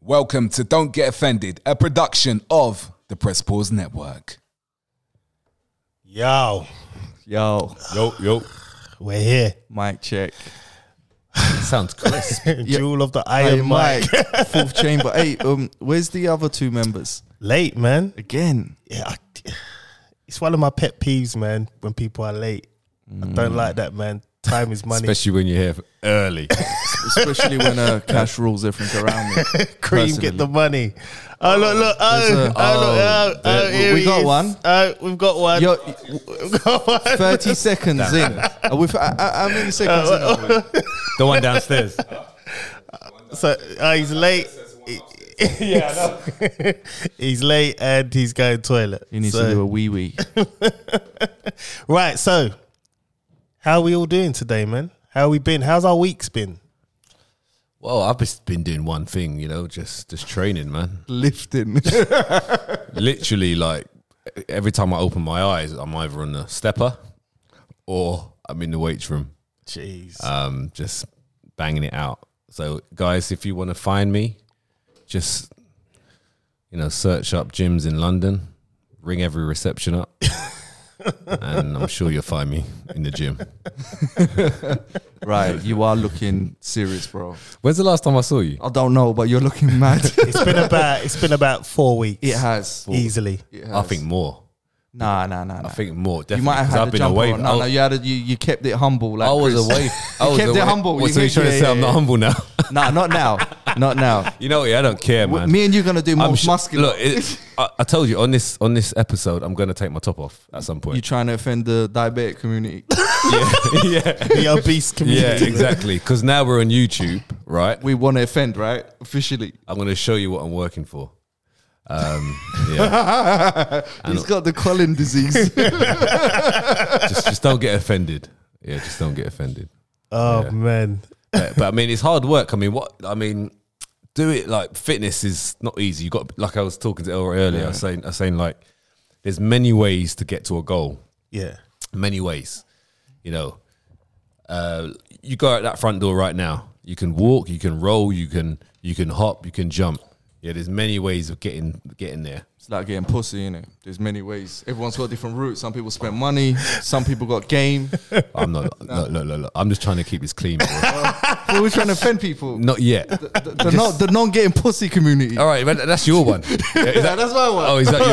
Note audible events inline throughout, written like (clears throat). Welcome to Don't Get Offended, a production of the Press Pause Network. Yo, Yo, yo, yo. We're here. mic check. Sounds crisp. (laughs) Jewel of the Iron Mike. Fourth chamber. Hey, um, where's the other two members? Late, man. Again. Yeah, I- it's one of my pet peeves, man. When people are late, I Mm. don't like that, man. Time is money. Especially when you're here early. Especially when uh, cash rules everything around me. (laughs) (laughs) Cream, get the money. Oh look, look, oh, There's oh, a- look, oh, oh, oh, there- here we he got is. one. Oh, we've got one. Yo, We've got one. 30 seconds in. Are we, I, I, how many seconds in are (laughs) we? the one downstairs. So oh, he's late. (laughs) yeah, I know. (laughs) he's late and he's going toilet. He needs So- to do a wee wee. Right, so how we all doing today, man? How we been? How's our weeks been? Well, I've just been doing one thing, you know, just just training, man. Lifting. Literally, like every time I open my eyes, I'm either on the stepper or I'm in the weights room, Jeez. um, just banging it out. So, guys, if you want to find me, just you know, search up gyms in London, ring every reception (laughs) up, and I'm sure you'll find me in the gym. (laughs) Right, you are looking serious, bro. When's the last time I saw you? I don't know, but you're looking (laughs) mad. it's been about it's been about four weeks. It has. easily. It I has. think more. Nah, nah, nah. nah. I think more. Definitely. Oh, you might have 'cause had I've a been jumper away. on. No, I, no, you had a, you, you kept it humble. Like I was Chris. away. (laughs) I You was kept away. it humble. Well, You so you're kept- trying to yeah, say yeah, I'm not yeah. humble now? (laughs) Nah, not now. Not now. you know, what? I don't care, man. Me and you gonna do I'm more sh- muscular. Look, it, I, I told you on this on this episode, I'm going to take my top off at some you point. trying to offend the diabetic community. (laughs) yeah, (laughs) The obese yeah, community. exactly. Because now we're on YouTube, right? we want to offend, right? Officially. I'm going to show you what I'm working for. Um, (laughs) yeah, He's got the (laughs) Colin disease. just just don't get offended. Yeah, just don't get offended. Oh man. but, but I mean, it's hard work. I mean, what I mean, do it like fitness is not easy. You got like I was talking to Elroy earlier. I was saying, I was saying like, there's many ways to get to a goal. Yeah. Many ways, you know. Uh, you go out that front door right now. You can walk. You can roll. You can you can hop. You can jump. Yeah, there's many ways of getting getting there. it's like getting pussy, innit? There's many ways. Everyone's got different routes. Some people spend money. Some people got game. (laughs) I'm not. no. no, no, no. I'm just trying to keep this clean. bro. But we're trying to offend people. not yet. (laughs) The, the, non, the non-getting pussy community. All right, but that's your (laughs) one. Yeah, is that- that's my one. Oh, Oh, is (laughs) that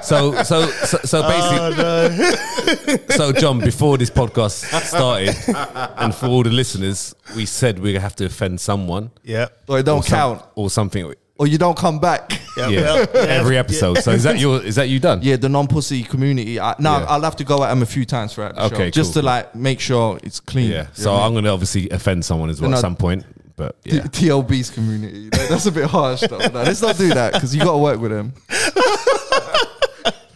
your? So, so, so, so Oh, basically, so John, before this podcast started, and for all the listeners, we said we have to offend someone Yeah. Or it don't count. or something. Or you don't come back. Yeah. Yeah, every episode. So is that your? Is that you done? (laughs) Yeah, the non-pussy community. I, now Yeah. I'll have to go at them a few times throughout the show, Okay, just cool, to like make sure it's clean. Yeah. So I'm going to obviously offend someone as well No, at no. some point. But T- yeah, TLB's community. That- That's a bit harsh, though. No, let's not do that because you got to work with them.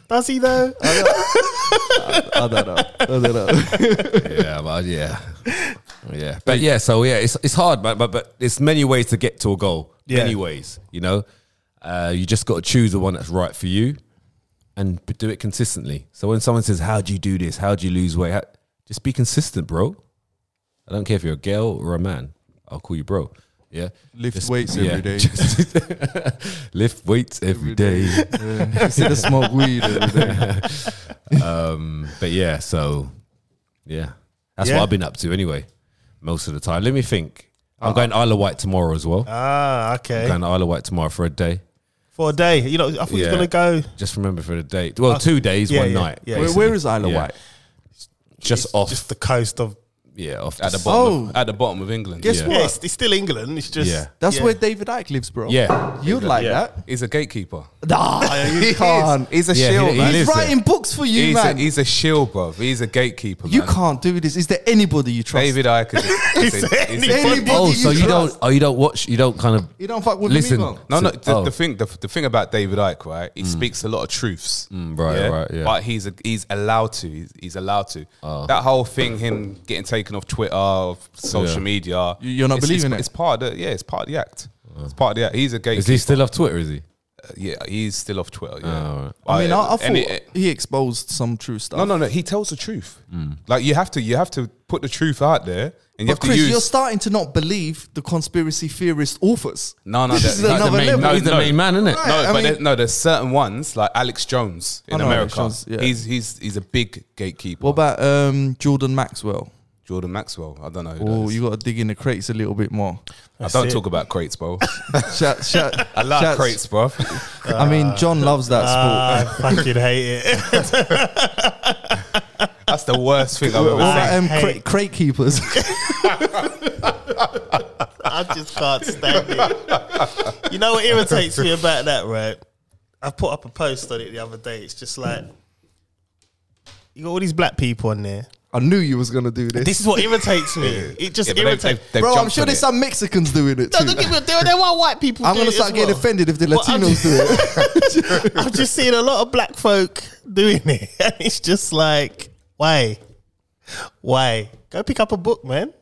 Does he though? I don't know. I don't know. yeah, but yeah, yeah. But yeah, so yeah, it's it's hard, but but but there's many ways to get to a goal. Yeah. Many ways, you know. Uh, you just got to choose the one that's right for you, and b- do it consistently. So when someone says, "How do you do this? How do you lose weight?" How-" Just be consistent, bro. I don't care if you're a girl or a man. I'll call you bro. Yeah, Lift Just- weights yeah. every day. (laughs) Just- (laughs) lift weights every day. Yeah. Instead of smoke weed every day. Um, but yeah, so yeah, that's Yeah. what I've been up to anyway, most of the time. Let me think. I'm going to Isle of Wight tomorrow as well. Ah, I'm Uh, okay. going to Isle of Wight tomorrow for a day. For a day. You know, I thought you Yeah. were gonna go Just remember for the day. Well, two days, Uh, yeah, one yeah, night. yeah. Where, basically. where is Isle of Yeah. Wight? Just off. just the coast of yeah, off at the bottom. Oh. Of, at the bottom of England. Guess yeah. what? Yeah, it's, it's still England. It's just Yeah. That's yeah. where David Ike lives, bro. Yeah. You'd like Yeah. that. He's a gatekeeper. Nah, He you is. can't. He's a Yeah, shield, he- he man. lives He's there. writing books for you, He's a, man. he's a shield, bruv. He's a gatekeeper. you man. can't do this. Is there anybody you trust? David Icke (laughs) is a, is a, is a- Anybody Oh, so you trust? don't? Oh, you don't watch? You don't kind of? You don't fuck with Listen. me, bro. No, no. So- The, oh. the thing, the, the thing about David Icke, right? He speaks a lot of truths, Mm, right, right, yeah. Oh. But he's a, he's allowed to. He's, he's allowed to. That whole thing, him getting taken off Twitter, of social Yeah. media. You- you're not it's, believing it's, it? It's part of the, yeah. It's part of the act. It's part of the act. He's a Is gatekeeper. he still off Twitter? Is he? yeah, he's still off Twitter. Yeah. eh, Oh, all right. I mean, I, I thought and it- he exposed some true stuff. Hmm. no, no, no. He tells the truth. Like you have to, you have to put the truth out there And you But have to Chris, use. you're starting to not believe the conspiracy theorist authors. no, no, this that- is no, another main- level. no, he's the main man, isn't it? No, I but mean- there, no, there's certain ones like Alex Jones in know Alex America. Jones, yeah. He's he's he's a big gatekeeper. What about um, Jordan Maxwell? Jordan Maxwell? I don't know. Who that Oh, is. you got to dig in the crates a little bit more. I don't it. talk about crates, (laughs) bro. Shout, shout, I love shouts- crates, bro. (laughs) I (laughs) mean, John loves that sport. Ah, I fucking hate it. (laughs) That's the worst thing I've ever What seen. about um, cra- hate- crate keepers? (laughs) I just can't stand it. You know what irritates me about that, right? I put up a post on it the other day. It's just like you got all these black people on there. I knew you was gonna do this. This is what irritates me. It just Yeah, but they- irritates. they've Bro, I'm jumped sure on there's it. some Mexicans doing it No, too. don't (laughs) get me- there, there are white people. I'm doing gonna it start as getting well. offended if the Well, I'm- Latinos do (laughs) it. I've just seen a lot of black folk doing it, (laughs) and it's just like, why, why? Go pick up a book, man.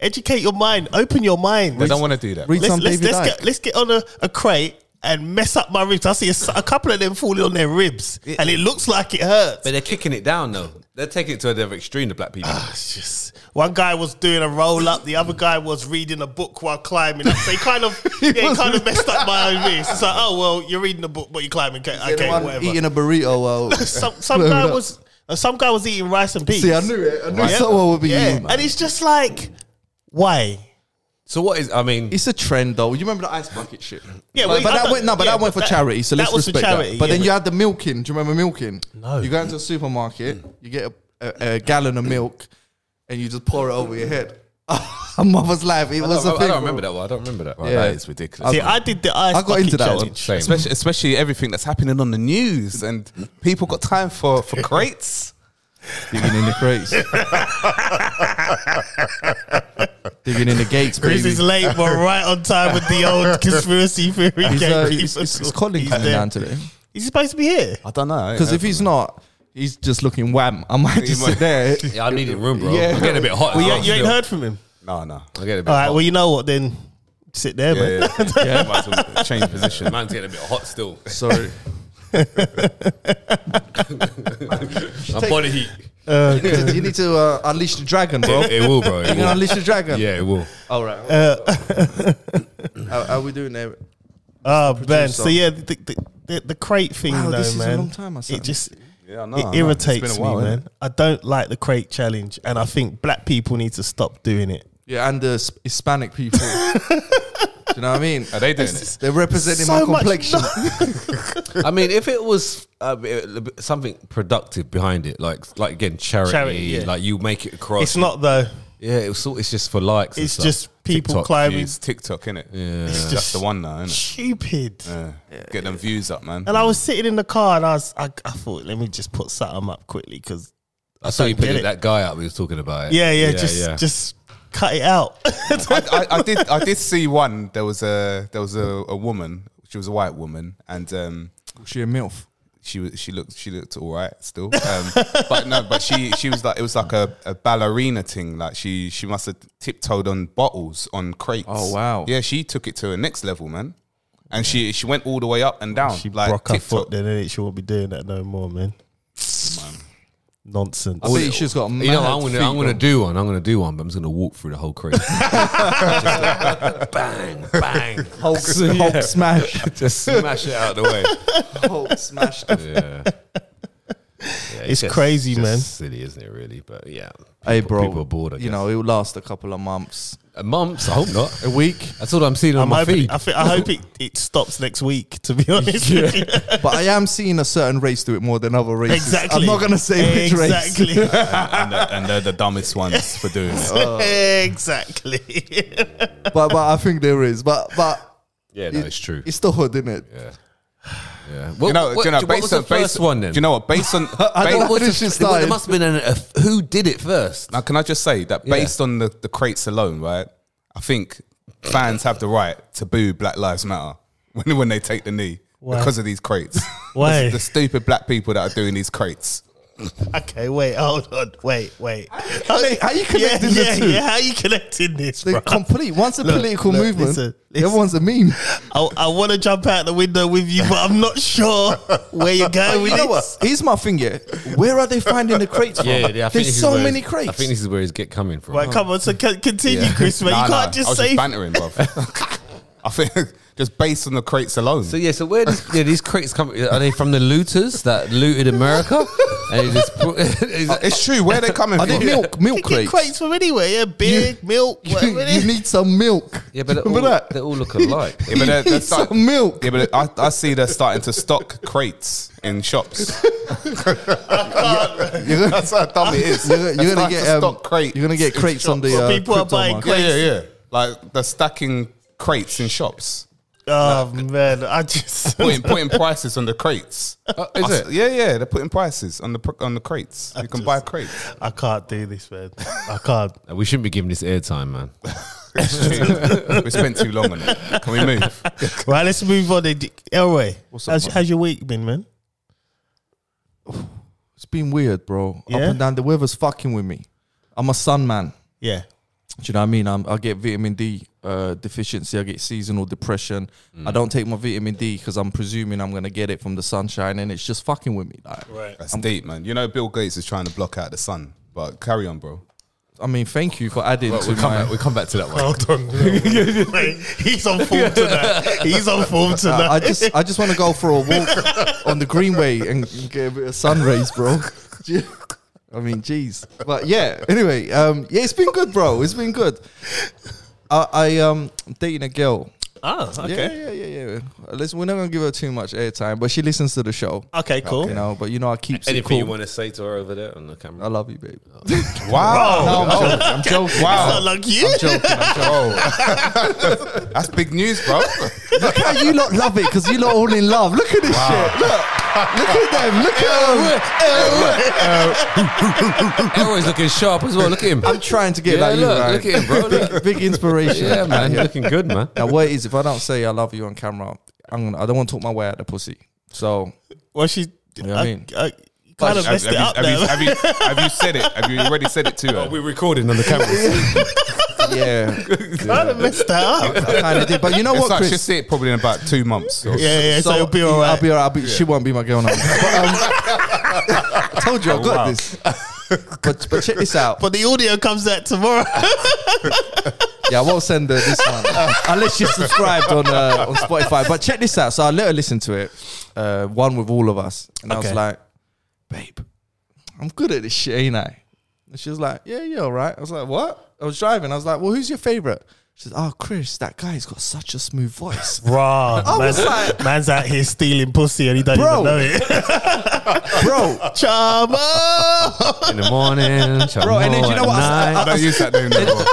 Educate your mind. Open your mind. They don't want to do that. Read let's, some let's, David let's Icke. get, let's get on a, a crate and mess up my ribs. I see a, s- a couple of them falling on their ribs, and it looks like it hurts. But they're kicking it down though. They're taking it to another extreme. The black people. Ah, It's just one guy was doing a roll up, the other guy was reading a book while climbing up. So he kind (laughs) of, yeah, he was- kind of messed up my own wrist. It's like, oh well, you're reading a book, but you're climbing. Okay, okay Anyone whatever. eating a (laughs) burrito while. (laughs) some some No, guy no. was uh, some guy was eating rice and peas. See, I knew it. I knew Yeah. someone would be yeah. you, man. And it's just like, why? So what is? I mean, It's a trend though. You remember the ice bucket shit? Yeah, but, well, but I that don't- went no, but yeah, that went but for that- charity. So that let's was for respect charity, that. But yeah, then but- you had the milking. Do you remember milking? No. You go into a supermarket, you get a, a, a gallon of milk, and you just pour it over your head. (laughs) A mother's life. It I was a don't, I thing. don't remember that one. I don't remember that one. Yeah. That is ridiculous. See, I did the ice. I got into bucket that one. challenge. Same. especially, especially everything that's happening on the news and people got time for, for crates. Digging in the crates. Digging in the gates, Chris baby. is late, but right on time with the (laughs) old conspiracy theory. He's, game. uh, He's- he's, he's, he's Colin he's coming there. down today. He's supposed to be here. I don't know. Because if he's not, he's just looking wham. I might just sit (laughs) there. Yeah, I needed room, bro. Yeah. I'm getting a bit hot. Well, as you, well Oh, you ain't still. heard from him. (laughs) no, no. I'm getting a bit All right. hot. Well, you know what? Then sit there, man. Yeah, yeah, (laughs) yeah. Might as well change position. Man's getting a bit hot (laughs) still. Sorry. My body heat. you need to, you need to, uh, unleash the dragon, bro. You're It will, bro. It gonna will. unleash the dragon. Yeah, it will. All Oh, right. Uh, (laughs) how, how we doing there? Oh man. So producer. yeah, the, the, the, the crate thing Wow, though, this is a man. long time I sat it just Yeah, I know, I know. it It's irritates been a while, me, innit? man. I don't like the crate challenge, and I think black people need to stop doing it. Yeah, and the s- (laughs) Hispanic people. Do you know what I mean? Are Oh, they doing it? They're representing So much my complexion. (laughs) I mean, if it was uh, it- something productive behind it, like like again charity, Charity, yeah. like you make it across. It's not though. Yeah, it was, sort- it's just for likes. and It's stuff. just people TikTok climbing. It's TikTok, innit? Yeah. It's That's just the one, though, innit? stupid. Yeah. Get them views up, man. And I was sitting in the car, and I was, I, I thought, let me just put something up quickly because I saw you don't get picking it. that guy up. We was talking about it. yeah, yeah, just just cut (laughs) it out. I, I, I did. I did see one. There was a there was a, a woman. She was a white woman, and um, she a milf. she was she looked she looked all right still. Um, but no, but she she was like it was like a, a ballerina thing. Like she she must have tiptoed on bottles on crates. Oh, wow. Yeah, she took it to a next level, man. And she she went all the way up and down. she like broke her TikTok. foot, then innit? she won't be doing that no more, man. Nonsense. I bet she's got. You know, I'm mad gonna, I'm feet, gonna bro. do one. I'm gonna do one, but I'm just gonna walk through the (laughs) whole crate. (laughs) bang, bang, Hulk, Hulk smash. (laughs) just smash it out of the way. Hulk smash. Yeah, Yeah, It's crazy, just man. Silly, isn't it? Really, but yeah. Hey, People- bro. people are bored. I you know, it'll last a couple of months, guess. Uh, months. I hope not. a week. That's all I'm seeing on I'm my hoping, feed. I, think, I hope it, it stops next week, to be honest. with you. But I am seeing a certain race do it more than other races. (laughs) Exactly. I'm not gonna say which race. exactly. (laughs) (laughs) race. and, they're, and they're the dumbest ones for doing it. Exactly. (laughs) But but I think there is. But but yeah, no, it's true. it's the hood, isn't it? yeah, yeah. What, You know, what- do you know, what based was the on first based, one then? Do you know what? Based (laughs) on I based- don't know when What was this the- shit well, there started. must have been an, a, who did it first. Now, can I just say that based on the, the crates alone, right? I think fans have the right to boo Black Lives Matter (laughs) when, when they take the knee Why? because of these crates. (laughs) Why? the stupid black people that are doing these crates. Okay, wait, hold on, wait, wait. How, connect- how you connecting yeah, the yeah, two? Yeah, how you connecting this, They're bro? complete. One's a Look, political look, movement, listen, the listen. other one's a meme. I, I want to jump out the window with you, but I'm not sure where you're going with (laughs) You know this. what? Here's my thing, yeah. Where are they finding the crates from? (laughs) Yeah, yeah, I think this There's is so where many his- crates. I think this is where he's get coming from. Right, come on, so con- continue, (laughs) Chris, man. Nah, you can't nah, I just was say just bantering, bruv. (laughs) I think just based on the crates alone. So yeah, so where does, yeah, these crates come? Are they from the looters that (laughs) looted America? And he just put, (laughs) he's like, Oh, it's true. Where are they coming Are they from? (laughs) milk milk you get crates? crates from anywhere, yeah, beer, milk, (laughs) you, whatever it is. you need some milk. yeah, but they all, remember that? they all (laughs) look alike. Yeah, but they're, You they're need start- some milk. Yeah, but I, I see they're starting to stock crates in shops. You're gonna, (laughs) That's how dumb it is. you're, They're you're gonna starting get to um, stock crates. You're gonna get in crates on shops. the Well, uh, people are crypto buying market. Yeah, yeah, yeah. Like they're stacking crates in shops, Oh man, I just (laughs) putting putting prices on the crates. Uh, is I s- Yeah, yeah. They're putting prices on the pr- on the crates. You can buy (laughs) crates. I can't do this, man. I can't. We shouldn't be giving this airtime, man. we spent too long on it. Can we move? Right, let's move on. Elroy, how's, how's your week been, man? It's been weird, bro. Up Yeah? and down. The weather's fucking with me. I'm a sun man. Yeah, Do you know what I mean? I'm, I get vitamin D uh, deficiency. I get seasonal depression. Mm. I don't take my vitamin D because I'm presuming I'm gonna get it from the sunshine, and it's just fucking with me. Like, right. That's deep, man. You know, Bill Gates is trying to block out the sun, but carry on, bro. I mean, thank you for adding to my. we come back to (laughs) that one. Hold on. Wait, (laughs) he's on form tonight. He's on form tonight. I just, I just want to go for a (laughs) walk on the greenway and get a bit of sun rays, bro. I mean, jeez. But yeah. Anyway, um, yeah, it's been good, bro. It's been good. I, I um, I'm dating a girl. oh, okay. Yeah, yeah, yeah, yeah. Listen, we're not gonna give her too much airtime, but she listens to the show. Okay, cool. You know, but you know, I keep it Anything cool. you want Oh. to say to her over there on the I camera? love you, babe. Wow. No, I'm joking. Not Wow. like you. Whoa. (laughs) That's big news, bro. Look how you lot love it because you lot all in love. Look at this shit. Look, look at them. Look at them. Elroy's looking sharp as well. Look at him. I'm trying to get yeah, like look, you, right? look at him, bro. Look. Big inspiration. Yeah, man, you're looking good, man. Now, what it is if I don't say I love you on camera? I'm gonna. I don't want to talk my way out the pussy. So Well, she. know what I mean? I, kind of have, messed have it you, up have, there. (laughs) you, have, you, have you said it? Have you already said it to her? We're recording on the camera. (laughs) yeah, kind of messed that up. I kind of did. But you (laughs) know it's what, like she'll Chris? see it probably in about two months. Or Yeah, yeah. So, it'll be all I'll right. be alright. She won't be my girl now. But, um, (laughs) I told you Oh, I got wow. this. But but check this (laughs) out. but the audio comes out tomorrow. Yeah, I won't send her this one (laughs) unless she's subscribed on uh, on Spotify. But check this out. So I let her listen to it, uh, one with all of us, and I was Okay. like, "Babe, I'm good at this shit, ain't I?" And she was like, "Yeah, yeah, all right." I was like, "What?" I was driving. I was like, "Well, who's your favorite?" She's, "Oh, Chris, that guy's got such a smooth voice." Bruh, was man's, like- man's out here stealing pussy and he don't Bro. even know it. bro, (laughs) Chama! in the morning, Bro, and then do you know what? I- I don't use that name no more.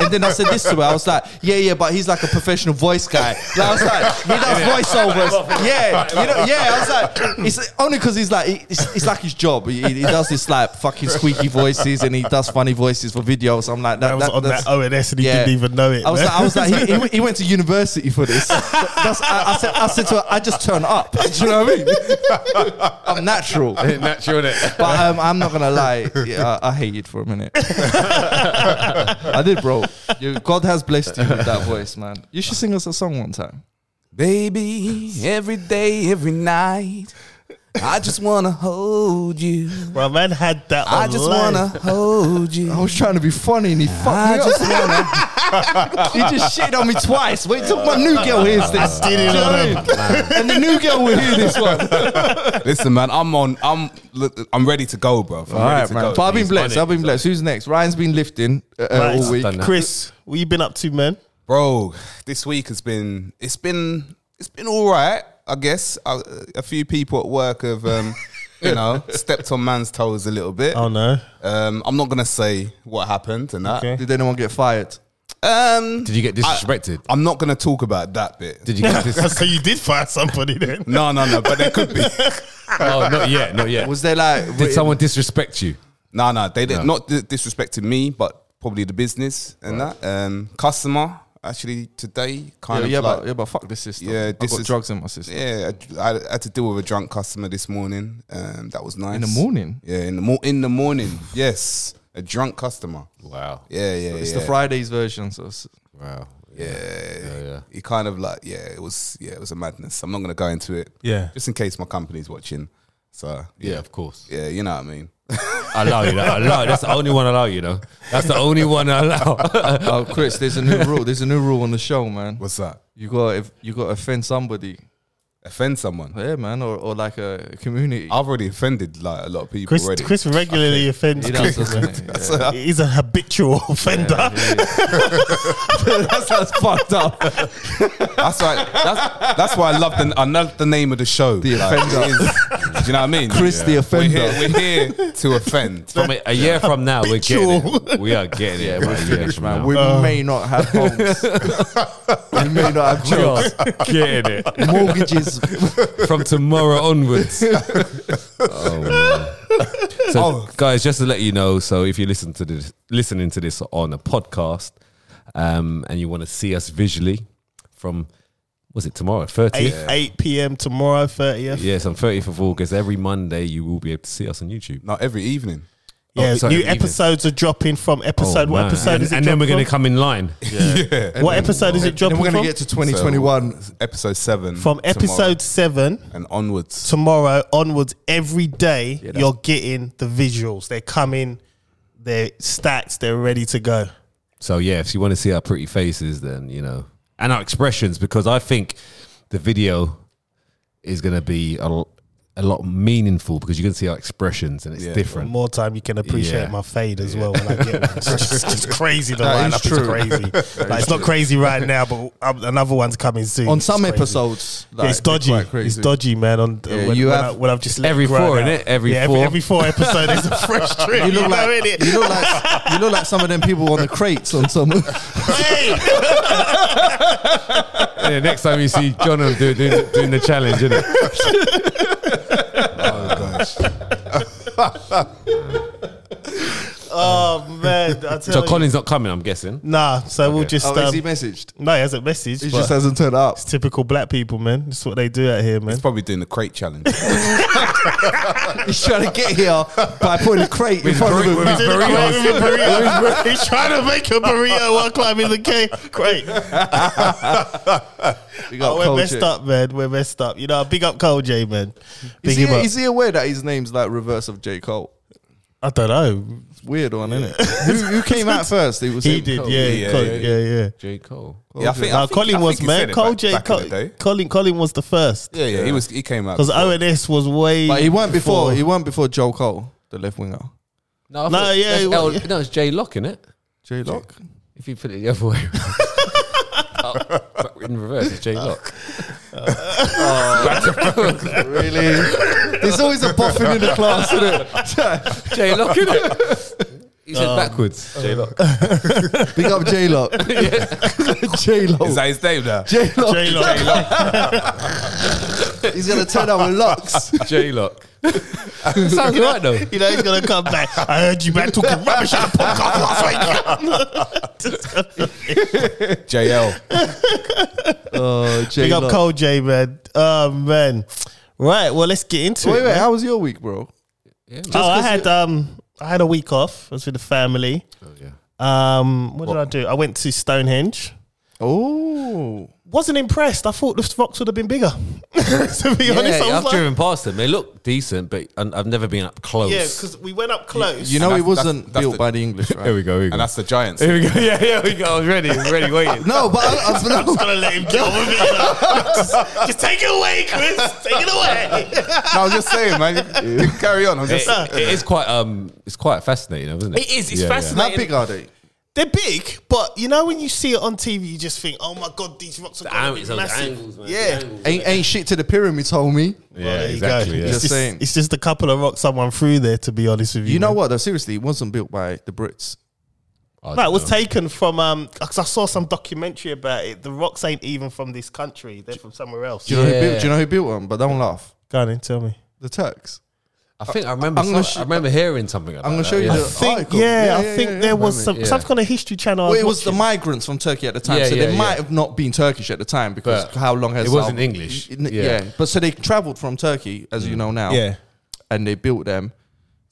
and then I said this to her. I was like, "Yeah, yeah, but he's like a professional voice guy." Like, I was like, "He does voiceovers." Yeah, you know, yeah. I was like, "It's only because he's like, he- it's, it's like his job. He, he does this like fucking squeaky voices, and he does funny voices for videos." I'm like, I that, was that, on that's- that ONS and he yeah. didn't even know it. I was man. like, I (laughs) was like, he, he, went- he went to university for this. That's, I, I said, I said to her, I just turn up. Do you know what I mean? (laughs) (laughs) I'm natural. Natural, it. But um, I'm not gonna lie, yeah, I, I hated for a (laughs) minute. I did, bro. You, God has blessed you with that voice, man. You should sing us a song one time. Baby, every day, every night, I just wanna (laughs) hold you. Bro, man had that on live. hold you. I was trying to be funny, and he fucked me up. (laughs) he just shit on me twice. Wait till my new girl hears this. Did it Do you know on what I him. mean? and the new girl will hear this one. Listen, man, I'm on. I'm. look, I'm ready to go, bro. I'm All ready right, to man. go. But I've been blessed. I've been blessed. Who's next? Ryan's been lifting uh, uh, Right, all week. done that. Chris, what you been up to, man? bro this week has been it's been it's been all right i guess I, a few people at work have (laughs) um you know stepped on man's toes a little bit Oh no. um i'm not gonna say what happened and that Okay. Did anyone get fired? um Did you get disrespected? i'm not gonna talk about that bit Did you (laughs) get disrespected? (laughs) so you did fire somebody then. no no no but there could (laughs) be oh, not yet, not yet. Was there like Did someone disrespect you? no no they did not di- disrespecting me but probably the business and that um customer actually today. Yeah, Kind yeah, of like, but yeah, but fuck this system. Yeah, I've this got is- drugs in my system. yeah, I, I had to deal with a drunk customer this morning. Um, that was nice. In the morning, Yeah, in the mo- in the morning. (laughs) yes, a drunk customer. Wow. Yeah, yeah, it's yeah. the Fridays version. So it's- Wow. Yeah. Yeah, yeah. He kind of like yeah, it was yeah, it was a madness. I'm not gonna go into it. Yeah. Just in case my company's watching. So Yeah, of course. Yeah, you know what I mean. I allow you. That. I allow. That's the only one I allow. You know. That's the only one I allow. (laughs) oh, Chris, there's a new rule. There's a new rule on the show, man. What's that? You got if you got to offend somebody, Offend someone. yeah, man, or, or like a community. I've already offended like a lot of people Chris, already. (laughs) Chris regularly offends You know, people. that's- that's- yeah. (laughs) He's a habitual offender. That sounds fucked up. That's why that's, that's why I love the I love the name of the show. The offender. it is- do you know what I mean? Chris the We're offender. here, we're here to offend. From a, a year from now, we're getting it. We are getting it. We're right, finished, yeah, man. now. We may not have homes. we may not have We are jobs. getting it. Mortgages. from tomorrow onwards. oh, man. So, guys, just to let you know, so if you listen to this, listening to this on a podcast, um, and you want to see us visually from, was it tomorrow, Eight, thirtieth? eight p.m. tomorrow, thirtieth. Yes, on thirtieth of August. Every Monday, you will be able to see us on YouTube. Not every evening. Yeah, Oh, sorry, new even. episodes are dropping from episode. Oh, what man. episode and, is it? and then we're dropping going to come in line. (laughs) from? What episode is it Then dropping we're from? gonna get to 2021. Episode seven. from tomorrow episode seven and onwards. tomorrow onwards, every day that's- you're getting the visuals. They're coming. They're stacked. They're ready to go. So yeah, if you want to see our pretty faces, then you know, and our expressions, because I think the video is going to be a, l- a lot meaningful because you can see our expressions and it's Yeah. The different. more time you can appreciate Yeah. my fade as well when I (laughs) get one. It's just, it's just crazy. The That is lineup is, true. (laughs) crazy. like, it's not crazy right now, but um, another one's coming soon. On It's some crazy. episodes, Yeah, like, it's they're dodgy. quite It's crazy. dodgy, man. On Yeah, when, you when have- I, when I've just let Every it grow four, out. innit? Every Yeah, four. Every, four episode is (laughs) a fresh trip. You, You look know, like innit? you look like you look like some of them people on the crates on some. (laughs) Hey! Yeah, next time you see John and do, do, doing the challenge, innit? (laughs) Oh man, I tell So you. Colin's not coming, I'm guessing. Nah, so we'll just. Oh, is Um, he messaged? no, he hasn't messaged. He but just hasn't turned up. it's typical black people, man. That's what they do out here, man. He's probably doing the crate (laughs) challenge. He's trying to get here by putting a crate in front of him. He's in the crate with a burrito. (laughs) He's trying to make a burrito while climbing the cave. Great. We Oh, we're Cole messed J. up, man. We're messed up. You know, big up Cole J, man. Big Is he, him up. is he aware that his name's like reverse of J Cole? I don't know. It's weird one, isn't it? (laughs) who, who came out first? It (laughs) was He him. did, Cole. yeah, Yeah, Cole- yeah, yeah, yeah. J. Cole. yeah, I think, I Nah, think- I Colin think was he said man. it Cole back- J. back in the Cole, day. Colin, Colin was the first Yeah, yeah, he was. He came out because ONS was way. But he weren't before. He weren't before Joe Cole, the left winger. No, I No, thought- yeah, that's it was- L- no, it's J. Lock, innit? J Lock. If you put it the other way (laughs) around. In reverse, it's J. (laughs) Lock. Really? There's always a boffin in the class, isn't it? J. Lock, innit? He said backwards. J. Lock. Big up J (laughs) Lock. J Is Lock. that his name now? J (laughs) Lock. oh. J. Lo. He's gonna turn up with (laughs) locks. J. Lock. (laughs) Sounds right, though. (laughs) You know he's gonna come back. I heard you man talking rubbish at the podcast (laughs) last week. Just gonna- JL. Oh, J Big up Lock. Cole J, man. Oh man. Right. Well, let's get into Wait, it. wait. man. How was your week, bro? oh, I had um, I had a week off. I was with the family. yeah. Um, what, did I do? I went to Stonehenge. Oh, Wasn't impressed. I thought the rocks would have been bigger. (laughs) to be honest, I was I've like, driven past them. They look decent, but uh, I- I've never been up close. yeah, because we went up close. you know that's- it wasn't that's- that's built the- by the English, Here right? we go. Here we go. And that's the (laughs) Giants. Here we go. (laughs) Yeah, yeah, we go. I was ready. I'm ready. (laughs) Waiting. no, but I, I was, no, Gotta let him get on with it. (laughs) just, just take it away, Chris. Take it away. I was just saying, man. You, you (laughs) carry on. I'm just. It- it is quite um, it's quite fascinating, isn't it? It is. It's Yeah, yeah. fascinating. how big are they? They're big, but you know when you see it on TV, you just think, "Oh my god, these rocks are ang- gonna be oh, it's those massive." angles, man. Yeah, The angles. Ain't, ain't shit to the pyramids, homie. Yeah, Well, there you go. exactly. yeah. It's Just just, saying. it's just a couple of rocks someone threw there. To be honest with you, You know man. what? Though seriously, it wasn't built by the Brits. I No, don't it was know. taken from um. Cause I saw some documentary about it. The rocks ain't even from this country; they're from somewhere else. Do you know who Yeah. built? Do you know who built them? But don't laugh. Go on, then, tell me. The Turks. I think I remember. I'm gonna some- sh- I remember hearing something. About I'm gonna that, show you yeah. the think, article. yeah, I think there was some Moment, yeah. something on the History Channel. I Well, it was the watching. migrants from Turkey at the time, Yeah, so yeah, they yeah. might have not been Turkish at the time because But how long has it wasn't our- English. N- Yeah. Yeah. but so they travelled from Turkey, as you know now, Yeah. and they built them.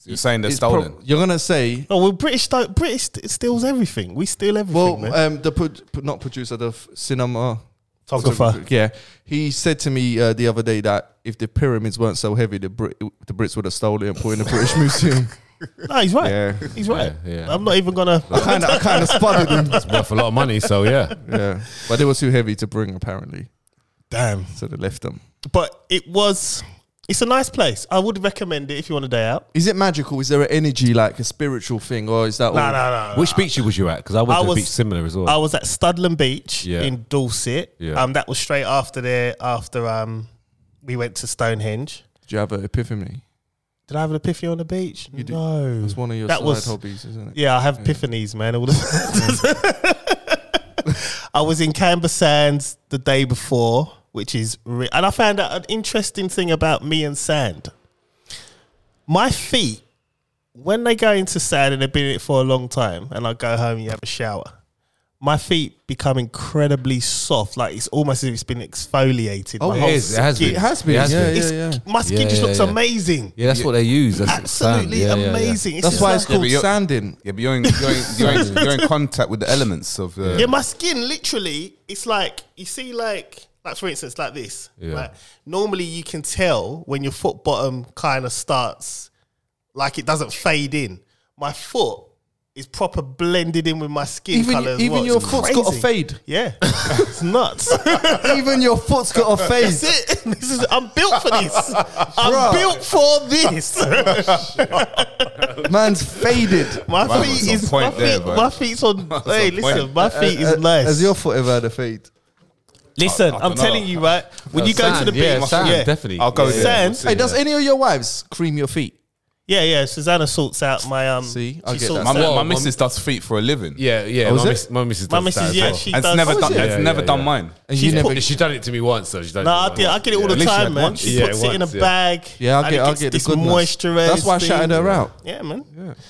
You're saying they're It's prob- stolen. you're gonna say, Oh well, British sto- British st- steals everything. We steal everything, well, man. um, the pro- pro- not producer, the f- cinema (laughs) Photographer. yeah, he said to me uh, the other day that if the pyramids weren't so heavy, the Brit- the Brits would have stolen it and put it in the (laughs) British Museum. no, he's right. Yeah. He's right. Yeah, yeah. I'm not even gonna. I kind of, I kind of spotted him. It's worth a lot of money, so yeah. Yeah, but they were too heavy to bring apparently, Damn. so they left them. But it was. It's a nice place. I would recommend it if you want a day out. Is it magical? Is there an energy, like a spiritual thing, or is that? No, no, all? no. no. Which beach you was you at? Because I went I to was- a beach similar as well. I was at Studland Beach Yeah. in Dorset. Yeah. Um, that was straight after there. After um, we went to Stonehenge. Do you have an epiphany? Did I have an epiphany on the beach? You did. No. It's one of your That side was- hobbies, isn't it? Yeah, I have epiphanies, man. All the- (laughs) I was in Canberra Sands the day before, which is re- and I found out an interesting thing about me and sand. My feet, when they go into sand and they've been in it for a long time, and I go home and you have a shower, my feet become incredibly soft. Like it's almost as if it's been exfoliated. Oh, My it whole is. It has skin- been. It has been. It has yeah, been. yeah, it's- yeah. My skin Yeah, just yeah, looks yeah. amazing. yeah, that's what they use. That's sand. Absolutely Yeah, yeah, yeah. amazing. It's That's just why like- it's Yeah, called but you're- sanding. Yeah, but you're in, you're in, you're in, you're in contact with the elements of uh, the. Yeah, my skin literally, it's like you see, like like for instance, like this. Yeah. Like normally you can tell when your foot bottom kind of starts, like it doesn't fade in. My foot is proper blended in with my skin Even- color. even well. your It's foot's got a crazy. fade. Yeah, it's (laughs) nuts. Even your foot's (laughs) got a That's face. it. This is I'm built for this. I'm Bruh. built for (laughs) this. Man's faded. My Wow, that's feet on is my point feet. there, bro. my (laughs) feet's on. That's hey, on listen, point. my feet Uh, is nice. Has your foot ever had a fade? Listen, I- I I, am dunno. telling you, right? When you go sand, to the beach, yeah, Oh, yeah, sand, yeah, definitely. I'll go Yeah. there. Sand? We'll see. Hey, does any of your wives cream your feet? yeah, yeah. Susanna sorts out my um. See, she I get sorts that. my, out- my Well, my- missus does feet for a living. Yeah, yeah. was my it? miss- My missus. My does that missus, as yeah, well. she And does. it's never Oh, done. is it? It's Yeah, never yeah, done yeah. mine. And She's you put- never. She done it to me once, so she does. No, it I to me get, once. I get it all the Yeah, at least time, she man. had She once. puts Yeah, it in a once, yeah. bag. yeah, I and get, it I gets get the this goodness. moisturized. That's why I shouted thing. her out. Yeah, man.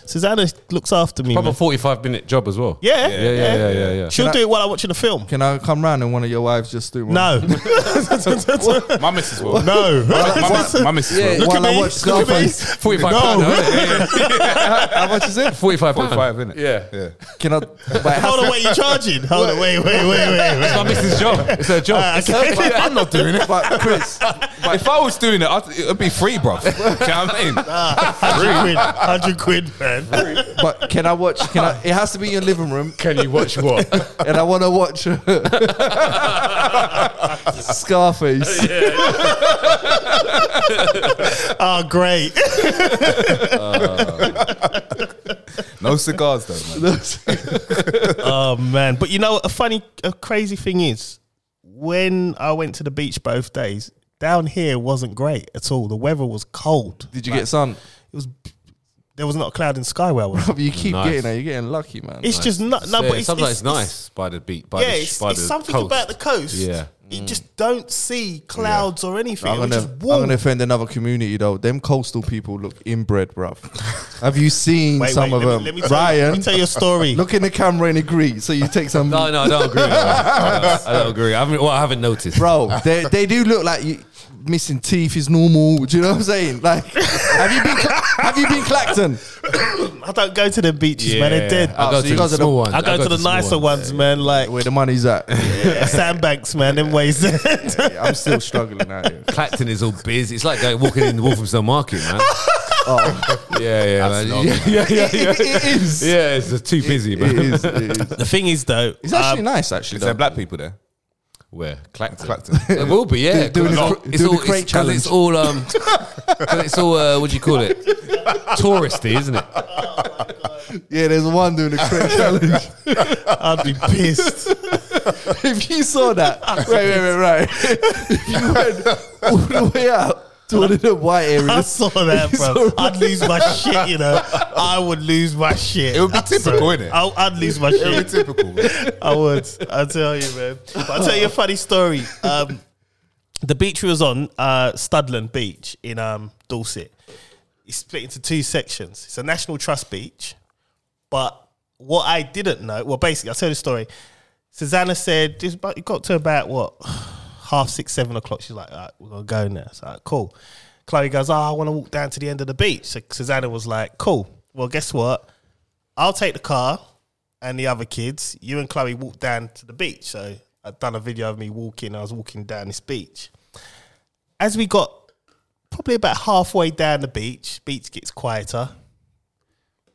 Susanna looks after me. Probably Man. forty-five minute job as well. Yeah, yeah, yeah, yeah, yeah. yeah, She'll Can I- do it while I'm watching a (laughs) film. Can I come round and one of your wives just do one? No, My missus (laughs) will. (laughs) no. My, my, my missus Yeah, will. while at I me, watch look at me. Scarface. (laughs) Forty-five No. pound. isn't it? (laughs) How much is it? Forty-five pound. 45, innit? Yeah. Yeah. (laughs) (laughs) Can I? Wait, how- Hold on, wait. You charging? Hold on, wait, wait, wait, wait. wait. It's my missus' job. It's her job. Uh, okay. I'm not doing it. but Chris, if I was doing it, I'd, it'd be free, bro. (laughs) Do you know what I mean? (laughs) Hundred quid, hundred quid, man. but can I watch? Can I? It has to be in your living room, (laughs) Can you watch what? and I want to watch (laughs) Scarface. Oh, great. (laughs) No cigars, though, man. Oh man! But you know, a funny, a crazy thing is, when I went to the beach both days, down here wasn't great at all. The weather was cold. Did you get sun? It was. There was not a cloud in sky where I (laughs) was. You keep Nice. getting it. You're getting lucky, man. It's just not. (laughs) No, Yeah, but it's, sometimes it's, it's nice by the beat. By Yeah, the, it's, by it's the something coast. about the coast. Yeah. you just don't see clouds or anything. I'm It was gonna, just I'm warm. gonna offend another community though. Them coastal people look inbred, bruv. Have you seen Wait, some wait, of let them? me- let me tell you- let Ryan, me tell you a story. (laughs) look in the camera and agree. So you take some, No, no, I don't agree. with (laughs) that. I don't agree. I haven't, well, I haven't noticed. bro. They they do look like you. Missing teeth is normal. Do you know what I'm saying? Like, have you been? Cla- Have you been Clacton? I don't go to the beaches, man. They're dead. I Oh, go so to you the guys are the- small ones. I go, to the small nicer ones, man. Like (laughs) (laughs) Where the money's at? sandbanks, man. Them ways. I'm still struggling out (laughs) here. Clacton is all busy. It's like going walking in the Walthamstow (laughs) Market, man. Oh, yeah, yeah, man. yeah, yeah, yeah, (laughs) yeah. it is. Yeah, it's just too busy, It man. is. It is. the thing is, (laughs) though, It's actually um, nice, actually. Is there though. black people there? Where Clacton? Clacton. It will be, yeah. Do- doing It's the all- cr- it's doing all the crate it's- 'cause It's all um, 'cause it's all uh, what do you call it? (laughs) Touristy, isn't (laughs) it? Yeah, there's one doing the (laughs) crit challenge. I'd be (laughs) pissed. if you saw that, wait, wait, wait, right. (laughs) if you went all the way out to one of the (laughs) white I areas, saw that, It's bro. all I'd lose my shit, you know. I would lose my shit. It would be typical, innit? I, I'd lose my shit. (laughs) typical. I would. I tell you, man. But I'll tell you a funny story. Um, the beach we was on, uh, Studland Beach in um, Dorset, it's split into two sections. It's a National Trust Beach, but what I didn't know, well, basically, I'll tell you the story. Susanna said, "This about- it got to about what half six, seven o'clock. She's like, All right, we're gonna go now. It's like, cool. Chloe goes, oh, I want to walk down to the end of the beach. So Susanna was like, cool. Well, guess what? I'll take the car and the other kids. You and Chloe walk down to the beach. So I'd done a video of me walking. I was walking down this beach. As we got probably about halfway down the beach, beach gets quieter.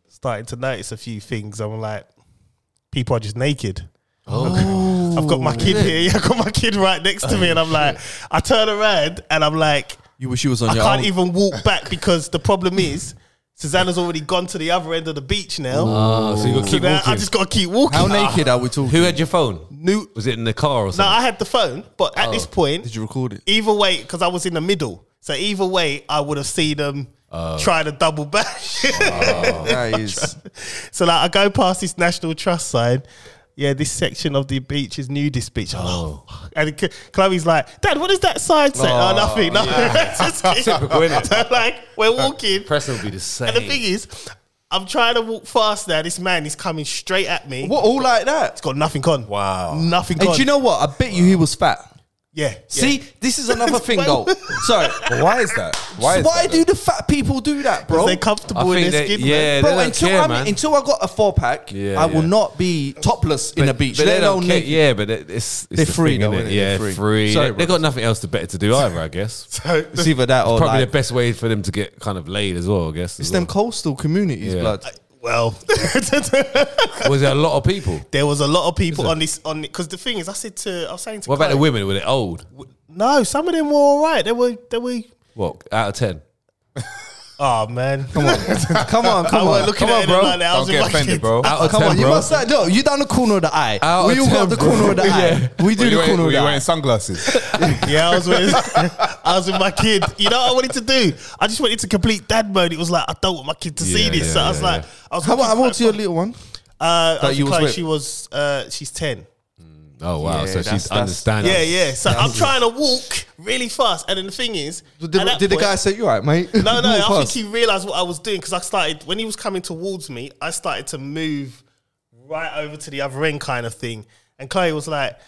Starting to notice a few things. I'm like, people are just naked. I've got my kid here. (laughs) Yeah, I've got my kid right next to me, and I'm like, I turn around and I'm like, You wish you was on I your can't own. even walk back because the problem is Susanna's already gone to the other end of the beach now. Oh, so you got to so keep now walking. I just got to keep walking. How naked are we talking? Who had your phone? Newt. Was it in the car or Now something? I had the phone, but at this point, Did you record it? either way, because I was in the middle, so either way, I would have seen them try to double back. Oh, That is. (laughs) so like, I go past this National Trust sign. Yeah, this section of the beach is nudist beach. Oh, fuck. and Ch- Chloe's like, Dad, what does that sign say? Oh, nothing. No, (laughs) Just kidding. Typical, innit? So, (laughs) like we're walking. Preston would be the same. And the thing is, I'm trying to walk fast now. This man is coming straight at me. What, all like that? It's got nothing on. Wow. Nothing Hey, on. do you know what? I bet you he was fat. Yeah. yeah. See, this is another (laughs) thing, though. Sorry. Why is that? Why is Why that? do the fat people do that, bro? They're comfortable in their skin. man. yeah, Bro, they don't until, care, I'm, man. until I got a four pack, Yeah, I will yeah. not be topless in a beach. But Let they don't alone care. naked. Yeah, but it- it's, it's They're the free thing, though, innit? innit? Yeah, They're free. free. Sorry, they, bro. they got nothing else to better to do either, I guess. It's either that or Probably like, the best way for them to get kind of laid as well, I guess. it's as them well. coastal communities, Yeah. blood. Well, (laughs) Was there a lot of people? there was a lot of people on this on because the thing is, I said to I was saying to What about the Chloe, women? Were they old? No, some of them were all right. They were they were. What out of ten? Oh man, come come (laughs) on, I come was on. looking at bro. it like that. I Don't was in get my offended, kids. bro. Out of Come ten, on, you bro. must not. No, you down the corner of the eye. Out we of all got 10, the bro. corner (laughs) of the eye. We Were do you the wearing- corner were of the you wearing eye. sunglasses? Yeah, I was with (laughs) I was with my kid. You know what I wanted to do? I just wanted to complete dad mode. It was like I don't want my kid to see Yeah, this. yeah, so I was yeah, like, yeah. I was How looking about how for- (laughs) old's your little one? Uh, I was you with was Chloe, with? she was uh, she's ten. Oh wow! Yeah, so that's- she's that's- understanding. Yeah, yeah. So I'm trying to walk really fast, and then the thing is, Did, at that did the point- guy say, you all right, mate? (laughs) No, no. Walk I past. think he realized what I was doing because I started when he was coming towards me. I started to move right over to the other end, kind of thing. And Chloe was like,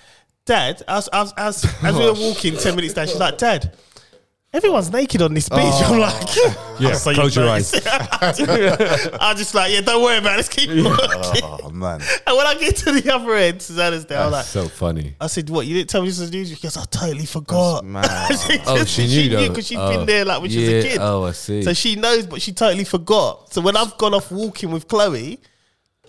"Dad," as as as, as we were walking ten minutes down, she's like, "Dad." Everyone's naked on this beach. (laughs) I'm like, yeah, close your eyes. (laughs) I'm just like, yeah, don't worry about it. Let's keep walking. Oh man, (laughs) And when I get to the other end, Susanna's there. I'm like, That's so funny. I said, "What? You didn't tell me this was news?" She goes, "I totally forgot." (laughs) She Oh, just- she knew though. because she'd Oh, been there like when she yeah. was a kid. Oh, I see. So she knows, but she totally forgot. So when I've gone off walking with Chloe,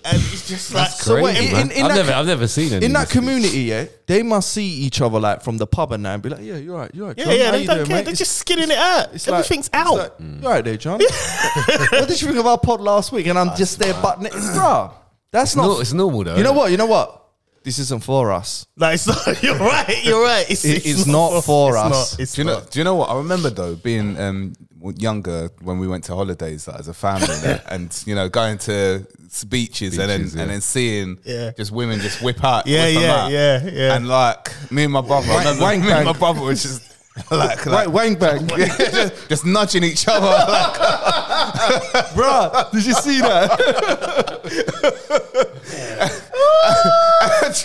and it's just like, so what? Crazy, in- man. in- in I've that never, co- I've never seen any in of that this. community, yeah, they must see each other like from the pub and that and be like, yeah, you're right, you're right. Yeah, John. yeah, How they you don't doing, care. mate?" They're It's- just skinning it out. it's like- Everything's it's out. like, Mm. you're right there, John. what did you think about pod last week? And I'm just there, but bro, that's not. No, it's normal though. you know what? You know what? This isn't for us. No, it's not. (laughs) You're right. You're right. It's, It is not for (laughs) it's us. Not, it's do you know? not. Do you know what I remember though? Being um, younger when we went to holidays like, as a family, and, and you know, going to s- beaches, and then Beaches, yeah. and then seeing Yeah. just women just whip out, Yeah, whip 'em yeah, out. yeah, yeah. and like me and my brother, I remember wank me and my bang. brother was just like, Right, like wang bang, yeah, (laughs) just, just nudging each other. Like, (laughs) (laughs) bro. Did you see (laughs) that?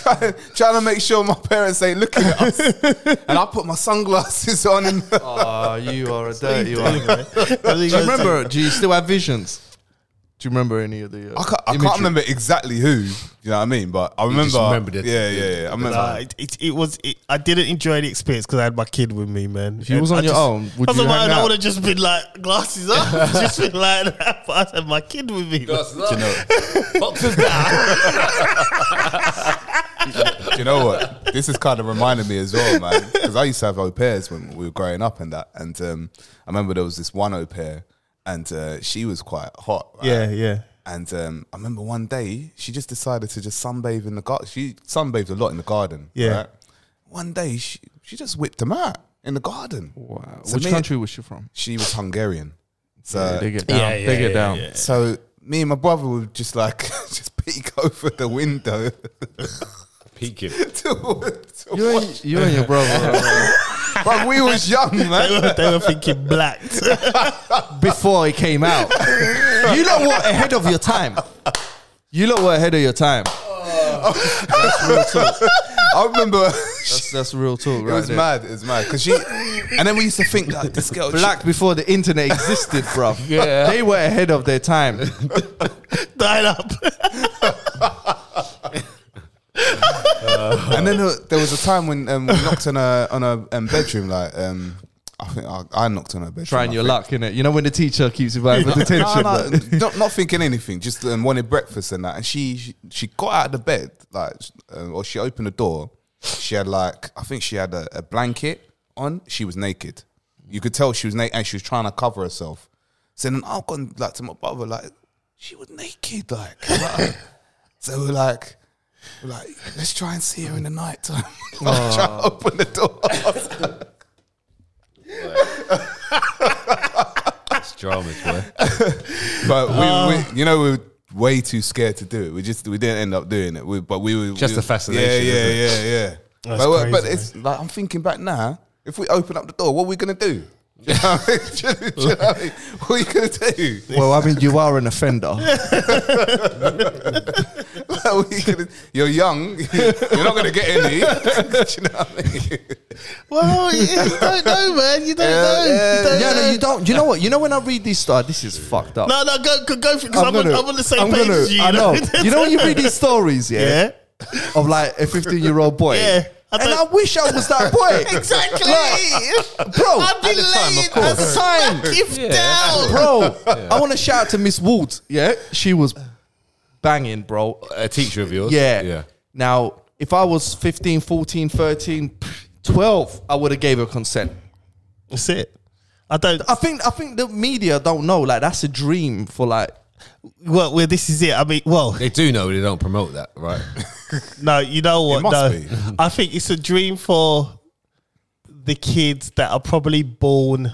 trying, trying to make sure my parents ain't looking at us, and I put my sunglasses on. And (laughs) oh, you are (laughs) a dirty one. (laughs) Do do you remember? Do you still have visions? Do you remember any of the? Uh, I can't, I imagery? can't remember exactly who. You know what I mean? But I remember. just remembered it. yeah, yeah, yeah. I remember. Nah, it, it, it was. It, I didn't enjoy the experience because I had my kid with me, man. If you was on your own, would I was you on my hang own. I out? would have just been like glasses (laughs) up, just been like that. But I had my kid with me. (laughs) man. Do you (laughs) know? Do you know what? This is kind of reminding me as well, man. Because I used to have au pairs when we were growing up and that. And um, I remember there was this one au pair, and uh, she was quite hot. right? Yeah, yeah. And um, I remember one day she just decided to just sunbathe in the garden. She sunbathed a lot in the garden. Yeah. right? One day she she just whipped him out in the garden. Wow. Which country was she from? She was Hungarian. So they get down. they get down. so me and my brother would just like (laughs) just peek over the window (laughs) Peeking. to, to You and, you and your brother. But we was young, They man. were, they were thinking (laughs) blacked. before it came (laughs) out. you lot were ahead of your time. You lot were ahead of your time. I (laughs) remember (laughs) That's, that's real talk, it right was there. mad. It was mad because she. And then we used to think like this girl. Black before the internet existed, bruv. (laughs) yeah. They were ahead of their time. Died up. and then uh, there was a time when um, we knocked on a on a um, bedroom. Like um, I think I, I knocked on her bedroom. Trying I your think. luck, innit? You know when the teacher keeps you back with attention. No, bruv? no, not, not thinking anything, just um, wanted breakfast and that. And she she, she got out of the bed, like, uh, or she opened the door. She had like, I think she had a, a blanket on. She was naked. You could tell she was naked, and she was trying to cover herself. So then I've gone like to my brother, like she was naked, like. (laughs) like, so we're like. we're Like, let's try and see her in the night time. (laughs) Like, try to open the door. It's dramas, (laughs) boy. But we, we, you know, we were way too scared to do it. We just we didn't end up doing it. We, but we were Just we- the fascination, Yeah, yeah, isn't yeah, yeah. That's but, we- but crazy, it's like I'm thinking back now. If we open up the door, what are we gonna do? (laughs) Do you know what I mean? Do you know what I mean? What are you gonna do? (laughs) (laughs) Well, I mean, you are an (laughs) offender. Like, what are you gonna, you're young. (laughs) You're not gonna get any. (laughs) do you know what I mean? Well, you don't know, man. You don't Yeah, know. yeah, you don't Yeah, know. no, you don't. You know what? You know when I read these stories, this is fucked up. No, no, go, go, go for it because I'm, on- I'm on the same I'm page gonna- as you. I know. you know when (laughs) you read these stories, yeah, yeah. of like a 15 year old boy. Yeah. I and I don't- wish I (laughs) was that boy. Exactly. Bro, I'd be at the time, laying of course. a (laughs) sack Yeah. down. bro. I want to shout out to Miss Woods. Yeah, she was banging, bro. A teacher of yours. Yeah. Yeah. Now, if I was 15, 14, 13, 12, I would have gave her consent. That's it. I don't. I think I think the media don't know. Like that's a dream for like. Well, well, this is it. I mean, well, They do know they don't promote that, right? no, you know what? must no, be. I think it's a dream for the kids that are probably born.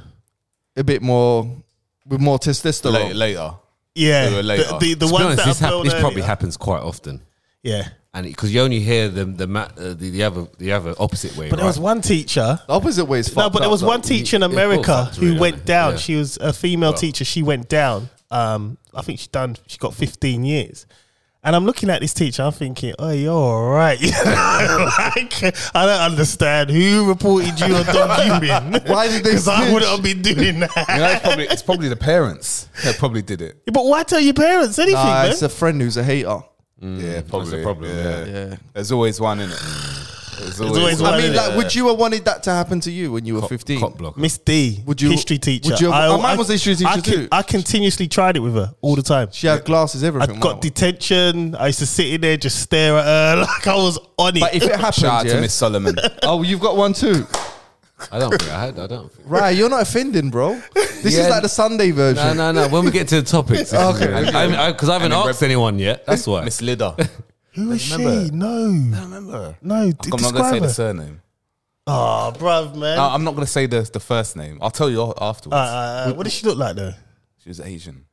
A bit more with more testosterone. Later, later. Yeah, They were later. the, the, the to ones be honest, that this, are hap- born this probably earlier. happens quite often. Yeah, And because you only hear the the, ma- uh, the the other the other opposite way, but right? there was one teacher. The opposite way is fucked No, but there up, was though. one teacher in Yeah, both America factory, who don't went they? down. Yeah. She was a female teacher. She went down. Um, I think she done. She got fifteen years. And I'm looking at this teacher. I'm thinking, oh, you're all right. (laughs) like, I don't understand who reported you on Don Cumin. (laughs) Why (laughs) did they Because I snitch? wouldn't be doing that. You know, it's probably it's probably the parents that probably did it. But why tell your parents anything, Nah, man? it's a friend who's a hater. yeah, probably. Mm, the problem, Yeah. There's always one in it. There's always, always one. one. I mean, Yeah. like, would you have wanted that to happen to you when you were fifteen? Cock block. Miss D, Would you- history teacher. would you- Oh, mine was a history teacher I, too. I continuously tried it with her all the time. She had glasses, I everything. got detention. I used to sit in there, just stare at her (laughs) like I was on it. but if it happens, Shout out yeah. to Miss Solomon. oh, you've got one too. I don't think I had. I don't. Think. Right, you're not offending, bro. This Yeah. is like the Sunday version. No, no, no. When we get to the topics, okay, because I, haven't then asked anyone yet. That's (laughs) why. Miss Lidder. (laughs) Who is Remember? she? No, remember. no. I'm not gonna say Describe the her. surname. Oh, bruv, man. No, I'm not gonna say the the first name. I'll tell you afterwards. Uh, what does she look like though? she was Asian.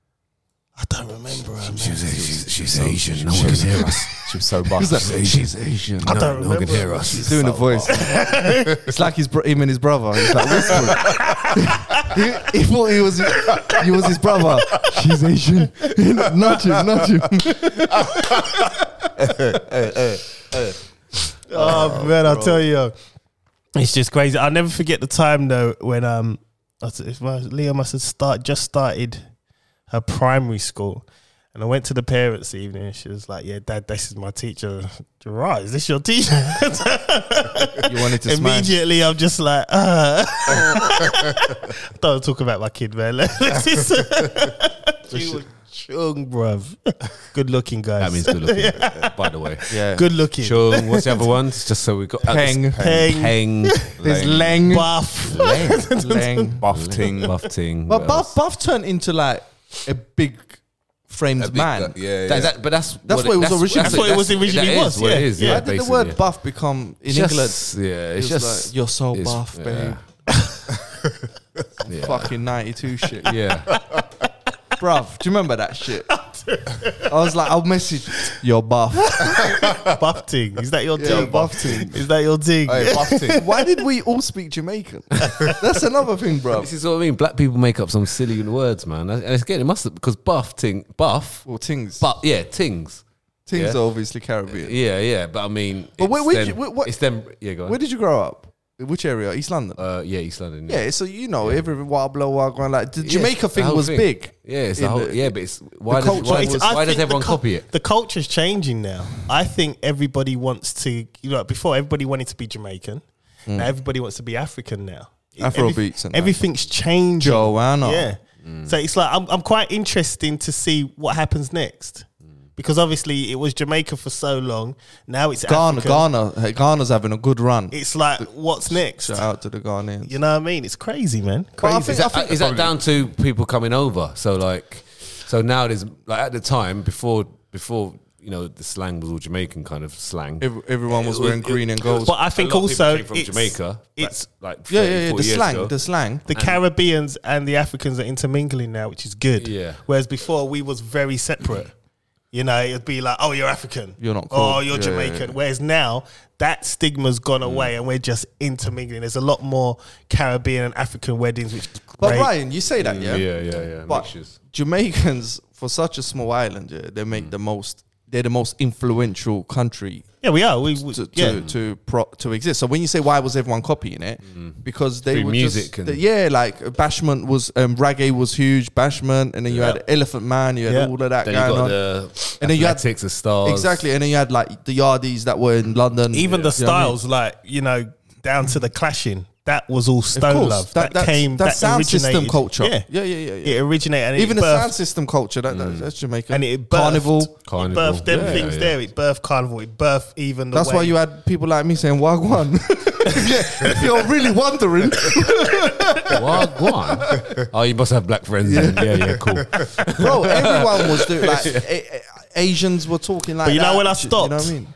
I don't remember her. man. she's, Asian. No one can hear us. She was so buff. She's Asian. No, don't no one can remember. hear us. He's doing the voice. (laughs) it's like his bro- him and his brother. He's like whispering. (laughs) he, he thought he was he was his brother. She's Asian. (laughs) not you, not you. Oh, man, I'll tell you. It's just crazy. I'll never forget the time though when um I was- if my- Leah must have start just started her primary school. And I went to the parents evening and she was like, Yeah, dad, this is my teacher. Gerard, is this your teacher? You wanted to smash. Immediately I'm just like, uh. (laughs) Don't talk about my kid, man. (laughs) This is- she was chung, bruv. Good looking guys. That means (laughs) good looking. By the way, yeah. good looking. Chung, what's the other one? It's just so we got Peng. (laughs) Peng, There's Leng. Buff. Leng. buff ting. (laughs) Buff Ting. But what Buff, else? Buff turned into like a big framed A big man. guy, Yeah, That- yeah. that- but that's That's what it was originally. That's what it was originally that is was, what it yeah. is, Yeah. yeah. Why did the basically, word yeah. buff become in England? Just- Yeah, it's It's just like you're so it's- buff, babe. (laughs) yeah. Yeah. Fucking ninety two shit. Yeah. Bruv, do you remember that shit? I was like, I'll message your buff. (laughs) buff ting. Is that your Yeah, ting? buff ting. Is that your ting? Hey, buff (laughs) ting. Why did we all speak Jamaican? That's another thing, bruv. This is what I mean. Black people make up some silly words, man. And it's again, it must have, because buff ting buff, Well, Tings. but yeah, tings. Tings yeah. are obviously Caribbean. Yeah, yeah. But I mean, But where- it's where did them- you- where- what- It's them. Yeah, go on. Where did you grow up? In Which area? East London. uh, yeah, East London. yeah, so you know, every Wabla, Wagwan, like the Yeah, Jamaica it's the thing whole was big. Yeah, it's the in whole. the- yeah, but it's why does, culture why, was- does- I why does think the everyone cul- copy it? The culture's changing now. I think everybody wants to, you know, before everybody wanted to be Jamaican, now everybody wants to be African now. Afrobeats and that. everything's changing. Joanna. Yeah. So it's like I'm, I'm quite interested to see what happens next. Because obviously it was Jamaica for so long. Now it's Ghana, Africa. Ghana, hey, Ghana's having a good run. It's like what's next? Shout out to the Ghanaians. You know what I mean? It's crazy, man. But I Crazy. think- Is that, I think Uh, is that down to people coming over? So like, so now there's like at the time before before you know the slang was all Jamaican kind of slang. Ev- everyone was It wearing it- green and it was- gold. But I a think lot of people also came from it's- Jamaica. it's- like, like yeah, 30, yeah, yeah. 40 The years slang, ago. the slang. the Caribbeans and the Africans are intermingling now, which is good. Yeah. Whereas before we was very separate. You know, it'd be like, oh, you're African. You're not cool. Oh, you're Yeah, yeah, Mm. Jamaican. Whereas now that stigma's gone away and we're just intermingling. There's a lot more Caribbean and African weddings, which is But great. Ryan, you say that, yeah? Mm, yeah, yeah, yeah. But mixtures. Mm. Jamaicans, for such a small island, yeah, they make the most. They're the most influential country Yeah, we are. We, we to yeah. to to, pro, to exist. So when you say why was everyone copying it, because they Through were Mm. music just, and- they- yeah, like Bashment was um, reggae was huge, Bashment, and then you had Yeah. Elephant Man, you had Yeah. all of that Then you going got on, the And then you had- athletics of stars. exactly, and then you had like the Yardies that were in London, Even the You know what I mean? styles, like, you know, down to the clashing, that was all stone course, love. That, that- that's- came, that's that, sound system originated- culture. Yeah. Yeah, yeah, yeah, yeah. It originated. And even it the birthed sound system culture that, that that's Jamaican Mm. and it birthed, carnival. Carnival. It birthed them Yeah, things yeah. there. It birthed carnival. It birthed even the That's why way- you had people like me saying Wagwan. (laughs) If you- if you're really (laughs) wondering, (laughs) Wagwan. oh, you must have black friends. Yeah, yeah, yeah cool. bro, everyone was doing like a- a- Asians were talking like. But you know that. when I You know what stopped? I mean?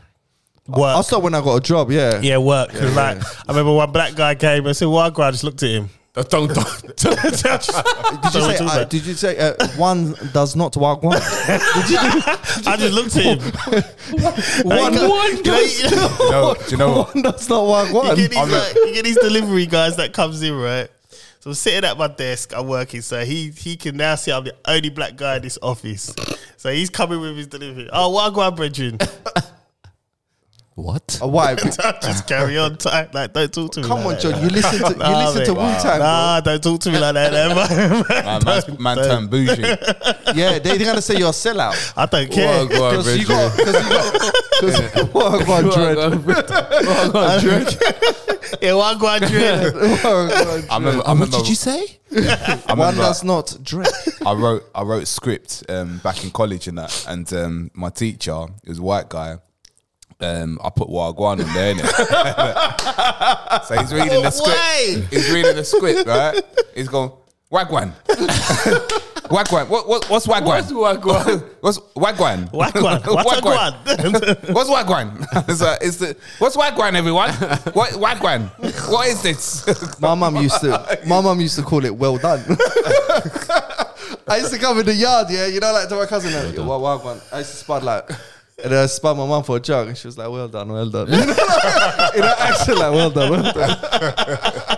work. I stopped when I got a job. Yeah, yeah, work. 'Cause, like I remember one black guy came and said, "Well, I just looked at (laughs) him." (laughs) don't, don't, Did Did you, say, uh, did you say uh, one does not walk one? did you, (laughs) I just looked (laughs) at him. one, one does- Do you know, do you know what? (laughs) one does not walk you one? get, these, I'm like, you get these delivery guys that comes in, right? So I'm sitting at my desk, I'm working. So he he can now see I'm the only black guy in this office. So he's coming with his delivery. Oh, what well, brethren? (laughs) what? Uh, Why? just carry on tight. Like, don't talk to me. Come like on, that. John. You listen to you Nah, listen to Wu mate. Tang. Nah, don't talk to me like that. man. Man, man's- man turned (laughs) bougie. Yeah, they, they're gonna say you're a (laughs) sellout. (laughs) I don't care. Wagwan, Because you Bridget. got because you got (laughs) because Wagwan dread. Wagwan, (laughs) Bridget. Yeah, one go and drill. Wagwan I remember. I And remember What did you say? (laughs) I One remember (laughs) does not dread. I wrote I wrote script um, back in college and that, and um, my teacher he was a white guy. Um, I put Wagwan in there, innit? (laughs) so he's reading the script. Why? He's reading the script, right? He's going Wagwan, (laughs) Wagwan. What, what, what's Wagwan? (laughs) Wagwan? What's (laughs) Wagwan? Wagwan. What's a guan? What's Wagwan? (laughs) it's like, it's the, what's Wagwan, everyone? What Wagwan? What is this? My mum used to. My mum used to call it well done. (laughs) I used to come in the yard, yeah, you know, like to my cousin. Like, well, well, well, I used to spud like, and I spud my mum for a jug, and she was like, "Well done, well (laughs) done." You know, in her accent, like, "Well done, well done."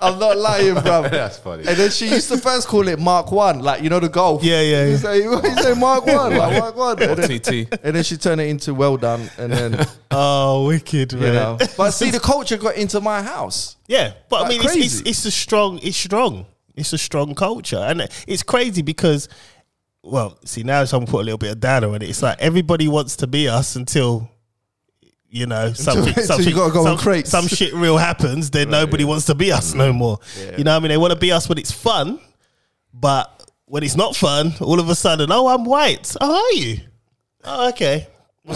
I'm not lying, bro. (laughs) That's funny. And then she used to first call it Mark One, like you know the golf. (laughs) Yeah, yeah, You (laughs) yeah. say, you say Mark One, like Mark One, and then, TT. and then she turned it into Well Done, and then Oh, wicked, man. you know. (laughs) But see, the culture got into my house. Yeah, but Like I mean, it's, it's crazy. it's a strong, it's strong, it's a strong culture, and it's crazy because, well, see now someone put a little bit of data on it. It's like everybody wants to be us until. You know, something, until you something gotta go on some, crates. some shit real happens, then nobody wants to be us no more. You know what I mean? They want to be us when it's fun, but when it's not fun, all of a sudden, oh, I'm white. Oh, are you? Oh, okay.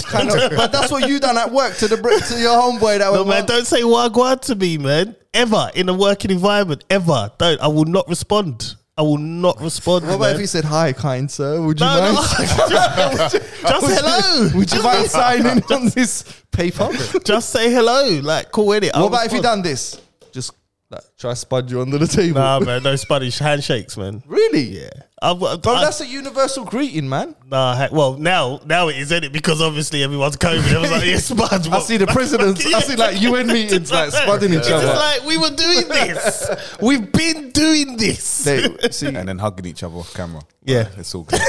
kind of, but that's what you done at work to the br- to your homeboy that No, man, went, "Well, don't say wagwan to me, man. Ever in a working environment, ever. Don't. I will not respond. I will not respond. What about man. if he said hi, kind sir? Would you no, mind? no. (laughs) just, (laughs) just hello. Would you mind signing (laughs) on this paper? Just say hello. Like, cool with it. what about if he done this? Just like, try spud you under the table. Nah, man, no Spanish handshakes, man. (laughs) Really? Yeah. I've, got- Bro, I- that's a universal greeting, man. Nah, ha- well now now it is in it because obviously everyone's COVID. Everyone's like, yes, but I see the presidents. I see like (laughs) UN meetings like squadding each It's other. just like we were doing this. We've been doing this. They- see, and then hugging each other off camera. Yeah. it's all good.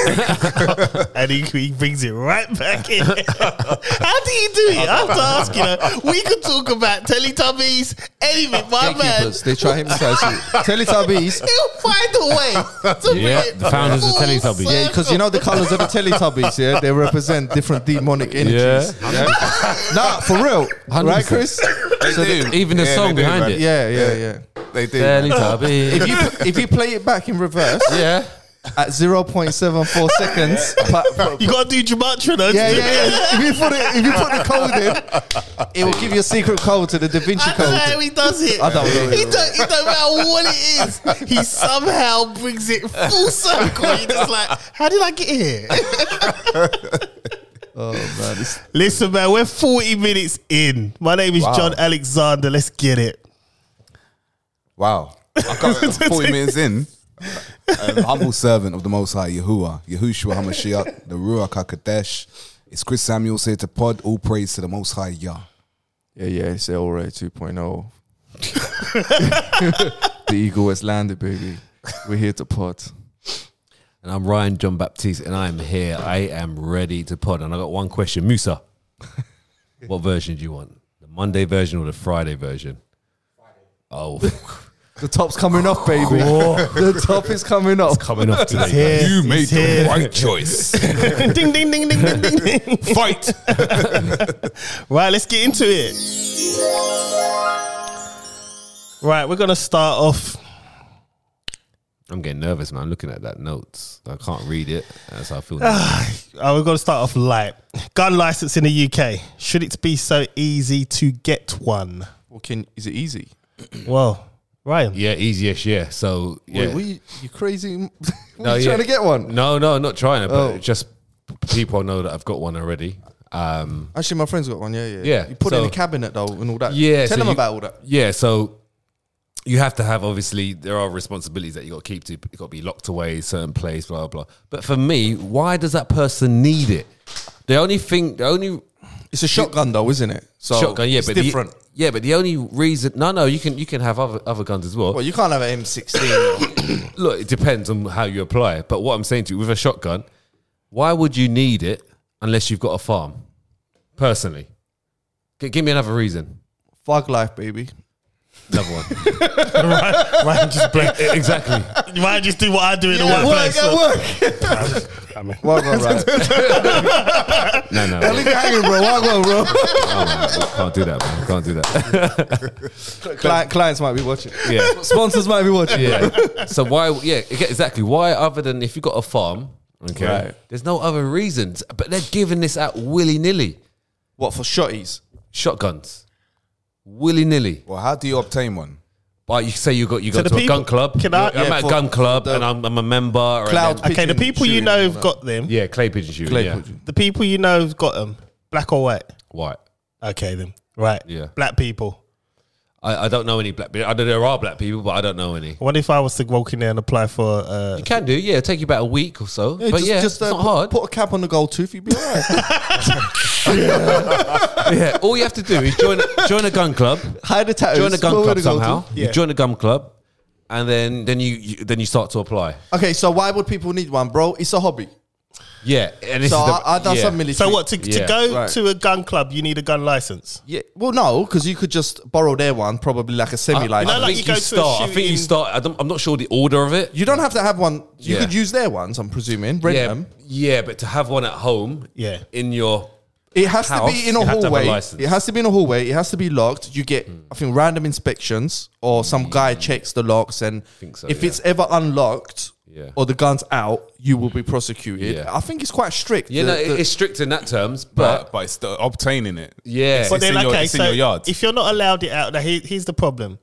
and he, he brings it right back (laughs) in. How do you do it? I have to ask you. (laughs) Know, we could talk about Teletubbies, anything, my man. gatekeepers, they try hypnotize (laughs) you. Teletubbies. He'll find a way. To bring Yeah, it the founders of full Teletubbies. circle. Yeah, because you know the colors of the Teletubbies. Yeah, they represent different demonic energies. Yeah. Nah, for real, right, 100%. Chris? They do. even the Yeah, song they do, behind man. it. Yeah, yeah, yeah. They do. Teletubby. If (laughs) you if you play it back in reverse yeah. at zero point seven four (laughs) seconds, pa- pa- You gotta do Jumatra though. yeah, yeah, yeah. If you put it, if you put the code in, it will give you a secret code to the Da Vinci I don't know how Code. he does it. I don't know. He don't, he don't matter what it is. He somehow brings it full circle. You're just like, how did I get here? (laughs) Oh man, it's- Listen, man, we're 40 minutes in. My name is John Alexander. Let's get it. (laughs) Wow. I got 40 minutes in. Um, humble servant of the Most High, Yahuwah, Yahushua HaMashiach, the Ruach HaKadesh. It's Chris Samuels here to pod. All praise to the Most High Yah. yeah, yeah. It's Elray 2.0. oh. (laughs) the eagle has landed, baby. We're here to pot. And I'm Ryan John Baptiste, and I'm here. I am ready to pod. And I got one question, Musa. what version do you want? The Monday version or the Friday version? Oh, (laughs) The top's coming off, (laughs) baby. the top is coming off. coming off today. You made he's here. the right choice. (laughs) ding, ding, ding, ding, ding, ding, ding. Fight. Right, let's get into it. Right, we're gonna start off. I'm getting nervous, man. I'm looking at that notes. I can't read it. That's how I feel. now. Uh, we're gonna start off light. Gun license in the UK. Should it be so easy to get one? Well, can is it easy? Well, Ryan, yeah, (laughs) easiest. Yeah. So yeah. Wait, what you, you crazy? (laughs) Were No, you yeah. trying to get one? No, no, not trying it, but Oh. just people know that I've got one already. Um, Actually, my friend's got one. Yeah, yeah. Yeah, You put it in so- the cabinet though, and all that. yeah. Tell so them you- about all that. Yeah. So you have to have obviously there are responsibilities that you got to keep to. You got to be locked away, certain place, blah blah. blah. But for me, why does that person need it? The only thing, the only It's a shotgun though, isn't it? So shotgun, yeah, it's but different. The, yeah, but the only reason, no, no, you can you can have other other guns as well. well, you can't have an (coughs) M16. Look, it depends on how you apply. But what I'm saying to you, with a shotgun, why would you need it unless you've got a farm? Personally, G- give me another reason. Fog life, baby. Another one. (laughs) Ryan just play. (laughs) exactly. Ryan just do what I do in the workplace. so- (laughs) I mean, Work, work, right. No, no, no, hanging, bro. Work, work, bro. (laughs) can't do that, man. Can't do that. Cli- clients might be watching. yeah, Sponsors might be watching. (laughs) yeah. So why? Yeah, yeah, exactly. Why other than if you got a farm? Okay. Right. There's no other reasons, but they're giving this out willy nilly. What for shotties? Shotguns, willy nilly. Well, how do you obtain one? But you say you got you So got the to a people- gun club. Can I- You're- I'm Yeah, at a for- gun club the- and I'm, I'm a member. and Cloud. then- okay, the pigeon people you shooting know and have all got them. yeah, clay pigeon shooting. Clay yeah. pigeon. The people you know have got them. Black or white? White. Okay, then. Right. Yeah. Black people. I, I don't know any black people. I know there are black people, but I don't know any. What if I was to walk in there and apply for? Uh, You can do, yeah. It'll take you about a week or so. but just, yeah, just, it's uh, not put, hard. Put a cap on the gold tooth. You'd be (laughs) all right. yeah, all you have to do is join (laughs) join a gun club. Hide the tattoos. Join a gun cover club the gold somehow. tooth. Yeah. You join a gun club, and then then you, you then you start to apply. Okay, so why would people need one, bro? It's a hobby. Yeah, and this So is the, I, I done yeah. some military. so what to, to Yeah, go right. to a gun club? You need a gun license. Yeah. Well, no, because you could just borrow their one, probably like a semi I, license. know, like think you go you, to a start. I think shooting- you start. I don't, I'm not sure the order of it. you don't have to have one. You Yeah. could use their ones, I'm presuming. Rent yeah, them. yeah, but to have one at home, Yeah. in your It has to house, be in a you have to have a hallway. license. it has to be in a hallway. It has to be locked. You get, I think, random inspections or some guy checks the locks. And Mm. so, if yeah. it's ever unlocked Yeah. or the gun's out, you will be prosecuted. Yeah. I think it's quite strict. yeah, The- no, the- it's strict in that terms, but But, but it's the obtaining it. Yeah. It's, But it's in, your, it's in your yard. if you're not allowed it out, now here, here's the problem.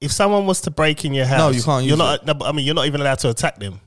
If someone was to break in your house, you can't You're use not. no, but I mean, you're not even allowed to attack them.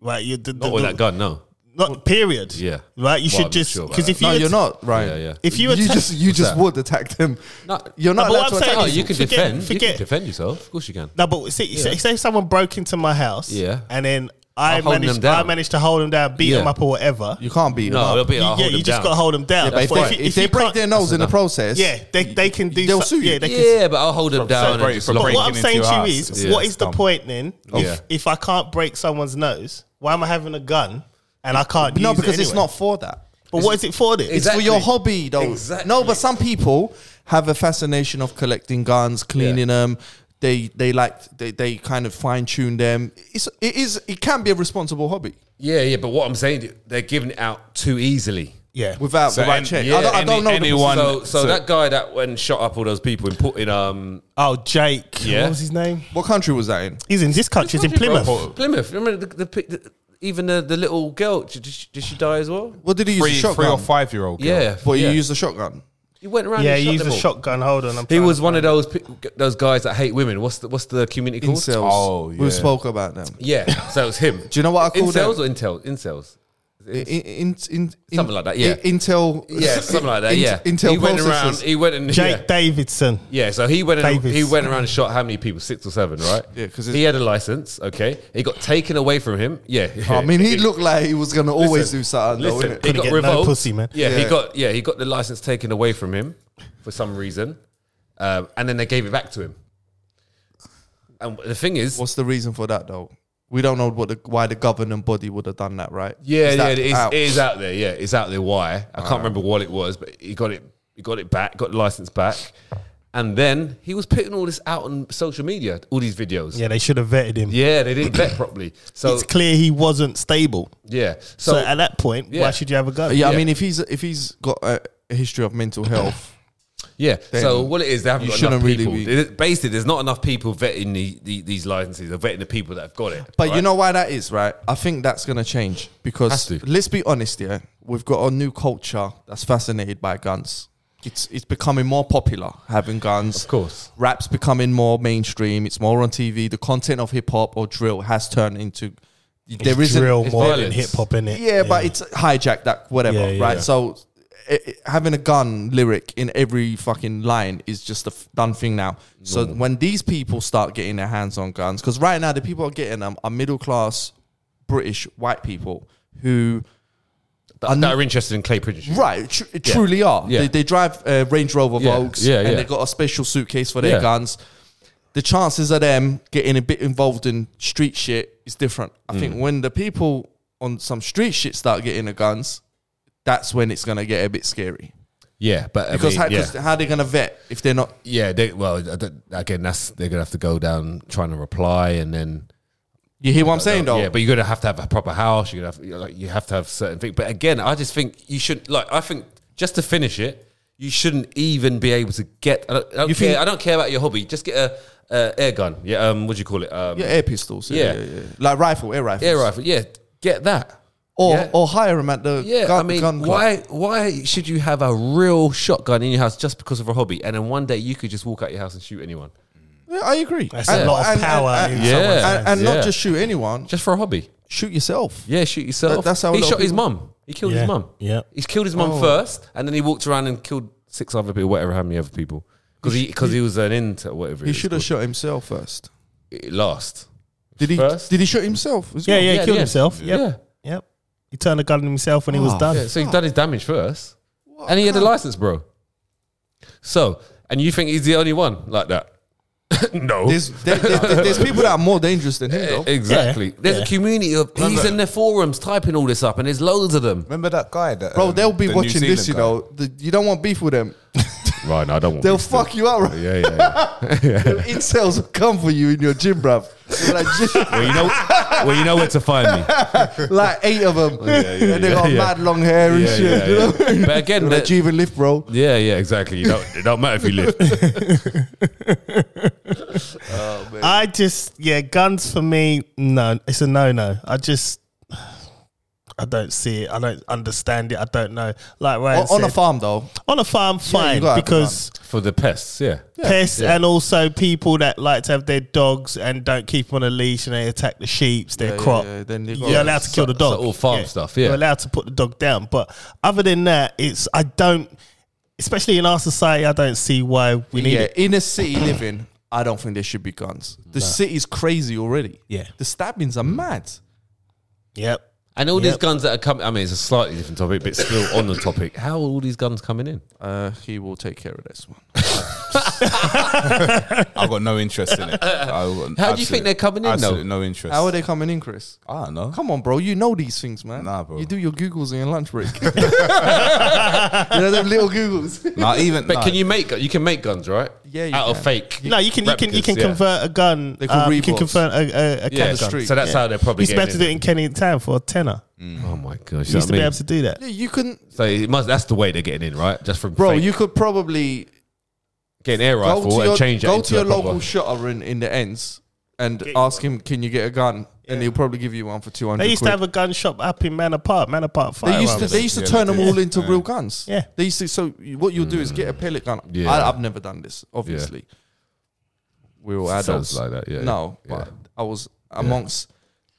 Right? You, the, not the- with the- that gun. No, Not period. Yeah. Right. You Well, I'm should not just sure about because that. if you No, att- you're not right. Yeah, yeah. If you you attack- just you just would attack them. No. You're No, not but allowed what to I'm attack. saying Oh, is- them. you can Forget- defend. You forget- can defend yourself. Of course you can. No, but see, say, say if someone broke into my house, Yeah. and then I I'll hold them managed, I down. managed to hold them down, beat Yeah. them up or whatever. You can't beat No, them. it'll up. be. you, I'll yeah, hold you them just down. got to hold them down. But if, But they, if they you break can't- their nose in the process, yeah, they, they can do. They'll so- sue you. Yeah, they can Yeah, but I'll hold them down. break- and just for lock But breaking what I'm into saying your to you house is, is- what yeah, is the dumb. point then? If, Yeah. if I can't break someone's nose, why am I having a gun and I can't? no, use it because it's anyway? not for that. But what is it for then? It's for your Exactly. hobby, though. Exactly. No, but some people have a fascination of collecting guns, cleaning them. They they like they, they kind of fine tune them. It's it is it can be a responsible hobby Yeah, yeah, but what I'm saying, they're giving it out too easily. yeah. without So without any- check. yeah, I, don't, I don't know the any- anyone- process. So, so, So- that guy that went and shot up all those people in put in um oh, Jake. Yeah. What was his name? what country was that in. He's in this country. He's in Plymouth. Plymouth. Remember the, the, pic- the even the, the little girl? Did she, did she die as well? What did he use? a Three, shotgun. three or five year old. Yeah. But yeah. you used a shotgun. He went around. Yeah, and he shot used a them all. shotgun. Hold on. I'm He trying was to one of find- those pe- those guys that hate women. What's the what's the community called? Incels. Oh, yeah. We spoke about them. Yeah, so it (laughs) was him. Do you know what I call incels them? or intel? Incels. In, in, in, in- Something like that, yeah. in- Intel. Yeah, something like that. (laughs) in- Yeah, Intel He went processors. around. He went and Jake yeah. Davidson. Yeah, so he went and, Davis. he went around and shot how many people? Six or seven, right? Yeah, 'cause it's- he had a license. Okay, he got taken away from him. Yeah, I mean, he looked like he was gonna always do something. though, Listen, innit? he Couldn't got get no revoked. pussy, man. Yeah, Yeah. he got yeah he got the license taken away from him for some reason, um, and then they gave it back to him. And the thing is, What's the reason for that though? We don't know what the, why the governing body would have done that, right? yeah, Is yeah, that it is, out? it is out there. Yeah, it's out there. Why? Uh, I can't remember what it was, but he got it. He got it back. Got the license back. And then he was putting all this out on social media, all these videos. Yeah, they should have vetted him. Yeah, they didn't vet properly. So It's clear he wasn't stable. yeah, So, so, at that point, Yeah. why should you have a gun? yeah, I yeah. mean, if he's if he's got a, a history of (coughs) mental health, yeah, so then what it is, they haven't you got enough shouldn't really people. be- They- Basically, there's not enough people vetting the, the, these licenses. They're vetting the people that have got it. but you right? know why that is, right? I think that's gonna change Has because to. let's be honest, yeah, we've got a new culture that's fascinated by guns. It's it's becoming more popular having guns. of course, rap's becoming more mainstream. It's more on TV. The content of hip hop or drill has turned into there it's isn't drill more than violence. hip hop in it. Yeah, but it's hijacked that whatever, Yeah, yeah, right? yeah. So i i having a gun lyric in every fucking line is just a f- done thing now. So when these people start getting their hands on guns, because right now the people are getting them are middle class British white people who that, And- that are interested in clay pigeon. right tr- truly are. Yeah. They, they drive uh, Range Rover Yeah, Vogues yeah, yeah. and they got a special suitcase for their Yeah. guns. The chances of them getting a bit involved in street shit is different. I Mm. think when the people on some street shit start getting the guns, that's when it's gonna get a bit scary. Yeah, but Because I mean, how, yeah, 'cause how are they gonna vet if they're not? yeah. They, well, I don't- again, that's they're gonna have to go down trying to reply, and then You hear what I'm saying though? Uh, yeah, but you're gonna have to have a proper house. You're gonna have you're like you have to have certain things. But again, I just think you should like I think just to finish it, you shouldn't even be able to get. I don't, I don't You care. think- I don't care about your hobby. Just get a, a air gun. Yeah, um, what do you call it? Um, yeah, air pistols. Yeah, Yeah. yeah. yeah. like rifle, air rifle, air rifle. Yeah, get that. or Yeah. or hire them at the Yeah, gun, I mean, gun club. why why should you have a real shotgun in your house just because of a hobby, and then one day you could just walk out your house and shoot anyone Yeah, I agree. That's a lot of power And, in Yeah. someone's Yeah. and, and Yeah. not just shoot anyone, just for a hobby? shoot yourself. Yeah, shoot yourself. That- that's how a he lot of shot his people- Oh. mum. He killed Yeah, his mum. yeah. he's killed his mum first, and then he walked around and killed six other people, whatever, how many other people. Because he, cause he was an int or whatever. He should have shot himself first. last. Did he? First? Did he shoot himself? as Yeah, well? yeah, Yeah, he at killed the end. himself. Yep. Yeah. Yep. He turned the gun on himself when he was Oh. done. Yeah, so he's done his damage first, and he had a license, bro. So, and you think he's the only one like that? (laughs) no, Eh, There's, there, there- there- there's people that are more dangerous than him, though. exactly. Yeah. There's Yeah. a community of he's in the forums typing all this up, and there's loads of them. Remember that guy that Bro, um, they'll be the New watching this. Zealand You guy? know, The- you don't want beef with them. Right, no, I don't want. They'll fuck you up. Yeah, yeah, yeah. Them incels will come for you in your gym, bruv. Like, just- (laughs) well, you know, well, you know where to find (laughs) me. like eight of them, and they yeah, got yeah. mad long hair and Yeah, shit. yeah, you know? yeah. But again, Like, the, you even lift, bro. yeah, yeah, exactly. You don't, it don't matter if you (laughs) live. I just yeah, guns for me, no, it's a no no. I just I don't see it. I don't understand it. I don't know. Like Ryan On, on a said, farm though, on a farm, fine gotta have a because for the pests. Yeah, pests and also people that like to have their dogs and don't keep 'em on a leash and they attack the sheep's, their Yeah, crop. yeah, yeah. Then they've got- You're allowed to kill the So- so dog. all farm Yeah. stuff, yeah. You're allowed to put the dog down. But other than that, it's I don't especially in our society, I don't see why we need yeah, it. in a city living, I don't think there should be guns. The city's crazy already. Yeah. the stabbings are mad. Yep. and all these Yep. guns that are coming. I mean, it's a slightly different topic, but still on the topic. How are all these guns coming in? Uh, he will take care of this one. I've got no interest (laughs) in it. How How do you think they're coming in, though? Absolutely no interest. How are they coming in, Chris? I don't know. Come on, bro. You know these things, man. Nah, bro. You do your Googles in your lunch (laughs) break. (laughs) you know them little Googles. Nah, even But nah. can you make gu- you can make guns, right? Uh, Yeah, you out can. of fake. No, you can you can you replicas, can yeah. convert a gun. They're called um, you can Reeboks. convert a, a, a Yeah, cap the gun. street. so that's Yeah. how they're probably. Used to be able to getting do it in Kenny Town for a tenner. in. Oh my gosh! you know Used what to I be mean? able to do that. Yeah, you can, So it must. That's the way they're getting in, right? Just from bro. fake- You could probably get an air go rifle to and your, change it go into to your a proper- local shotter in, in the ends and you ask him, "Can you get a gun?" And he'll probably give you one for two hundred. They used to have a gun shop up in Manor Park, Manor Park Fire. They used to they used to Yeah, turn they them did. all into Yeah. real guns. Yeah. They used to. So what you'll do is get a pellet gun. Mm. Yeah. I, I've never done this. Obviously, we're all Sounds adults. like that, yeah, No, yeah. but I was amongst.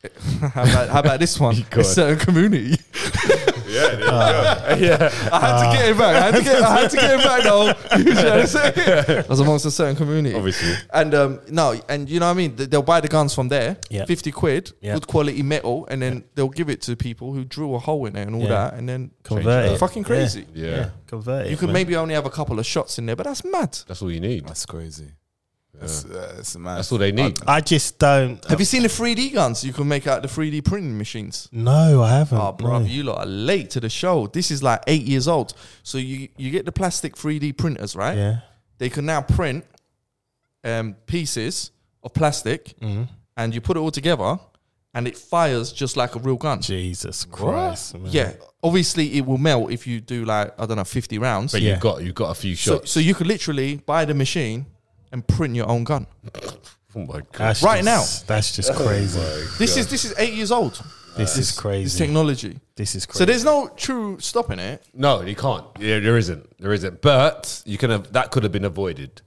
(laughs) how, about, how about (laughs) this one? A on. certain (laughs) community. (laughs) yeah, I had to get it back. I had to get. I had to get it back. Though (laughs) you know what I'm saying? I was amongst a certain community, Obviously. And um, no, and you know what I mean. They- They'll buy the guns from there, Yeah. fifty quid, Yeah. good quality metal, and then they'll give it to people who drill a hole in it and all Yeah. that, and then Convert it. Fucking crazy. Yeah. Yeah, convert it. You could man. maybe only have a couple of shots in there, but that's mad. That's all you need. That's crazy. That's, uh, that's, mad. That's all they need. I just don't. Have you seen the 3D guns you can make out the 3D printing machines? No, I haven't. Mm. Oh, bro, no. you lot are late to the show. This is like eight years old. So you you get the plastic 3D printers, right? Yeah. They can now print um, pieces of plastic, and you put it all together, and it fires just like a real gun. Jesus Christ. man. Yeah, obviously it will melt if you do like I don't know 50 rounds. But Yeah. you've got you've got a few so, shots. so you could literally buy the machine and print your own gun. oh my god! That's Right just- That's just crazy. This is this is eight years old. Oh This is This crazy. technology. This is crazy. So there's no true stopping it. No, you can't. Yeah, there isn't. There isn't. But you can have that could have been avoided.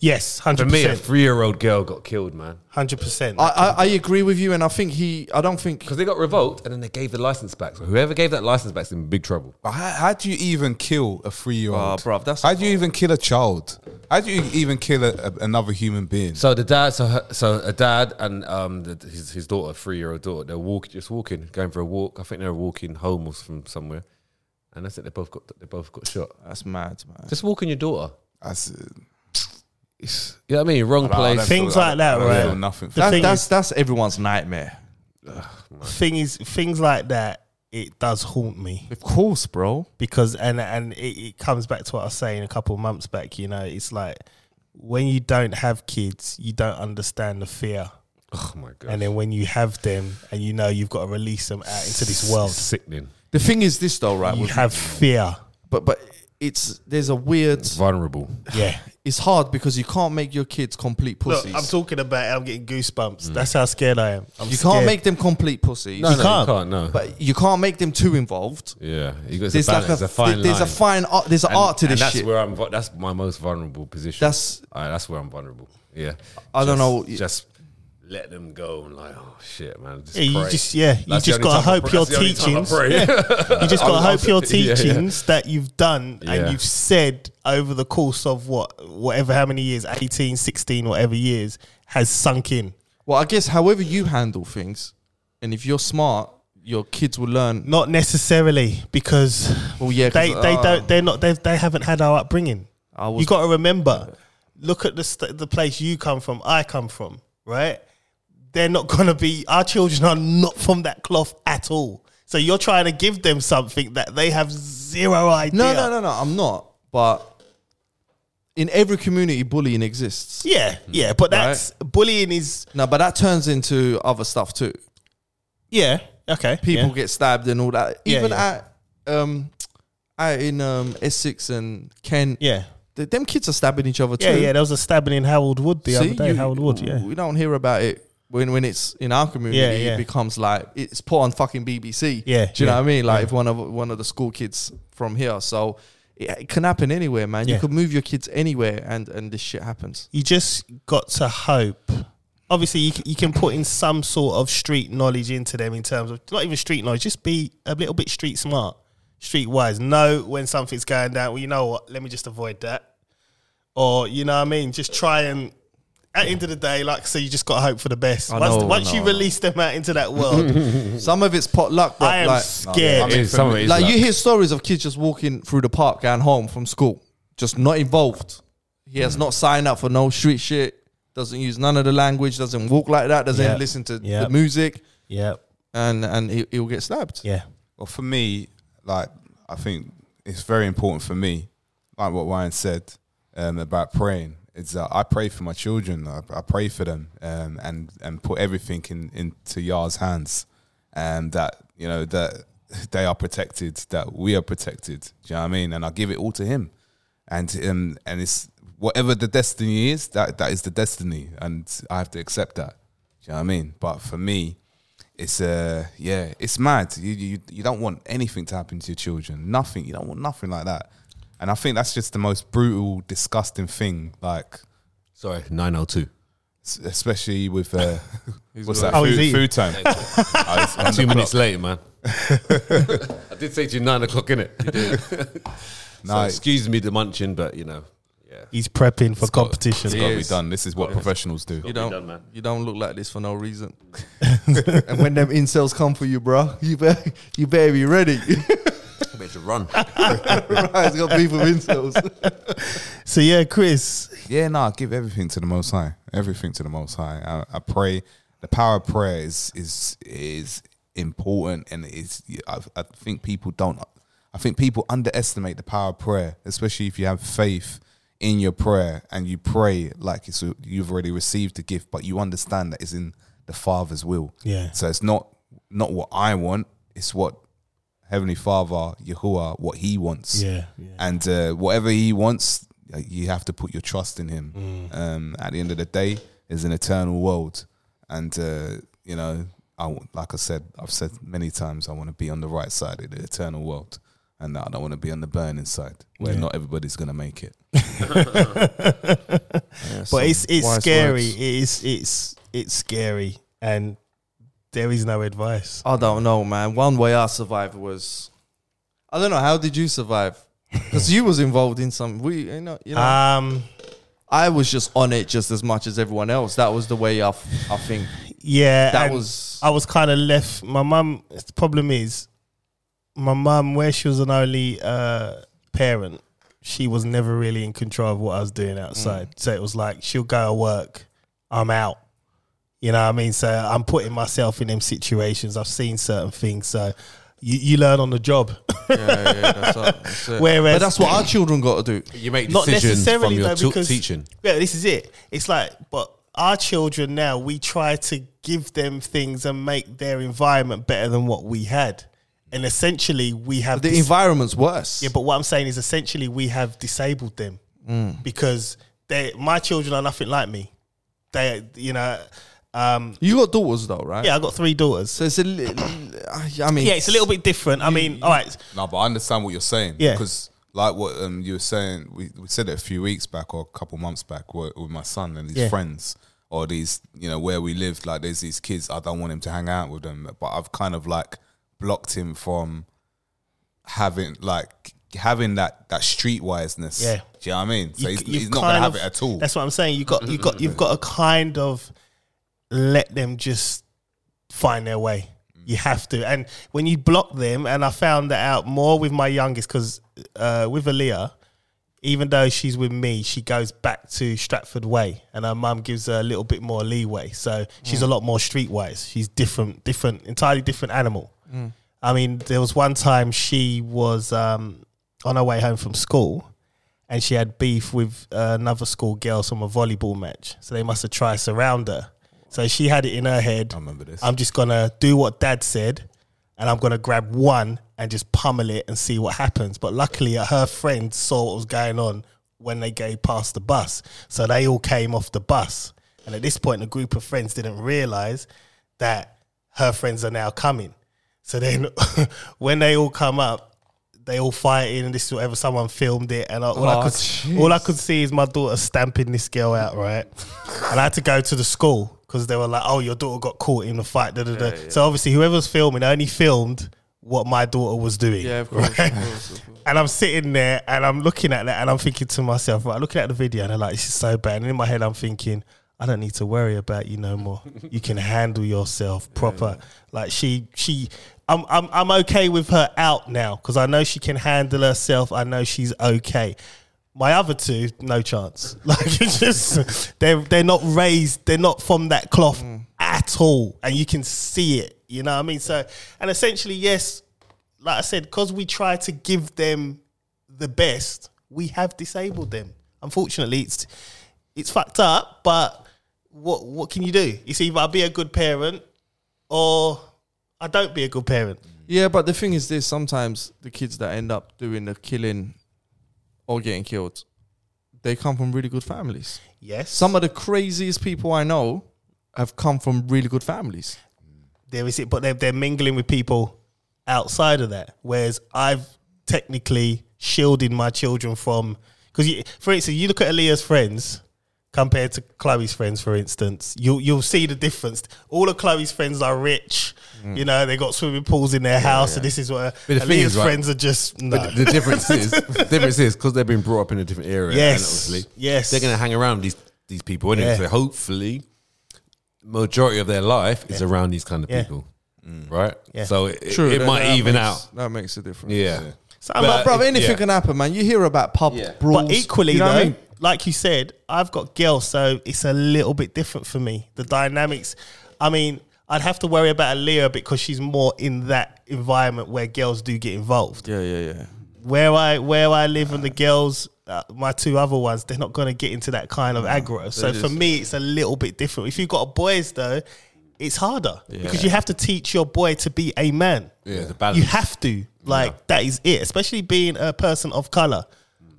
yes, For hundred me, a percent. three-year-old girl got killed, man, Hundred percent. I, I, I agree with you, and I think he. I don't think. because they got revoked and then they gave the license back. So whoever gave that license back's in big trouble. But How, how do you even kill a three-year-old? Oh, bruv, that's- how do you even kill a child? How do you even kill a, a, another human being? So the dad, so her, so a dad and um the, his his daughter, three year old daughter, they're walking, just walking, going for a walk. I think they were walking home or from somewhere, and I think they both got they both got shot. That's mad, man. Just walking your daughter. That's, uh, It's, you know what I mean? Wrong I don't place. Things feel- I don't- like that, I don't right? feel Nothing. The That, thing that's is- that's everyone's nightmare. thing is, things like that, it does haunt me Of course, bro. because, and and it, it comes back to what I was saying a couple of months back. You know, it's like when you don't have kids, you don't understand the fear, Oh my god! and then when you have them, and you know you've got to release them out into this (laughs) world, sickening, The thing is this though, right? you with- have fear. but but it's there's a weird. vulnerable. Yeah. It's hard because you can't make your kids complete (laughs) Look, pussies. I'm talking about it. I'm getting goosebumps. That's how scared I am. I'm you scared. can't make them complete pussies, No, no, can't. you can't. No, but you can't make them too involved. yeah, you There's got there's, a like a, balance, a fine there's a line. fine art. There's an And- art to and this that's shit. where I'm. vu- That's my most vulnerable position. That's- I, that's where I'm vulnerable. Yeah, I don't know. Just- Just let them go and like, oh shit, man. Just Yeah, you pray. just- yeah, you That's the just only gotta time I hope pray- your that's the only time I teachings- pray. (laughs) You just got to I'll- I'll- hope your yeah, yeah. teachings that you've done and Yeah. you've said over the course of what, whatever, how many years, 18, 16, whatever years, has sunk in. Well, I guess however you handle things, and if you're smart, your kids will learn. Not necessarily because Well, yeah, 'cause, they, they uh, don't, they're not, they, they haven't had our upbringing. I was- You got to remember, look at the, st- the place you come from, I come from, right? They're not going to be, our children are not from that cloth at all. So you're trying to give them something that they have zero idea. No, no, no, no. I'm not. But in every community, bullying exists. Yeah, yeah, but that's bullying is No, but that turns into other stuff too. Yeah. Okay. People yeah. get stabbed and all that. Yeah, Even yeah. at um, out in um Essex and Kent, Yeah. th- them kids are stabbing each other Yeah, too. yeah. There was a stabbing in Harold Wood the See, other day. you- Harold Wood. Yeah. we don't hear about it when when it's in our community, Yeah, yeah. it becomes like it's put on fucking BBC. Yeah, do you yeah, know what I mean? Like yeah. if one of one of the school kids from here, so it, it can happen anywhere, man. Yeah. You could move your kids anywhere, and and this shit happens. you just got to hope. Obviously, you, c- you can put in some sort of street knowledge into them in terms of not even street knowledge, just be a little bit street smart, street wise. Know when something's going down. Well, you know what? Let me just avoid that. Or you know what I mean? Just try and at the end of the day, like so, you just got to hope for the best. I once know, I once know, you I know. release them out into (laughs) that world, Some of it's pot luck, but Mm. I am like scared. I mean, It's- some of it is like luck. you hear stories of kids just walking through the park going home from school, just not involved. He Mm. has not signed up for no street shit. Doesn't use none of the language. Doesn't walk like that. Doesn't Yeah. listen to Yeah. the music, yeah, and and he, he'll get stabbed. yeah, Well, for me, like I think it's very important for me, like what Ryan said um, about praying. It's that I pray for my children. I, I pray for them, um, and and put everything in into Yah's hands, and that you know that they are protected, that we are protected. Do you know what I mean? And I give it all to Him, and um, and it's whatever the destiny is, that that is the destiny, and I have to accept that. Do you know what I mean? But for me, it's uh yeah, it's mad. You you you don't want anything to happen to your children. Nothing. You don't want nothing like that. And I think that's just the most brutal, disgusting thing. Like Sorry, 902. s- especially with uh, what's that right. Oh, he's food, eating. food time. (laughs) Oh, it's on Two the minutes clock. later, (laughs) man. I did say to you nine o'clock, innit? so, No, excuse me the munching, but you know. he's prepping for got- competition. it's got to be done. This is what professionals do. You Gotta be don't, done, man. you don't look like this for no (laughs) reason. and when them incels come for you, bro, (laughs) you better you better be (laughs) ready. I better run. right, it's got beef with (laughs) incels. So yeah, Chris, Yeah, no, I give everything to the Most High. Everything to the Most High. I, I pray. The power of prayer is is is important, and is I, I think people don't. I think people underestimate the power of prayer, especially if you have faith in your prayer and you pray like it's you've already received the gift, but you understand that it's in the Father's will. Yeah. So it's not not what I want; it's what Heavenly Father Yahuwah, what He wants Yeah, yeah. and uh, whatever he wants, uh, you have to put your trust in him. Um, at the end of the day, is an eternal world, and uh, you know, I w- like I said, I've said many times, I want to be on the right side of the eternal world, and I don't want to be on the burning side where not everybody's gonna make it. (laughs) but it's it's wise scary. words. It is it's it's scary, and there is no advice. I don't know, man. One way I survived was, I don't know. How did you survive? Because you was involved in some. We, you know, you know. Um, I was just on it just as much as everyone else. That was the way I, f- I think. yeah, That and was I was kind of left. My mum. The problem is, my mum, where she was an only uh, parent, she was never really in control of what I was doing outside. Mm. So it was like she'll go to work, I'm out. You know what I mean? So I'm putting myself in them situations. I've seen certain things. So you, you learn on the job. yeah, yeah, yeah, that's, it, that's (laughs) it. Whereas but that's what our children got to do. You make not decisions necessarily from your though, tu- because teaching. Yeah, this is it. It's like, but our children now, we try to give them things and make their environment better than what we had, and essentially we have The this- environment's worse. yeah, but what I'm saying is essentially we have disabled them Mm. because they, my children are nothing like me. They, you know, um, you got daughters though, right? yeah, I got three daughters. So it's a. Li- I mean, yeah, it's a little bit different. I mean, all right, No, but I understand what you're saying. Yeah. Because like what um, you were saying, we, we said it a few weeks back or a couple months back where, with my son and his Yeah. friends or these, you know, where we lived, like there's these kids, I don't want him to hang out with them. But I've kind of like blocked him from having like having that that streetwiseness. Yeah. Do you know what I mean? So you- he's, you've he's not gonna kind have of- it at all. That's what I'm saying. You got you got you've got to kind of let them just find their way. You have to, and when you block them, and I found that out more with my youngest because uh, with Aaliyah, even though she's with me, she goes back to Stratford Way, and her mum gives her a little bit more leeway. So she's a lot more streetwise. She's different, different, entirely different animal. I mean, there was one time she was um, on her way home from school, and she had beef with uh, another school girl from a volleyball match. So they must have tried to surround her. So she had it in her head. (laughs) I remember this. I'm just gonna do what Dad said, and I'm gonna grab one and just pummel it and see what happens. But luckily, her friend saw what was going on when they go past the bus, so they all came off the bus. And at this point, the group of friends didn't realize that her friends are now coming. So then, (laughs) when they all come up, they all fighting, and this is whatever. Someone filmed it, and I, all, I Oh, could, jeez. all I could see is my daughter stamping this girl (laughs) out, right? and I had to go to the school because they were like, "Oh, your daughter got caught in the fight." Da, da, da. So obviously, whoever was filming only filmed what my daughter was doing. Yeah, of course. right? Of course, of course. (laughs) And I'm sitting there and I'm looking at that and I'm thinking to myself, right, looking at the video and I'm like, this is so bad. And in my head, I'm thinking, I don't need to worry about you no more. You can handle yourself proper. Like she, she, I'm, I'm, I'm okay with her out now because I know she can handle herself. I know she's okay. My other two, no chance. (laughs) Like it's just they're they're not raised, they're not from that cloth at all. And you can see it. You know what I mean? So and essentially, yes, like I said, because we try to give them the best, we have disabled them. Unfortunately, it's it's fucked up, but what what can you do? It's either I be a good parent or I don't be a good parent. Yeah, but the thing is this sometimes the kids that end up doing the killing or getting killed, they come from really good families. Yes. Some of the craziest people I know have come from really good families. there is it, but they're, they're mingling with people outside of that. Whereas I've technically shielded my children from because, for instance, you look at Aaliyah's friends compared to Chloe's friends, for instance, you you'll see the difference. All of Chloe's friends are rich, you know, they got swimming pools in their house, and this is what Mm. But the thing Aaliyah's is, right, friends are just no. (laughs) But the difference is, the difference is because they've been brought up in a different era. Yes, obviously, yes. they're going to hang around these these people anyway. Yeah. So hopefully, majority of their life is around these kind of Yeah. people, right? Yeah. So it, True, it that- might that even makes- out. That makes a difference. Yeah. So But, I'm like, bro, anything yeah. can happen, man. You hear about pub Yeah. brawls, But equally, you know though, what I mean? like you said, I've got girls, so it's a little bit different for me. The dynamics, I mean, I'd have to worry about Aaliyah because she's more in that environment where girls do get involved. Yeah, yeah, yeah. Where I where I live and the girls, uh, my two other ones, they're not going to get into that kind of aggro. So for me, it's a little bit different. If you've got boys, though, it's harder because you have to teach your boy to be a man. Yeah, the balance. You have to. Like that is it, especially being a person of color,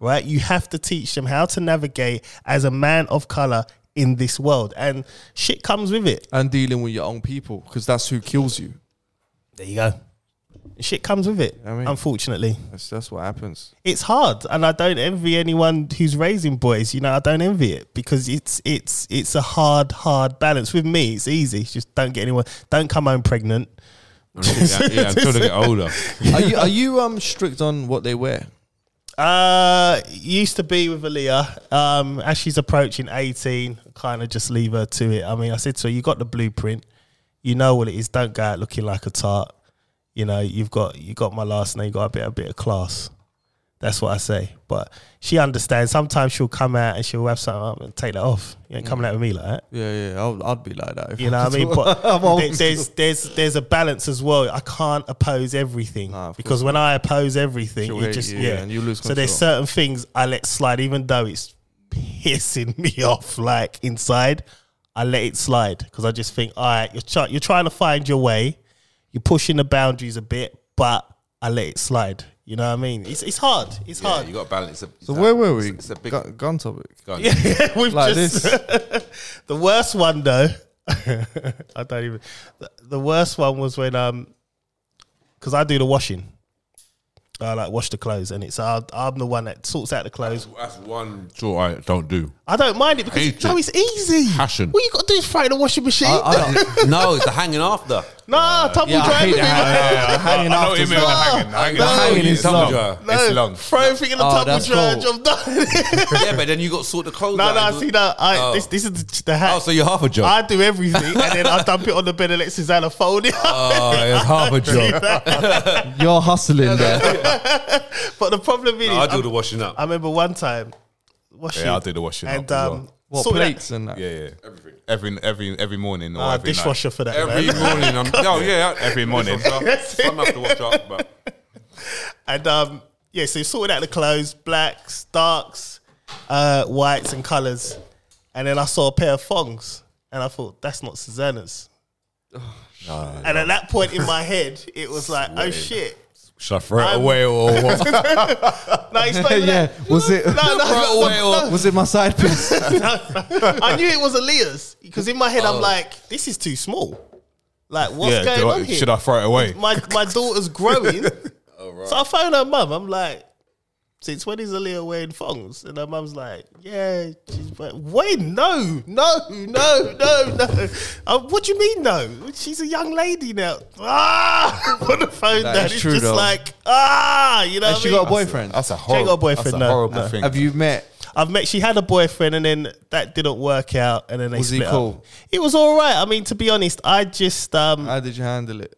right? You have to teach them how to navigate as a man of color in this world, and shit comes with it. And dealing with your own people because that's who kills you. There you go. Shit comes with it. I mean- unfortunately, That's that's what (laughs) happens. it's hard, and I don't envy anyone who's raising boys. You know, I don't envy it because it's it's it's a hard, hard balance. With me, it's easy. It's just don't get anyone. Don't come home pregnant. yeah, (laughs) yeah, until they get older. Are you are you um strict on what they wear? Uh, used to be with Aaliyah. Um, as she's approaching 18, kind of just leave her to it. I mean, I said to her, you got the blueprint. You know what it is. Don't go out looking like a tart. You know, you've got you got my last name. You got a bit a bit of class. That's what I say. But she understands. Sometimes she'll come out and she'll have something up and take that off. You ain't coming out with me like that. Yeah, yeah. I'll, I'd be like that. If You know what I mean? (laughs) But I'm old there- there's there's there's a balance as well. I can't oppose everything Nah, Ah, of because when I oppose everything, She'll it hate just you, yeah. and you lose so there's control. certain things I let slide, even though it's pissing (laughs) me off. Like inside, I let it slide because I just think, all right, you're try- you're trying to find your way, you're pushing the boundaries a bit, but I let it slide. You know what I mean? It's it's hard. It's Yeah, hard. you got to balance. it. so where were we? It's, it's a big gun, gun topic. gun. Yeah, (laughs) we've Like just (laughs) the worst one though. (laughs) I don't even. The, the worst one was when um, because I do the washing. I like wash the clothes, and it's I, I'm the one that sorts out the clothes. That's one chore I don't do. I don't mind it because Hate no, it. it's easy. Passion. (laughs) All you got to do is throw it in the washing machine. I, I, (laughs) no, it's the hanging after. nah, tumble yeah, I dry hate everything. hanging (laughs) I know what you mean by hanging. Hanging, (laughs) No, hanging you is tumble long. (laughs) dryer. It's long. Throw everything in the Oh, tumble that's dry. cool. Job done. (laughs) yeah, but then you got to sort the clothes no, out. no, I and see do- that. I Oh. this this is the, the hat. Oh, so you're half a job. I do everything, and then I dump it on the bed and let Susanna fold (laughs) it. oh, it's half a job. you're hustling there. But the problem is, No, I do I'm- the washing up. I remember one time washing. Yeah, I do the washing up And as um, well. What sorted out- plates and that? (laughs) Yeah, yeah. Everything. Every every every morning or Ah, every night. dishwasher for that. Every man. morning, (laughs) I'm. No, yeah, Every morning. (laughs) Some have to watch out, but And um, yeah, so you sorted out the clothes, blacks, darks, uh, whites, and colours. And then I saw a pair of thongs, and I thought that's not Susanna's. and at that point in my head, it was like, oh shit. Should I throw it away or (laughs) what? throw No, (laughs) it's not even yeah. that. Was it? No, no, it away or Was it my side (laughs) piece? I knew it was Aaliyah's because in my head I'm like, this is too small. Like, (laughs) what's Oh. Yeah, going do I- on here? should I throw it away? my my daughter's (laughs) growing. Oh, So I phone her mum. I'm like, since when is Aaliyah wearing thongs? And her mum's like, yeah, she's like, when? No, no, no, no, no. Um, what do you mean no? She's a young lady now. Ah, (laughs) on the phone. That That is it's true, just though. like ah, you know. Has what she I mean? got a boyfriend? That's a ain't horrible. got a boyfriend, that's a no, horrible no. thing. Have you met? I've met. She had a boyfriend, and then that didn't work out, and then they Was he split cool? up. It was all right. I mean, to be honest, I just um, How did you handle it?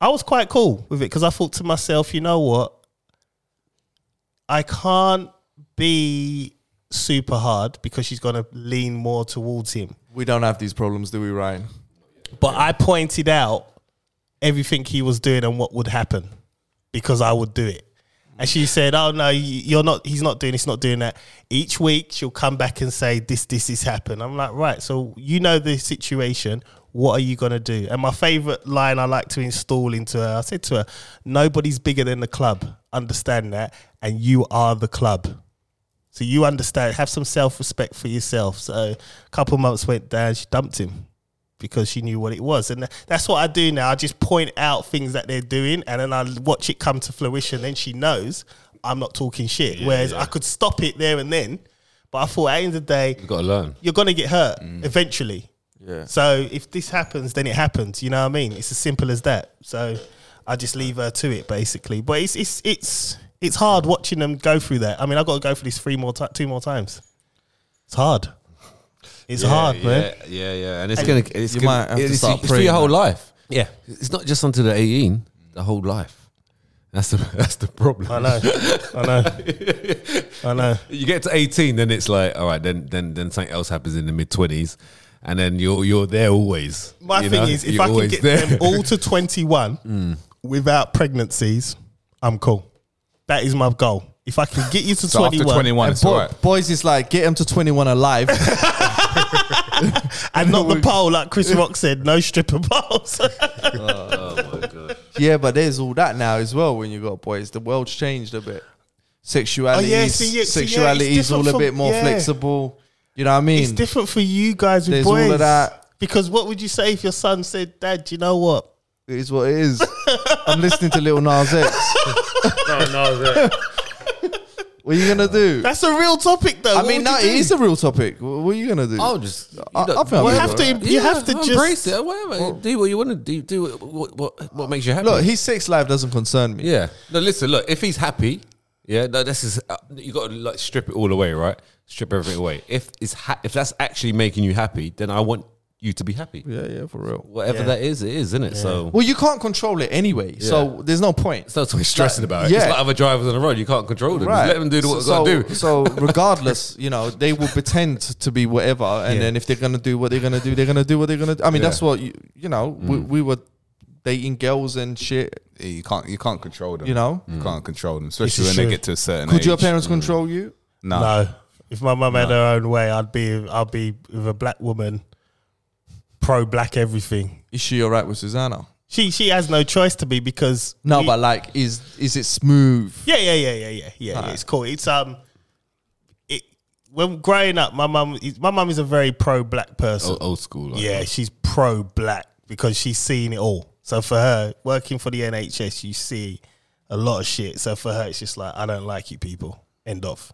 I was quite cool with it because I thought to myself, you know what? I can't be super hard because she's going to lean more towards him. We don't have these problems, do we, Ryan? But I pointed out everything he was doing and what would happen because I would do it. And she said, "Oh no, you- you're not. He's not doing. He's not doing that." Each week she'll come back and say, "This, this is happened." I'm like, right. So you know the situation. What are you gonna do? And my favorite line I like to install into her. I said to her, "Nobody's bigger than the club. Understand that, and you are the club." So you understand. Have some self respect for yourself. So a couple months went down. She dumped him because she knew what it was, and tha- that's what I do now. I just point out things that they're doing, and then I watch it come to fruition. Then she knows I'm not talking shit. Whereas I could stop it there and then, but I thought at the end of the day, You gotta learn. you're gonna get hurt Mm. eventually. Yeah. So if this happens, then it happens. You know what I mean? It's as simple as that. So I just leave her to it, basically. But it's it's it's it's hard watching them go through that. I mean, I got to go through this three more ti two more times. It's hard. It's hard, yeah, man. Yeah, yeah, and it's gonna. It's you gonna, might have to it's, start it's for praying, your whole life. Yeah, It's not just until the eighteen. The whole life. That's the (laughs) that's the problem. I know. I (laughs) know. I know. You get to eighteen, then it's like, all right, then then then something else happens in the mid twenties, and then you're you're there always. My you thing know? is, if You're I can always get (laughs) there. Mm. them all to 21 (laughs) without pregnancies, I'm cool. That is my goal. If I can get you to so 21, after 21, it's Boy- all right. Boys is like, get him to 21 alive. and not the pole, like Chris Rock said, no stripper poles. (laughs) Yeah, but there's all that now as well. When you got boys, the world's changed a bit. Sexuality, Oh, yeah, see, yeah, see, yeah, it's sexuality is all different a from- bit more yeah. flexible. You know what I mean? it's different for you guys with There's all boys. of that. Because what would you say if your son said, Dad, do you know what? It is what it (laughs) is. I'm listening to Little Nas X. What are you gonna do? That's a real topic, though. I What mean, would no, it you do? is a real topic. Wh- What are Oh, you gonna do? I'll just. You I- don't- I feel You like have to. You Yeah, have to embrace just. it. Whatever. do what you want to do. Do what what, what makes you happy. look. His sex life doesn't concern me. Yeah. No, listen. Look, if he's happy, yeah. No, this is uh, you got to like strip it all away, right? Strip everything away. If it's ha- if that's actually making you happy, then I want you to be happy. yeah, yeah, for real. Whatever that is, it is, isn't it? So Well, you can't control it anyway, so there's no point. it's not something stressing about it. yeah. It's like other drivers on the road. You can't control them. Just let them do what so, they got to do. so regardless, you know, they will pretend to be whatever, and then if they're gonna do what they're gonna do, they're gonna do what they're gonna do. I mean, Yeah. Mm. that's what you, you know. We, we were dating girls and shit. Yeah, You can't, you can't control them. You know? Mm. you Mm. can't control them, especially is when true. they get to a certain Could age. your parents control you? No. No. If my mum had her own way, I'd be I'd be with a black woman, pro black everything. Is she alright with Susanna? She she has no choice to be because No, we- but like, is is it smooth? yeah yeah yeah yeah yeah yeah, yeah it's cool. It's um it when growing up, my mum is- my mum is a very pro black person. Old, old school. Like Yeah, she's pro black because she's seen it all. So for her, working for the NHS, you see a lot of shit. So for her, it's just like, I don't like you people. End of.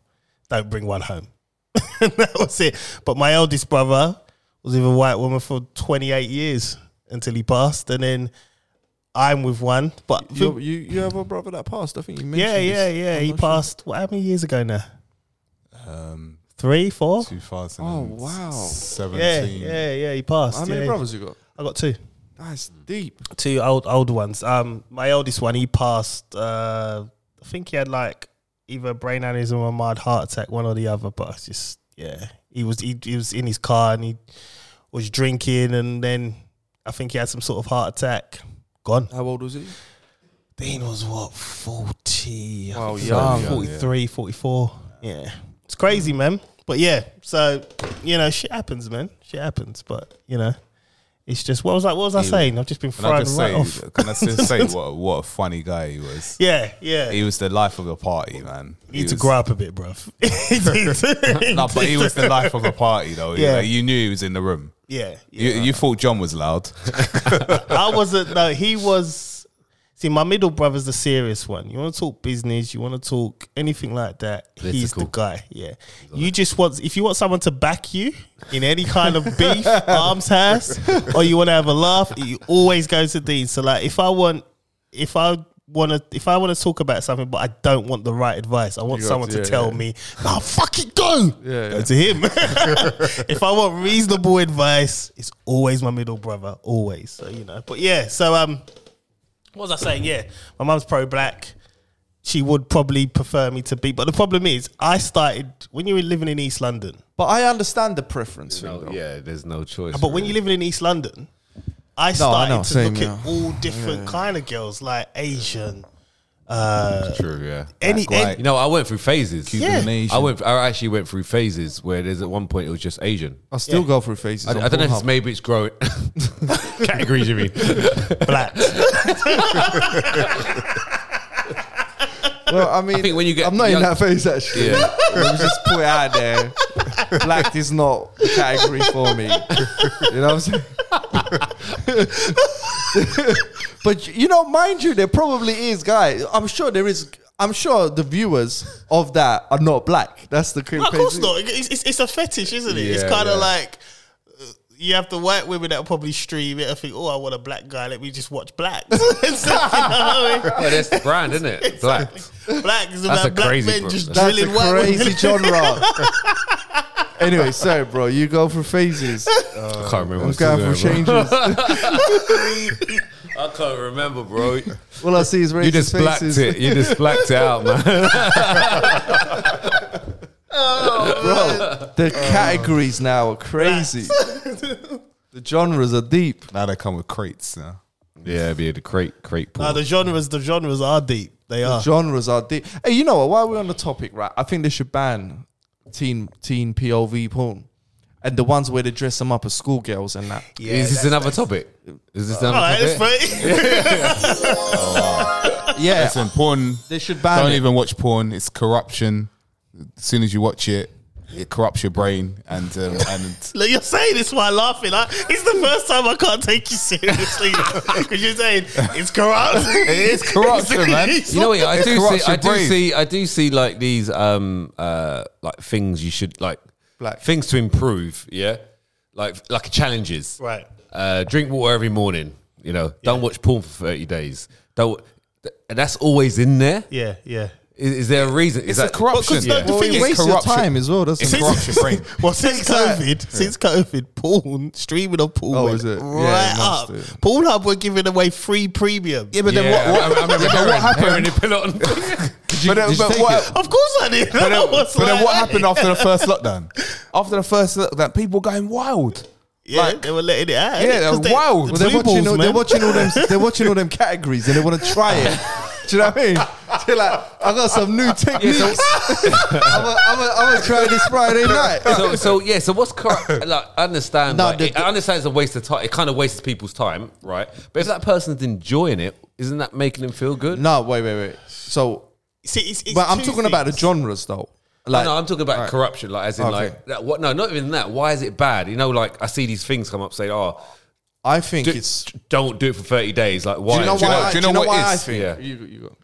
Don't bring one home. (laughs) that was it. But my eldest brother was with a white woman for 28 years until he passed. And then I'm with one. But You, you you have a brother that passed. I think you mentioned. yeah, yeah, this. yeah. I'm He not sure. passed, what, how many years ago now? Um, Three, four? 2000. Oh, wow. Yeah, 17. yeah, yeah. He passed. How many yeah. brothers you got? I got two. That's Mm. deep. two old old ones. Um, my oldest one, he passed. Uh, I think he had like either a brain aneurysm or a mild heart attack, one or the other. But it's just yeah, he was he, he was in his car and he was drinking, and then I think he had some sort of heart attack. Gone. How old was he? Dean was what forty? I Wow, think he was young. like 43, 44. Yeah, it's crazy, man. But yeah, so you know, shit happens, man. Shit happens, but you know, It's just what was I what was I He- saying? I've just been Can I thrown just right say? off. Can I (laughs) just say what a- what a funny guy he was? Yeah, yeah. He was the life of the party, man. you need He to was- grow up a bit, (laughs) bruv. (laughs) No, (laughs) but he was the life of a party, though. Yeah. Yeah, you knew he was in the room. yeah, You, yeah. you thought John was (laughs) loud. I wasn't. No, he was. See, my middle brother's the serious one. You want to talk business, you want to talk anything like that. He's the Political. guy. Yeah, you just want if you want someone to back you in any kind of beef, arms house, or you want to have a laugh, you always go to Dean. So, like, if I want, if I want to, if I want to talk about something, but I don't want the right advice, I want You got someone to- to, yeah, tell yeah. me, "No, fuck it, go." Yeah, go yeah. to him. (laughs) if I want reasonable advice, it's always my middle brother, always. So you know. But yeah, so um, what was I saying? Yeah, my mum's pro-black. She would probably prefer me to be, but the problem is, I started when you were living in East London. But I understand the preference. thing, No, though. yeah, there's no choice. But when you live in East London, I started know. to Same, look at yeah. all different kind of girls, like Asian, uh, true, yeah. any, Black, any- You know, I went through phases. Yeah. I went. I actually went through phases where there's at one point it was just Asian. I still Yeah. go through phases. I, I don't know if it's maybe it's growing (laughs) categories. You mean? black. Well, I mean, I think when you get I'm not young- in that phase actually. (laughs) Yeah. Let me just put it out there. Black is not the category for me. You know what I'm saying? (laughs) but you know, mind you, there probably is, guy. I'm sure there is. I'm sure the viewers of that are not black. That's the crazy. No, of course not. It's, it's, it's a fetish, isn't it? it's Yeah, kind of yeah. like uh, you have the white women that will probably stream it and think, oh, I want a black guy. Let me just watch black. So, (laughs) you know what I Well, oh, that's the brand, isn't it? Black. mean? black is That's a about black crazy men bro- just That's That's a drilling white crazy (laughs) women. genre. anyway, sorry, bro. You go through phases. I can't remember. I'm what's in going there, through bro. changes. I can't remember, bro. All I see is racist You just blacked faces. it. You just blacked it (laughs) out, man. Bro, the categories now are crazy. the genres are deep. Now they come with crates. Now. Yeah, it'd be the crate crate No, porn. the genres, the genres are deep. They are. Genres are deep. Hey, you know what? While we're on the topic, right? I think they should ban teen teen POV porn. And the ones where they dress them up as schoolgirls and that. Yeah, Is (laughs) this that's- another topic? Is this another All right, topic? that's (laughs) fair. Yeah. Listen, porn. They should ban Don't it. even watch porn. It's corruption. As soon as you watch it, it corrupts your brain. And (laughs) um, and Look, you're saying this while laughing. Like, it's the first time I can't take you seriously because you're saying it's corrupt. it is (laughs) corruption, man. You know what? I It do see. corrupts I your do brain. see. I do see like these um uh like things you should like Black. things to improve. Yeah, like like challenges. Right. Uh, drink water every morning. You know, don't watch porn for thirty days. Don't. And that's always in there. Yeah, yeah. Is, is there a reason? Is It's a corruption. Because the- the Well, thing it is- wastes Waste your your corruption. time as well, doesn't It's it? corrupts your brain. (laughs) Well, since that- COVID, since COVID, porn streaming of porn Oh, went is it? Yeah, it right must up. do. Pornhub were giving away free premium. Yeah, but then what? Yeah, what, I, I remember yeah, but Heron- what Heron happened? and Pelon. But then- did you but take what- Of course I did. but (laughs) (laughs) I then- was but then like, what hey. happened after the first lockdown? (laughs) After the first lockdown, people going wild. Yeah, Like- they were letting it out. Yeah, innit? 'Cause they're wild. The Well, they're blue watching, balls, all, man. they're watching all them. They're watching all them categories, and they want to try it. Do you know what I mean? They're like, I got some new techniques. I'm gonna try this Friday night. (laughs) so, so yeah. So what's corrupt? Like, I understand. No, like, the- it- I understand it's a waste of time. It kind of wastes people's time, right? But if that person's enjoying it, isn't that making them feel good? No, wait, wait, wait. So, See, it's, it's but I'm two talking about the things. genres though. No, Like, Oh, no, I'm talking about corruption, like as in Okay. like that, what? No, not even that. Why is it bad? You know, like I see these things come up saying, "Oh, I think do, it's. don't do it for 30 days." Like why? Do you know Do you know- why? I- do you Do know you know what why I is? think? Yeah. You, you go.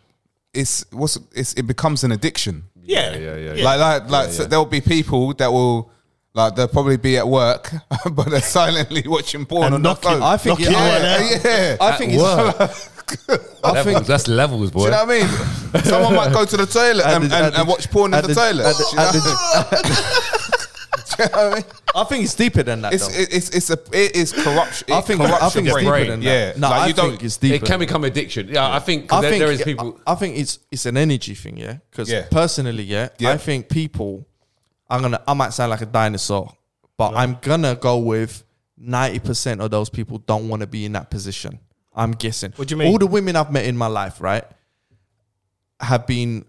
It's what's it's, it becomes an addiction. Yeah, Yeah, yeah, Like like like so there'll be people that will like they'll probably be at work, (laughs) but they're silently watching porn And on their knock it- phone. I think. Knock Yeah, it out. I, yeah, yeah. (laughs) I think it's. (laughs) I Levels, think. that's levels, boy. Do you know what I mean? Someone might go to the toilet At and, the- and, at the- and watch porn in at the, the- toilet. at the- Do you know (laughs) (laughs) at what I mean? I think it's deeper than that. It's though. it's it's a it is corruption. I It think. corrupts I think your it's brain. deeper than that. Yeah, No, like, I you don't- think it's deeper. it can become addiction. Yeah, I think, 'cause I there, think there is people. I I think it's it's an energy thing, yeah. Because Yeah. personally, yeah, Yeah. I think people. I'm gonna. I might sound like a dinosaur, but I'm gonna go with ninety percent of those people don't want to be in that position. I'm guessing. What do you mean? All the women I've met in my life, right, have been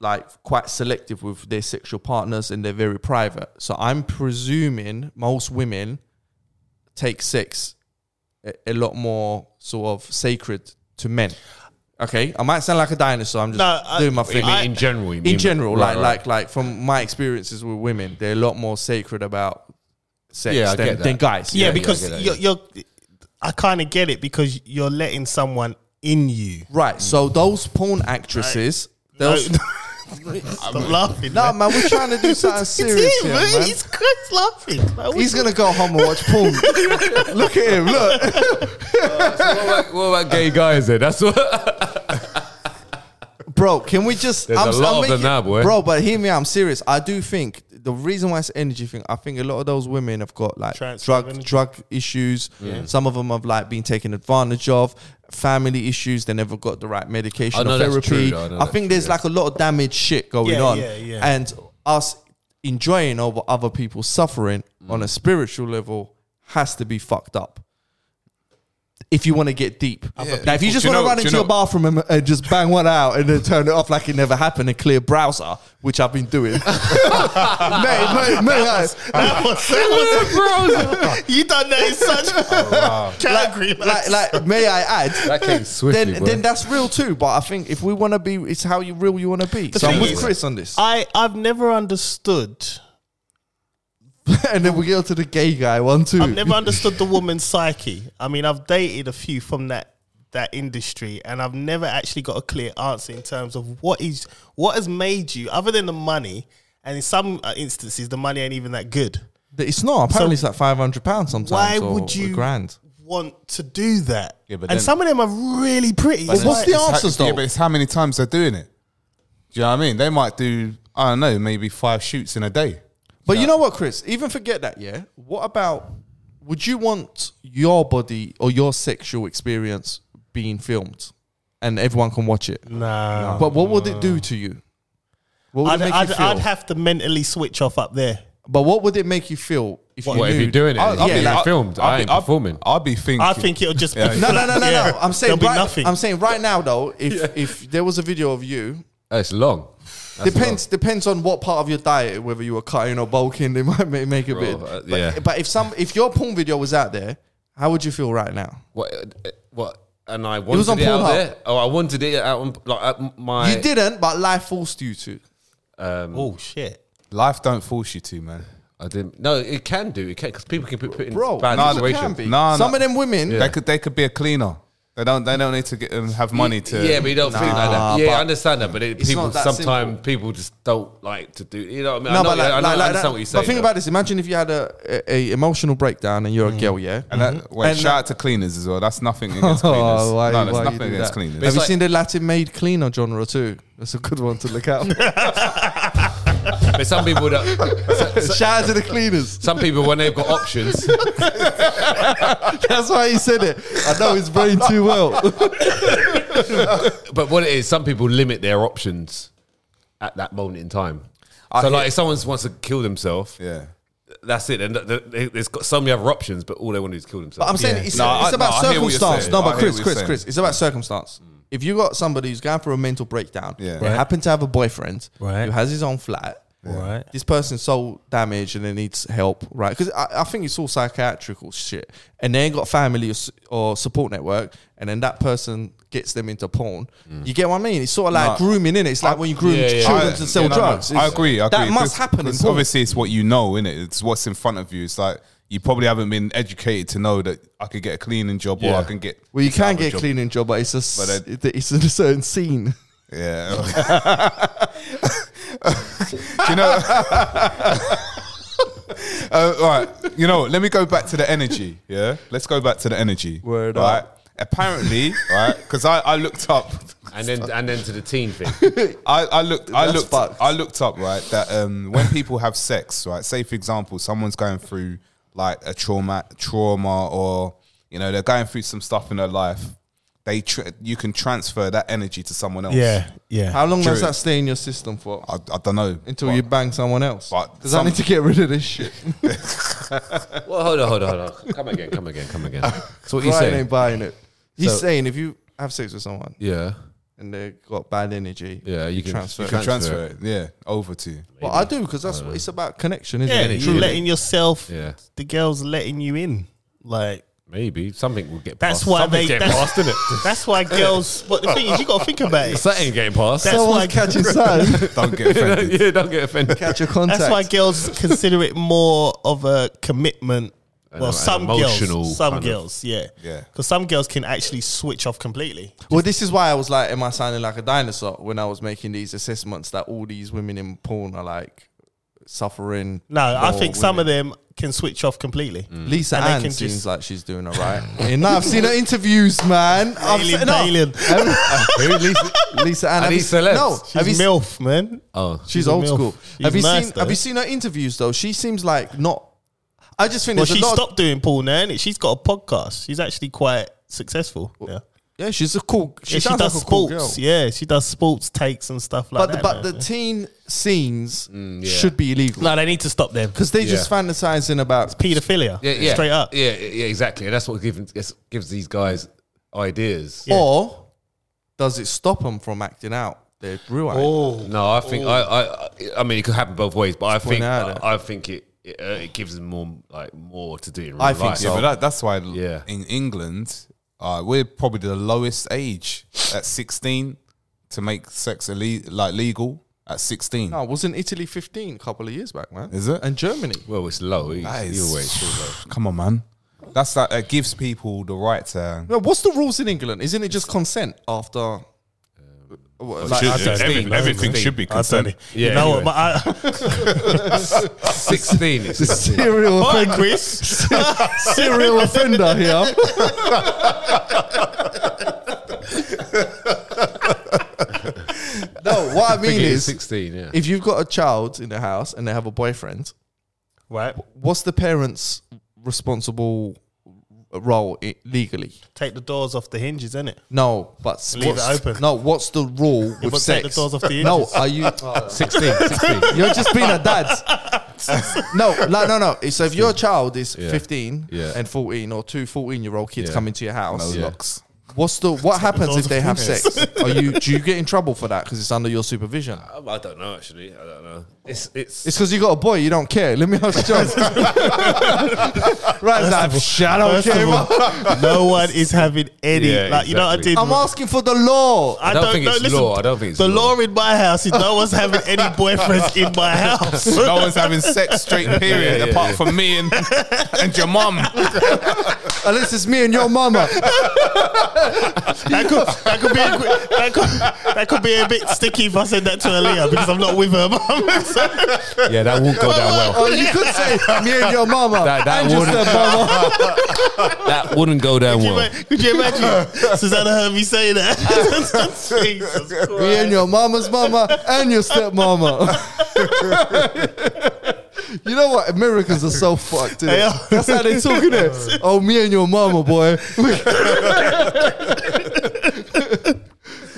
like quite selective with their sexual partners and they're very private. So I'm presuming most women take sex a, a lot more sort of sacred to men. Okay, I might sound like a dinosaur. I'm just No, I- doing my What You thing. mean in general? You mean, in general, like Right, right. like like from my experiences with women, they're a lot more sacred about sex Yeah, I than, get that. than guys. yeah, yeah, because I get that, you're, you're, I kind of get it because you're letting someone in you. Right. So Mm. those porn actresses, those Stop laughing. (laughs) no man. man, we're trying to (laughs) do something It's serious him, here, man. man. He's Chris laughing. Like, He's gonna go home and watch (laughs) porn. look at him. Look. what, about, what about gay guys? Then that's what. Bro, can we just? There's a lot of them now, boy. Bro, but hear me. out, I'm serious. I do think the reason why it's energy thing. I think a lot of those women have got like Transfer drug of energy. drug issues. Some of them have like been taken advantage of. Family issues. They never got the right medication I know or that's therapy. true, though. I know I, that's think true, there's yes. like a lot of damaged shit going Yeah, on, yeah, yeah. and us enjoying over other people's suffering on a spiritual level has to be fucked up. If you want to get deep, Now, if you people- just Do you want to know- run do you into your know- bathroom and, and just bang one out and then turn it off like it never happened and clear browser, which I've been doing. (laughs) mate, mate, mate, like, that was, that was you done that in such (laughs) category. man. like, like, may I add? That came swiftly. Then, then that's real too. But I think if we want to be, it's how you real you want to be. so I'm thing with is- Chris on this, I, I've never understood. (laughs) and then we get on to the gay guy one too. I've never understood the woman's psyche. I mean, I've dated a few from that that industry, and I've never actually got a clear answer in terms of what is what has made you, other than the money. And in some uh, instances, the money ain't even that good. it's not. Apparently, it's like five hundred pounds sometimes. Why or would a you grand? want to do that? Yeah, but and then- some of them are really pretty. But It's then what's the it's how- answers, though? Yeah, but it's how many times they're doing it. Do you know what I mean? They might do, I don't know, maybe five shoots in a day. But you know what, Chris? Even forget that, yeah? What about would you want your body or your sexual experience being filmed and everyone can watch it? Nah. But what would it do to you? What would I'd, it make I'd, you feel? I'd have to mentally switch off up there. but what would it make you feel if you what if knew- you're doing it? I'll- I'll yeah, be- like, I'll- (laughs) filmed. I'll I be- ain't I'll- performing. I'll be thinking. I think it'll just be No, no, no, no, yeah. no. I'm saying there'll be right, nothing. I'm saying right now though, if if there was a video of you Oh, it's long. That's Depends depends on what part of your diet, whether you were cutting or bulking, they might (laughs) ma- make a bit. uh, But, yeah. but if some if your porn video was out there, how would you feel right now? long. What? uh, What? And I wanted it, was on out Pornhub. there. Oh, I wanted it out on like at my. You didn't, but life forced you to. Oh shit. Life don't force you to, man. I didn't. No, it can do. It can because people can put, put in Bro, bad no, it situations. Can be. No, no. Some of them women, They could they could be a cleaner. They don't they don't need to get, um, have money to. Yeah, but you don't think like Nah, that. Yeah, but I understand that, but it, people not that sometimes people just don't like to do. You know what I mean? no, I know, but like, I, know, like, I like understand that. what you're saying. But think though. Mm. about this: imagine if you had a, a, a emotional breakdown and you're a girl, yeah. And that, wait, Mm-hmm. And- shout out to cleaners as well. That's (laughs) nothing against cleaners. Oh, why- no, that's why you nothing do against that? cleaners. Have you like- seen the Latin made cleaner genre too? That's a good one to look (laughs) out. for. But some people, don't, Shout out to the cleaners. (laughs) some people when they've got options, That's why he said it. I know his brain too (laughs) well. but what it is, some people limit their options at that moment in time. so, like, if someone wants to kill themselves, yeah. that's it. And th- th- they- there's got so many other options, but all they want to do is kill themselves. But I'm saying Yeah. it's, No, I- it's no, about I hear what you're circumstance. saying. No, I but hear Chris, what you're Chris, saying. Mm. Chris, it's about circumstance. If you got somebody who's going through a mental breakdown, Yeah. they Right. happen to have a boyfriend Right. who has his own flat. Right. This person's so damaged and they needs help, right? Because I, I think it's all psychiatrical shit, and they ain't got family or, s- or support network, and then that person gets them into porn. You get what I mean? It's sort of like grooming in it. It's like when you groom Yeah, yeah, yeah. children I- to sell Mm. yeah, no, no, drugs. I It's- agree. I agree. That must 'Cause- happen. In 'cause porn. Obviously, it's what you know, in it. It's what's in front of you. It's like you probably haven't been educated to know that I could get a cleaning job or Yeah. I can get. Well, you can get job. cleaning job, but it's a s- But it's in a certain scene. Yeah. (laughs) Do you know? (laughs) uh, all right. You know, what? let me go back to the energy. Yeah. Let's go back to the energy. Word right. Apparently, right? Because I, I looked up. and then and then to the teen (laughs) thing. I, I looked, I That's looked, fucked. I looked up right that um, when people have sex, right? Say for example, someone's going through like a trauma, trauma, or you know they're going through some stuff in their life. They tr you can transfer that energy to someone else. Yeah. Yeah. How long does True. that stay in your system for? Uh, I, I don't know Until you bang someone else. but Because I some- need to get rid of this shit. well, hold on, hold on, hold on. Come again, come again, come (laughs) again. So what you Brian saying? ain't buying it. He's So- saying if you have sex with someone Yeah, and they've got bad energy, yeah. You can Transfer. You You can can transfer it. Yeah, over to you. Well, I do because that's what it's about connection, isn't Yeah, it? you're letting yourself. Yeah. The girl's letting you in. Like Maybe something will get. That's passed. why Something's they- getting that's- passed, is it? That's why girls. But the thing is, you got to think about it. That ain't getting (laughs) passed. That's why catching sun. Don't (laughs) get (laughs) offended. yeah, don't get offended. Catch your contact. That's why girls consider it more of a commitment. Well, an some emotional girls, some kind of- girls, yeah, Yeah. because some girls can actually switch off completely. Well, this is why I was like, am I sounding like a dinosaur when I was making these assessments that all these women in porn are like suffering? No, I for think some of women? Mm. them can switch off completely. Lisa and they Ann can seems just- like she's doing all right. (laughs) yeah, no, I've seen her interviews, man. I've Alien, seen, no, alien. Who least? Uh, (laughs) Lisa Ann. Are have you these se- celebs? No, She's have you, se- milf, man. Oh, she's a old milf. school. She's have you nice, seen? though. Have you seen her interviews though? She seems like not. I just think Well, there's she a lot. of- stopped doing porn now, innit? She's got a podcast. She's actually quite successful. Yeah, yeah, she's a cool. She Yeah, sounds like a cool sports. girl. Yeah, she does sports takes and stuff like but the, that. Mm, but man. the teen scenes yeah. should be illegal no, they need to stop them. because they just Yeah. fantasizing about Pedophilia, yeah, yeah, straight up. Yeah, yeah, yeah, exactly. And that's what gives it's- gives these guys ideas. Or does it stop them from acting out their real act? Oh, No, I think I, I, I mean, it could happen both ways, but I think pointing out I, that. I think it it, uh, it gives them more like more to do in real I think life. Yeah, so. but that, that's why Yeah. in England, uh, we're probably the lowest age at 16 to make sex ille- like legal at 16. No, wasn't Italy 15 a couple of years back, man? Is it? And Germany. Well, it's low. Either That way, is- it's still low. Come on, man. That's that, that gives people the right to. No, what's the rules in England? Isn't it just consent after? Oh, Well, like, Should- at 16? everything everything should be I don't, consent. you Yeah, know anyway. what? But I, Sixteen. (laughs) It's sixteen. Serial, All right, Chris. serial offender here. (laughs) no, what I I mean think it is is, sixteen. Yeah. if you've got a child in the house and they have a boyfriend, right, what's the parents' responsible role i- legally? (laughs) take the doors off the hinges, innit? No, but Leave what's- it open. No, what's the rule with but take sex? the doors off the no, hinges. (laughs) are you? 16, 16. You're just being a dad. no, like, no, no. So if your child is 15 Yeah. and 14 or two 14 year old kids Yeah. come into your house, Yeah. locks. what's the what happens if they have sex? Are you do you get in trouble for that because it's under your supervision? Um, I don't know actually. I don't know. It's it's. It's because you got a boy, you don't care. Let me ask (laughs) you. right, now, I don't First care. of all, no one is having any. Yeah, like you know, what I exactly. did. I'm asking for the law. I don't think it's law. I don't think it's the law. law. in my house is no one's having any boyfriends in my house. (laughs) No one's having sex straight period (laughs) yeah, apart from me and and your (laughs) mum. Unless it's me and your mama. That could, that could be a, gr- that could, that could be a bit sticky if I said that to Aaliyah because I'm not with her mum. So- yeah, that won't go down well. Oh, you could say me and your mama. That- that and just wouldn't- their mama. (laughs) That wouldn't go down could, you, well. ma- could you imagine Susanna heard me say that? (laughs) Jesus Christ. Me and your mama's mama and your stepmama. (laughs) you know what? Americans are so fucked. innit? They are. That's how they talk (laughs) it. Oh, me and your mama, boy. We,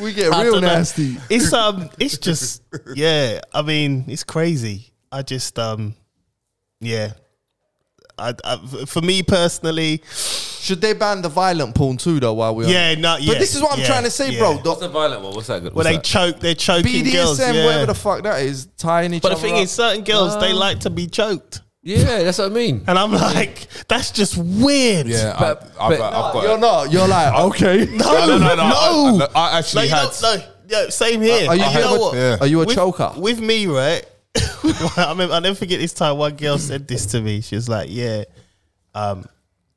we get I real don't know. nasty. It's um, it's just yeah. I mean, it's crazy. I just um, yeah. I, I for me personally, Should they ban the violent porn too, though? While we're yeah, no, yeah. but this is what I'm yeah, trying to say, yeah. bro. The the violent one? What's that? Good? Where they choke, they're choking BDSM, girls. Yeah. whatever the fuck that is, tying each but the other thing up. is, certain girls they like to be choked, yeah, that's what I mean. and I'm like, that's just weird. Yeah, I- But- I've, but- got- I've got. you're not. You're (laughs) like okay. no, no, no, no. I- No. I, I actually Like, you had. know, no, yeah, same here. Are you, you, know ever- what? Yeah. Are you a with, choker? With me, right? (laughs) I remember, I never forget this time one girl said this to me. She was like, Yeah, um,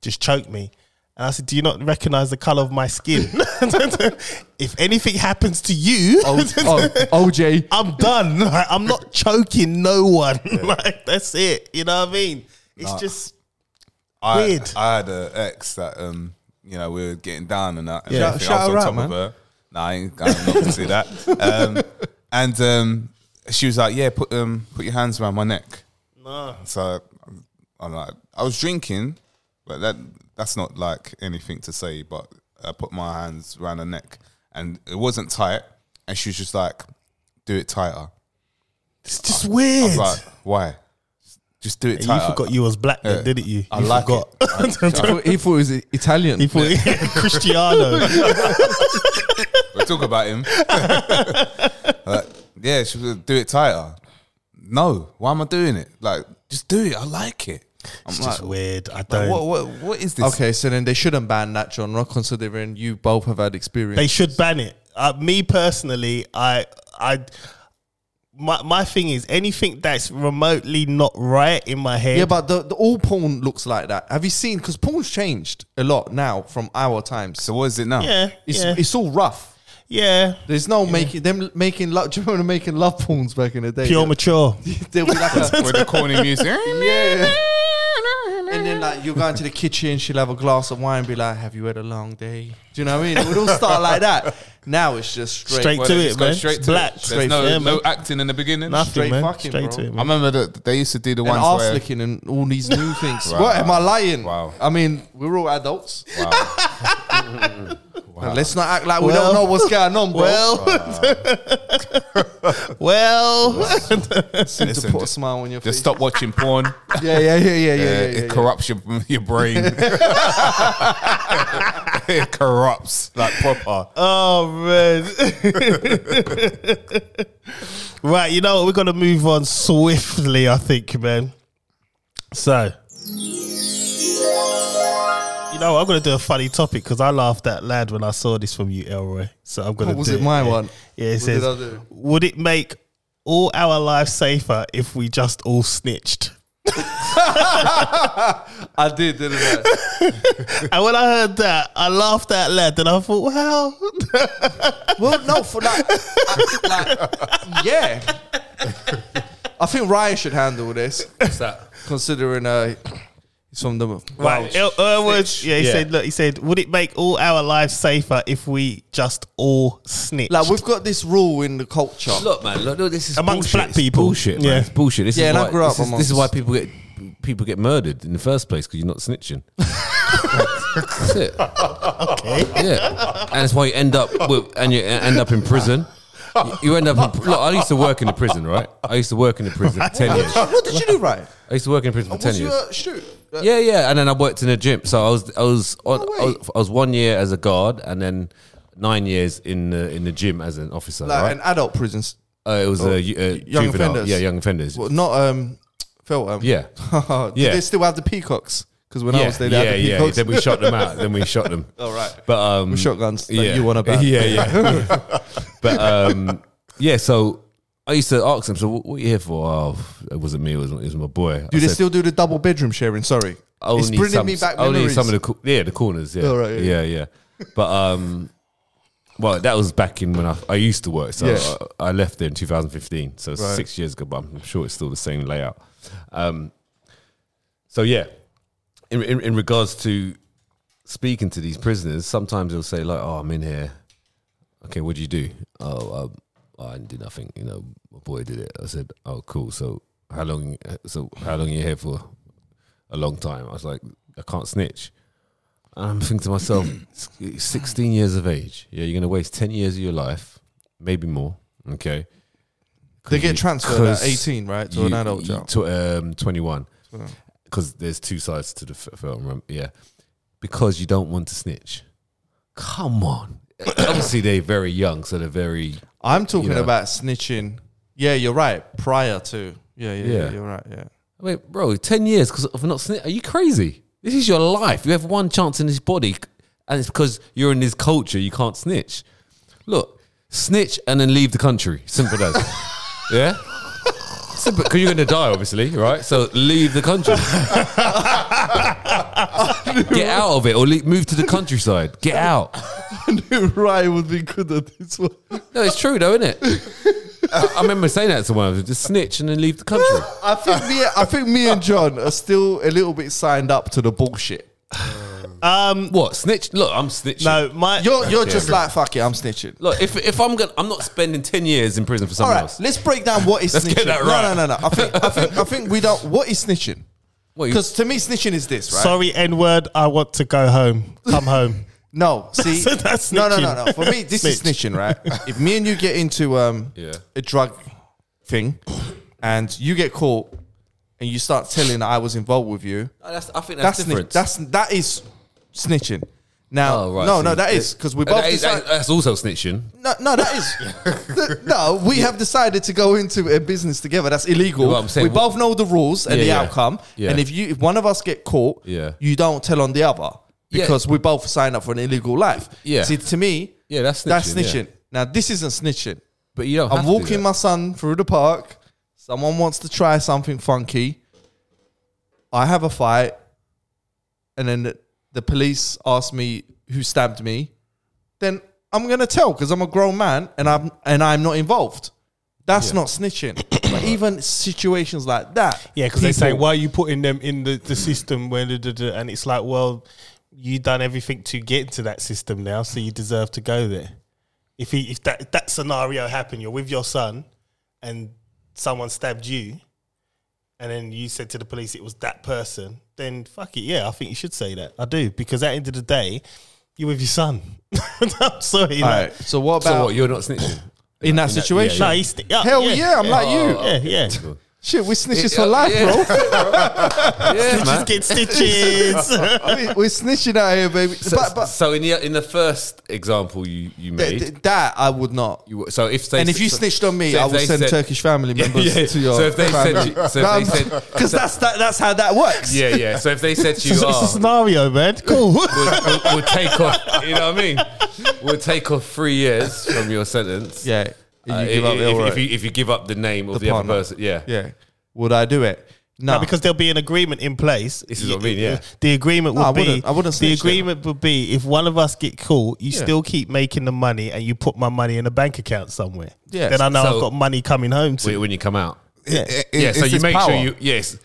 just choke me. And I said, Do you not recognize the color of my skin? (laughs) if anything happens to you, Oh, OJ. (laughs) I'm done. (laughs) Like, I'm not choking no one. (laughs) like, that's it. You know what I mean? It's just, I, Weird. I had an ex that um, you know, we were getting down and that. And Yeah. everything. Shout- I was shout on her top out, of her. Nah, I ain't, I'm not gonna do (laughs) that. Um, and um, she was like, "Yeah, put um, put your hands around my neck." no. So I'm- I'm like, I was drinking, but that that's not like anything to say. But I put my hands around her neck, and it wasn't tight. And she was just like, "Do it tighter." It's just I weird. was like, "Why? Just do it you tighter." forgot you was black then, Yeah. didn't you? I you like forgot. (laughs) He thought- he thought it was Italian. You thought- (laughs) (laughs) Cristiano. We'll talk about him. (laughs) Like, yeah, she was like, do it tighter. No, why am I doing it? Like, just do it. I like it. I'm It's like, just weird. I like, don't. what, what, what is this? Okay, so then they shouldn't ban that genre, considering you both have had experience. They should ban it. Uh, me personally, I, I, my my thing is anything that's remotely not right in my head. yeah, but the, the all porn looks like that. Have you seen? Because porn's changed a lot now from our times. So what is it now? yeah, It's yeah, it's all rough. yeah. There's no making them making love. (laughs) Do you remember making love porns back in the day? Pure mature. There'll be like a- With the corny (laughs) music. yeah. And then like you go into the kitchen, she'll have a glass of wine, and be like, "Have you had a long day?" Do you know what I mean? It would all start like that. Now it's just straight, Straight Well, to they it, just go man. Straight It's to black. It. There's Straight no, to it, man. no acting in the beginning. Nothing, straight man. fucking, straight bro. to it, I man. remember that they used to do the and ones ass where licking and all these new things. Wow. What am I lying? Wow. I mean, we're all adults. (laughs) Wow. Now, let's not act like we Well- don't know (laughs) what's going on, bro. Well, (laughs) well, Seem to Listen, put a just- smile on your just face. stop watching porn. Yeah, yeah, yeah, yeah, yeah. Uh, yeah, it yeah, corrupts your your brain. it corrupts like proper. oh man. (laughs) right, you know what? We're gonna move on swiftly. I think, man. So, you know, what? I'm gonna do a funny topic because I laughed out loud when I saw this from you, Elroy. So I'm gonna. Oh, was do it my yeah. one? Yeah, it What says, did I do? "Would it make all our lives safer if we just all snitched?" (laughs) I did, didn't I? And when I heard that, I laughed out loud, and I thought, "Wow, well, no, for like, I- (laughs) like, yeah. I think Ryan should handle this, What's that? considering uh, he's from the Right. El- Elwood, yeah, he said, look, he said, would it make all our lives safer if we just all snitched? Like we've got this rule in the culture. Look, man. Look, look this is Amongst bullshit. black It's people. bullshit. Yeah. man. it's bullshit. This Yeah, is and I why, grew up this is, this is amongst- why people get people get murdered in the first place because you're (laughs) not snitching. That's it. okay. Yeah, and that's why you end up with, and you end up in prison. You- You end up. In, look, I used to work in the prison, right? I used to work in the prison for ten years. what did you do, Ryan? I used to work in prison for ten Was you years. uh, shoot? Uh, Yeah, yeah. And then I worked in a gym. So I was I was on, I, way. was I was one year as a guard and then nine years in the in the gym as an officer. Like right? an adult prisons, uh, it was uh, you- uh, young juvenile. offenders. Yeah, young offenders. well, not um, Feltham. (laughs) Yeah. Do Yeah. They still have the peacocks because when I Yeah, was there, they yeah, had the yeah. peacocks. Then we shot them out. Then we shot (laughs) them. All right. But um, With shotguns that yeah. you want to ban. (laughs) Yeah, yeah. (laughs) but um, yeah, so I used to ask them, so what, what you here for? Oh, it wasn't me, it was, it was my boy. Do I they said, still do the double bedroom sharing? Sorry, it's bringing some, me back only memories. some of the co- yeah, the corners, yeah. Oh, right, yeah. yeah, yeah. But um, well, that was back in when I, I used to work. So Yeah. I, I left there in 2015, so six years ago. But I'm sure it's still the same layout. Um, so yeah, in, in in regards to speaking to these prisoners, sometimes they'll say like, "Oh, I'm in here." Okay, what do you do? Oh, um, I didn't do nothing. You know, my boy did it. I said, "Oh, cool. So how long? So how long you here for?" A long time. I was like, "I can't snitch." And I'm thinking to myself, s- 16 years of age. Yeah, you're gonna waste 10 years of your life, maybe more. Okay, They You- get transferred at 'cause 18, right? To you- an adult you- job. To, um, 21. Because there's two sides to the f- film, rem- yeah. Because you don't want to snitch. Come on. (coughs) Obviously, they're very young, so they're very. I'm talking Yeah. about snitching. Yeah, you're right. Prior to. Yeah, yeah, yeah. Yeah. you're right. Yeah. (laughs) I mean, bro, 10 years because of not snitch. Are you crazy? This is your life. You have one chance in this body, and it's because you're in this culture, you can't snitch. Look, snitch and then leave the country. Simple (laughs) as. yeah? Simple. Because you're going to die, obviously, right? So leave the (laughs) country. Get out of it or leave, move to the countryside. Get out. I knew Ryan would be good at this one. No, it's true, though, isn't it? I, I remember saying that to one of them just snitch and then leave the country. I think me, I think me and John are still a little bit signed up to the bullshit. Um, What? Snitch? Look, I'm snitching. no, my. You're, you're just like fuck it. I'm snitching. Look, if if I'm gonna, I'm not spending ten years in prison for All someone right, else. let's break down what is Let's snitching. get that right. No, no, no, no. I think, I think, I think we don't. What is snitching? What, you- Because to me, snitching is this, right? Sorry, N word. I want to go home. Come home. No, see, (laughs) That's- that's no, no, snitching. no, no. For me, this is Snitch. snitching, (laughs) right? If me and you get into um, Yeah. a drug thing, and you get caught, and you start telling that I was involved with you, I- that's, I think that's that's, sni- different. that's that is snitching. Now, Oh, right, no, see. no, that is because we both That is- decided. that's also snitching. No, no, that is. th- no, we have decided to go into a business together. That's illegal. Yeah, but I'm saying- we both know the rules and Yeah, the yeah. outcome. Yeah. And if you, if one of us get caught, Yeah. you don't tell on the other Yeah. because we both signed up for an illegal life. Yeah. See, to me, Yeah, that's snitching. that's yeah. snitching. Now, this isn't snitching. But you don't. I'm have to do walking that. my son through the park. Someone wants to try something funky. I have a fight, and then the- the police ask me who stabbed me. Then I'm gonna tell because I'm a grown man and I'm and I'm not involved. That's not (coughs) snitching. but even situations like that, Yeah, because they say, people- why are you putting them in the, the system? Where da, da, da," and it's like, well, you done everything to get into that system now, so you deserve to go there. If he, if that if that scenario happened, you're with your son, and someone stabbed you, and then you said to the police it was that person, then fuck it, yeah, I think you should say that. I do because at the end of the day, you're with your son. (laughs) I'm sorry, All like, right. So what about So what? You're not snitching. in that situation? no, he's yeah, Hell yeah, I'm like you. yeah, yeah. Shit, we snitches for life, yeah. bro. (laughs) yeah, man. Just get stitches. (laughs) (laughs) We, we're snitching out here, baby. So, but but so in the in the first example you you made, th- th- that I would not. you were- so if they, And if you so- (laughs) snitched on me, so I if would they send said- Turkish family Yeah, members yeah. to your. So if they said family. you- so if they said- because that's that, that's how that works. yeah, yeah. So if they said (laughs) to you, it's a oh, scenario, man. Cool. we'll, we'll, we'll take off, you know what I mean? We'll take off three years from your sentence. yeah. You Uh, give i- up if, the if, alright. you, if you give up the name of the, other partner. person, yeah. yeah, would I do it? No, No, (laughs) because there'll be an agreement in place. This is what I mean, yeah. The agreement would No, I be. wouldn't- I wouldn't the snitch then. agreement would be if one of us get caught, you Yeah. still keep making the money and you put my money in a bank account somewhere. Yes. Then I know So- I've got money coming home to. When when you come out, (laughs) Yeah, yeah. So you make sure you yes.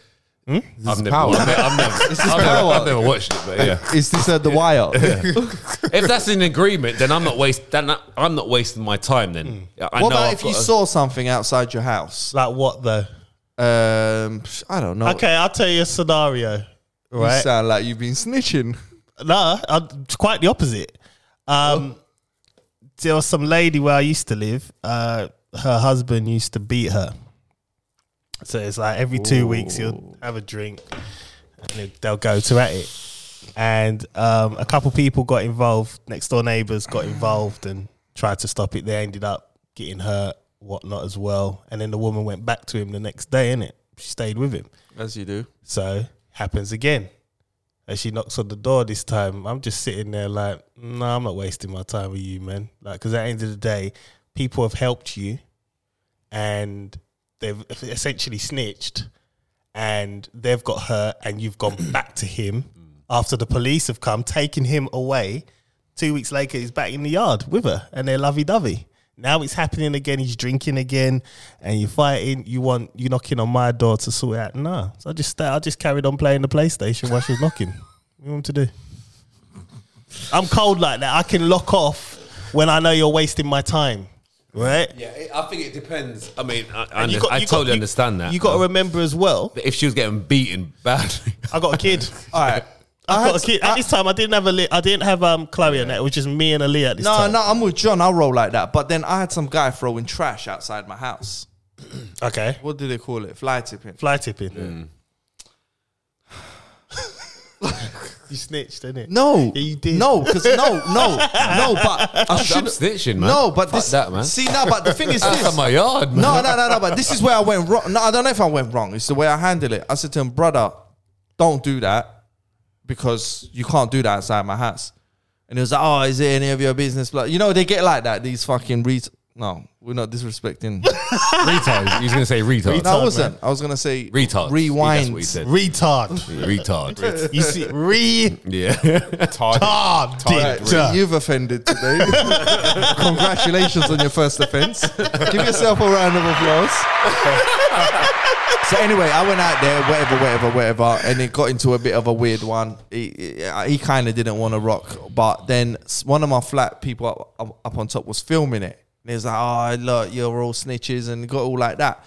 I've never, power. I've never, I've never, (laughs) I've never, I've never watched it, but yeah. is this uh, the wire? (laughs) if that's an agreement, then I'm not waste. Then I- I'm not wasting my time. Then I what know about I've if you got a- saw something outside your house? like what though? Um, psh, I don't know. Okay, I'll tell you a scenario. You Right? sound like you've been snitching. No, I, it's quite the opposite. Um, There was some lady where I used to live. Uh, her husband used to beat her. So it's like every two weeks he'll have a drink, and then they'll go to at it. And um, a couple people got involved. Next door neighbors got involved and tried to stop it. They ended up getting hurt, whatnot as well. And then the woman went back to him the next day. In it, she stayed with him. As you do. So happens again. And she knocks on the door this time. I'm just sitting there like, no, I'm not wasting my time with you, man. Like, because at the end of the day, people have helped you and they've essentially snitched and they've got hurt and you've gone back to him after the police have come, taking him away. Two weeks later, he's back in the yard with her and they're lovey dovey. Now it's happening again. He's drinking again, and you're fighting. You want you knocking on my door to sort it out. Nah, so I just stay, I just carried on playing the PlayStation while she was knocking. What you want me to do? I'm cold like that. I can lock off when I know you're wasting my time, right? Yeah, it- I think it depends. I mean, I, I, And under- you got- I you got- totally you- understand that. You got to remember as (laughs) well. if she was getting beaten badly, (laughs) I got a kid. All right. (laughs) I, had got a to- kid. At this time, I didn't have a li- I didn't have um Chloe in it. It was just me and Ali at this No, time. no, I'm with John. I'll roll like that. But then I had some guy throwing trash outside my house. Okay. What do they call it? Fly tipping. Fly tipping. Mm. (laughs) you snitched, didn't it? No, Yeah, you did. No, because no, no, no. But I should I'm snitching, man. No, but Fuck this. that, man. See, no, but the thing is (laughs) That's this. on my yard, man. No, no, no, no. But this is where I went wrong. No, I don't know if I went wrong. It's the way I handle it. I said to him, brother, don't do that because you can't do that outside my house. And he was like, oh, is it any of your business? Blah. You know, they get like that. These fucking reads. No, we're not (laughs) disrespecting. retard. He's gonna say retard. No, I wasn't. I was gonna say Retard. Rewind. That's what he said. Retard. (laughs) retard. You see, retard. yeah. (laughs) Right, you've offended today. (laughs) Congratulations on your first offense. Give yourself a round of applause. (laughs) so anyway, I went out there, whatever, whatever, whatever, and it got into a bit of a weird one. He, he kind of didn't want to rock, but then s- one of my flat people up, up, up on top was filming it. And he was like, "Oh, look, you're all snitches," and got all like that.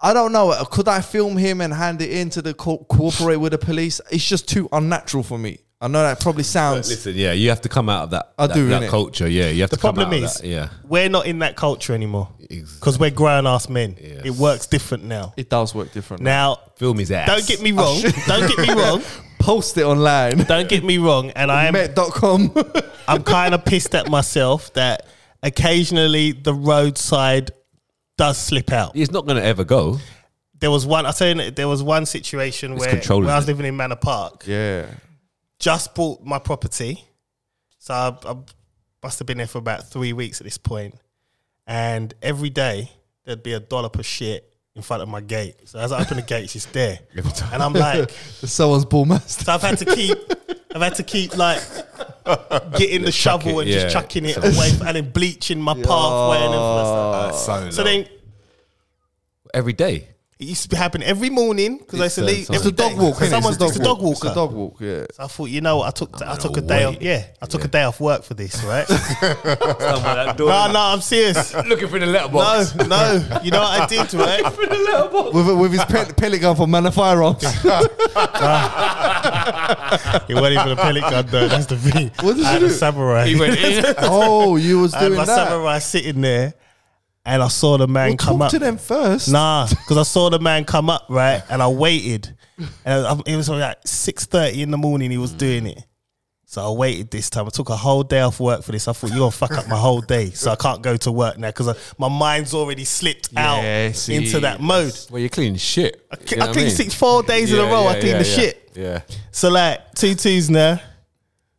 I don't know. uh, Could I film him and hand it in to the co- cooperate with the police? It's just too unnatural for me. I know that probably sounds Listen, yeah, you have to come out of that. I that, do, that innit? culture. Yeah, you have The to come problem out is, Of that. Yeah. we're not in that culture anymore Exactly. because we're grown ass men. Yes. It works different now. It does work different. Now, Film his (laughs) ass. don't get me wrong. don't get me wrong. Post it online. Don't get me wrong, and I am Met.com. (laughs) I'm kind of pissed at myself that occasionally the roadside does slip out. It's not going to ever go. There was one I said there was one situation where, controlling where I was it. living in Manor Park. yeah. Just bought my property, so I, I must have been there for about three weeks at this point, and every day there'd be a dollar per shit in front of my gate. So as I open the gate, she's (laughs) there, and I'm like, Someone's ball master. so I've had to keep, I've had to keep like getting the shovel it, and yeah. just chucking it away, and then bleaching my pathway and everything. like that. so, So then Every day. it used to happen every morning because I used to uh, leave. it's every a day. Dog walk. innit? Someone's it's a dog walker. It's a dog walk, yeah. So I thought, you know, what, I took I took a day off. Yeah, I took a day off work for this, (laughs) right? no, no, I'm serious. Looking for the No, letterbox. no, you know what I did, (laughs) (laughs) right? With, with his pe- pellet gun for Man of Firearms. (laughs) (laughs) It wasn't even a pellet gun though. That's the (laughs) thing. What did I you had do? A samurai. He went in. oh, you was I had doing Um, my that. samurai sitting there, and I saw the man Well, come talk up. to them first. Nah, because I saw the man come up right, and I waited, and I, it was like six thirty in the morning. He was doing it, so I waited this time. I took a whole day off work for this. I thought you're gonna fuck up my whole day, so I can't go to work now because my mind's already slipped Yeah, out see. into that mode. Well, you're clean shit. I, cl- I cleaned six four days in a row. I cleaned the shit. Yeah. So like two twos now.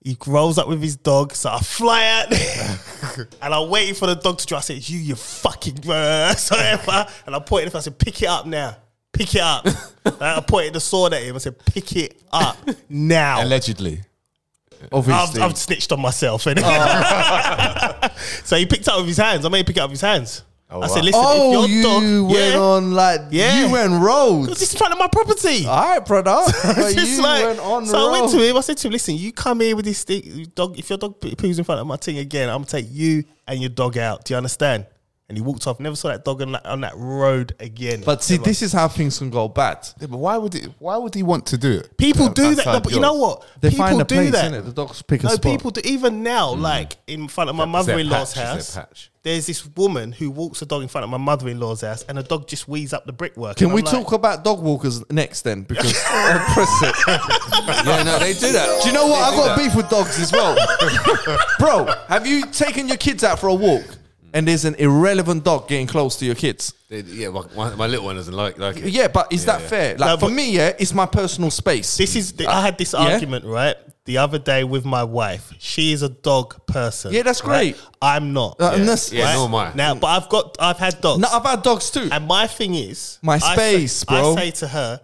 He rolls up with his dog, so I fly out (laughs) and I waited for the dog to draw. I said, "You, you fucking (laughs) whatever." And I pointed at him. I said, "Pick it up now, pick it (laughs) up." And I pointed the sword at him. I said, "Pick it up (laughs) now." allegedly. I've, Obviously. I've snitched on myself. innit? (laughs) so he picked it up with his hands. I made him pick it up with his hands. I said, "Listen, Oh. oh, if your you dog, went yeah, on like, Yeah. you went because roads. it's in front of my property." All (laughs) right, brother. But It's just you like- went on so I went road. to him. I said to him, "Listen, you come here with this thing, dog. If your dog poo- poos in front of my thing again, I'm gonna take you and your dog out. Do you understand?" And he walked off. Never saw that dog on that, on that road again. But see, this is how things can go bad. Yeah, but why would he, why would he want to do it? people Uh, do that. outside No, but you know yours. what? They people find a do place, that. innit? The dogs pick a No, spot. Mm. people do. Even now, like in front of my Is there a mother-in-law's patch? Is there a house, patch? there's this woman who walks a dog in front of my mother-in-law's house, and the dog just wheezes up the brickwork. Can And we I'm like, Oh, talk about dog walkers next (laughs) then? Because I'll press it. (laughs) yeah, no, they do that. Do you know what? I've got beef with dogs as well. Bro, have you taken your kids out for a walk and there's an irrelevant dog getting close to your kids? They- yeah, my, my, my little one doesn't like, like it. Yeah, but is that fair? Like No, for but- me, yeah, it's my personal space. This is the, I had this argument right the other day with my wife. She is a dog person. Yeah, that's right? great. I'm not. Uh, and that's- Yeah, right? nor am I. Now, but I've got I've had dogs. No, I've had dogs too. and my thing is My I say- space, bro. I say to her,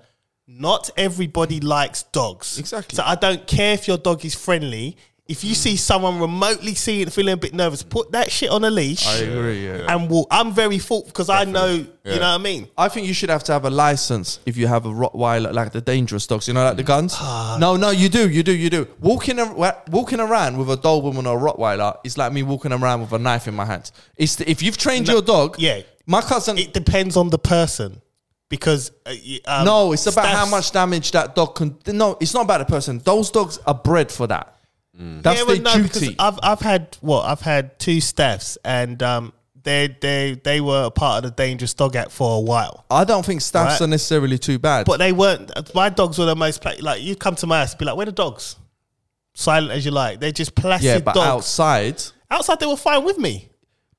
not everybody likes dogs. Exactly. So I don't care if your dog is friendly. If you see someone remotely seeing feeling a bit nervous, put that shit on a leash. I agree, yeah. And walk. I'm very thoughtful because I know you know what I mean. I think you should have to have a license if you have a Rottweiler, like the dangerous dogs, you know, like the guns. Mm. Ah. no, no, you do, you do, you do. Walking, ar- wa- walking around with a Doberman or a Rottweiler is like me walking around with a knife in my hand. It's the, if you've trained your dog, yeah. My cousin, It depends on the person because uh, y- um, no, it's about how staffs- much damage that dog can. No, it's not about the person. Those dogs are bred for that. That's Yeah, their well, no, because duty. I've I've had what I've had two staffs, and um, they they they were a part of the dangerous dog act for a while, I don't think staffs Right. are necessarily too bad. but they weren't. My dogs were the most pla- like you'd come to my house, and be like, where the dogs? Silent as you like, they're just placid yeah, but dogs. outside, Outside, they were fine with me.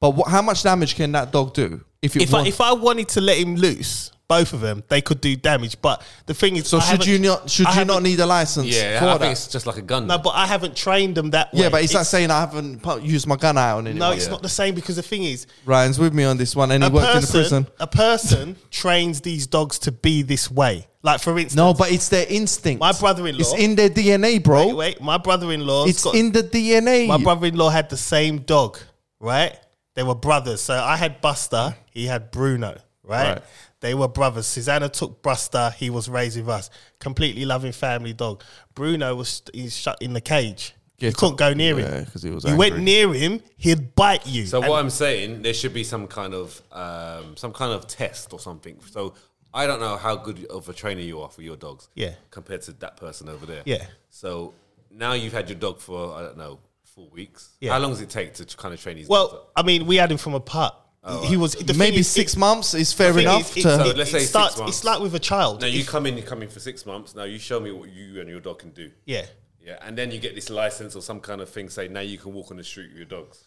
but what, how much damage can that dog do? If, it If I, wants- if I wanted to let him loose, both of them, they could do damage. But the thing is, so I should haven't- you not? Should I you not haven't- need a license? Yeah, for I that? think it's just like a gun. No, but I haven't trained them that way. Yeah, but it's, like saying I haven't pu- used my gun out on anyone. no, it's not the same because the thing is, Ryan's with me on this one, and he a worked person, in the prison. a person (laughs) trains these dogs to be this way. Like for instance, No, but it's their instinct. My brother-in-law- It's in their DNA, bro. wait, wait, my brother-in-law. it's in the DNA. my brother-in-law had the same dog, right? They were brothers. So I had Buster, he had Bruno, right? Right. They were brothers. Susanna took Buster. He was raised with us. Completely loving family dog. Bruno was he's shut in the cage. you Get couldn't go near him. Yeah, 'cause he was You went angry. near him, he'd bite you. So And- what I'm saying, there should be some kind of um, some kind of test or something. So I don't know how good of a trainer you are for your dogs, Yeah. compared to that person over there, Yeah. So now you've had your dog for I don't know four weeks. Yeah. How long does it take to kind of train these? dogs well, up? I mean, we had him from a pup. Oh, he was the thing Maybe is, six it- months is fair the thing enough is, to. it- So it- let's it say six starts- months. It's like with a child. Now you If- come in, you come in for six months. Now you show me what you and your dog can do. yeah. Yeah, and then you get this license or some kind of thing saying now you can walk on the street with your dogs.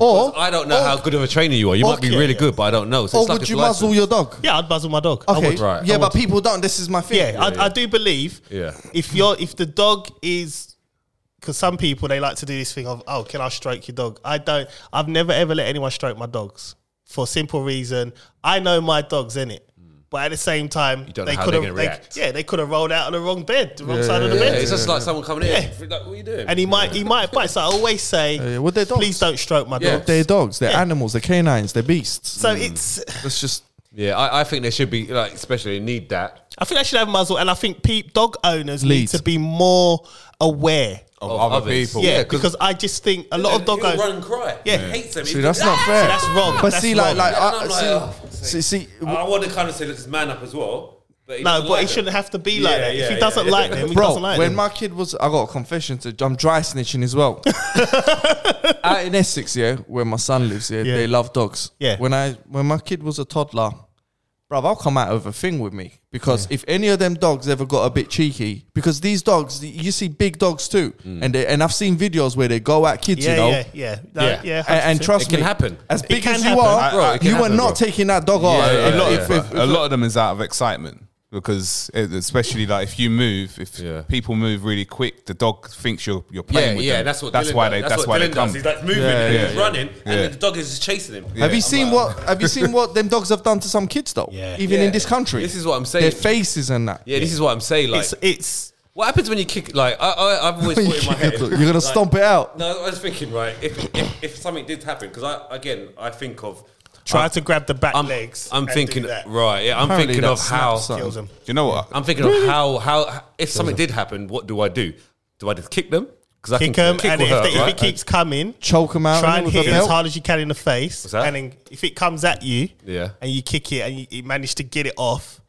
or I don't know how good of a trainer you are. You might be yeah, really yeah. good, but I don't know. So or it's like would it's you license. muzzle your dog? Yeah, I'd muzzle my dog. I Okay. would. Right. Yeah, I but people don't. This is my thing. Yeah, I, I do believe. Yeah. If you're, if the dog is, because some people they like to do this thing of, oh, can I stroke your dog? I don't. I've never ever let anyone stroke my dogs for a simple reason. I know my dog's in it, but at the same time, don't know they how could they're have, gonna they, react. yeah, they could have rolled out on the wrong bed, the wrong side of the Yeah, bed. it's just like someone coming in. Yeah. Like, what are you doing? and he might, he might bite. So I always say, yeah, with their dogs. please don't stroke my Yeah. dog. They're dogs. They're Yeah. animals. They're canines. (laughs) They're beasts. So it's That's just. yeah, I, I think there should be like, especially need that I think they should have a muzzle, and I think pe- dog owners Lead. need to be more aware. Of Of other others. people. Yeah, 'cause- because I just think a lot of dog He'll owners. run and cry. Yeah. he hates them. See, that's not fair. That's wrong. But That's see, like, wrong. like, Yeah, and I, I'm see, like, oh, see, see, I want to kind of say, look, this man up as well. But he no, doesn't but like he them. shouldn't have to be Yeah, like that. yeah, if he yeah. doesn't like them, he bro, doesn't like when them. my kid was, I got a confession to. I'm dry snitching (laughs) as well. Out in Essex, yeah, where my son lives, yeah, Yeah. they love dogs. Yeah. When I when my kid was a toddler, bro, I'll come out of a thing with me because if any of them dogs ever got a bit cheeky, because these dogs, you see big dogs too, Mm. and they, and I've seen videos where they go at kids, yeah, you know. yeah, yeah, No, Yeah. yeah, A- And, trust It can me, happen. As It big can as you happen. are, I- I- it can you are happen, not bro. taking that dog off. Yeah, a yeah, lot, yeah. if- if- a lot of them is out of excitement because it- especially like if you move if Yeah. people move really quick the dog thinks you're you're playing with them that's Dylan why does. they that's, why they Dylan come does. He's like moving, Yeah, and yeah, he's yeah. running, Yeah. and then the dog is just chasing him. Have you seen like- what? Have you seen what them dogs have done to some kids though? Yeah. Even Yeah. in this country, This is what I'm saying. Their faces and that. Yeah, this is what I'm saying. Like, it's it's what happens when you kick? Like, I, I, I've always thought (laughs) in my head, You're gonna like, stomp it out. No, I was thinking, right? If if, if something did happen, because I again, I think of. try I'm- to grab the back I'm, legs. I'm and do thinking, that. right? Yeah, I'm Apparently thinking that of how. snaps something. Kills him. you know what I'm thinking of how how if something did happen, what do I do? Do I just kick them? Because I Kick can him, and or if, hurt, they, right? if he keeps coming, Choke 'em out Try and and with a hit him as belt. hard as you can in the face, that? and then if it comes at you, Yeah. and you kick it, and you, you manage to get it off,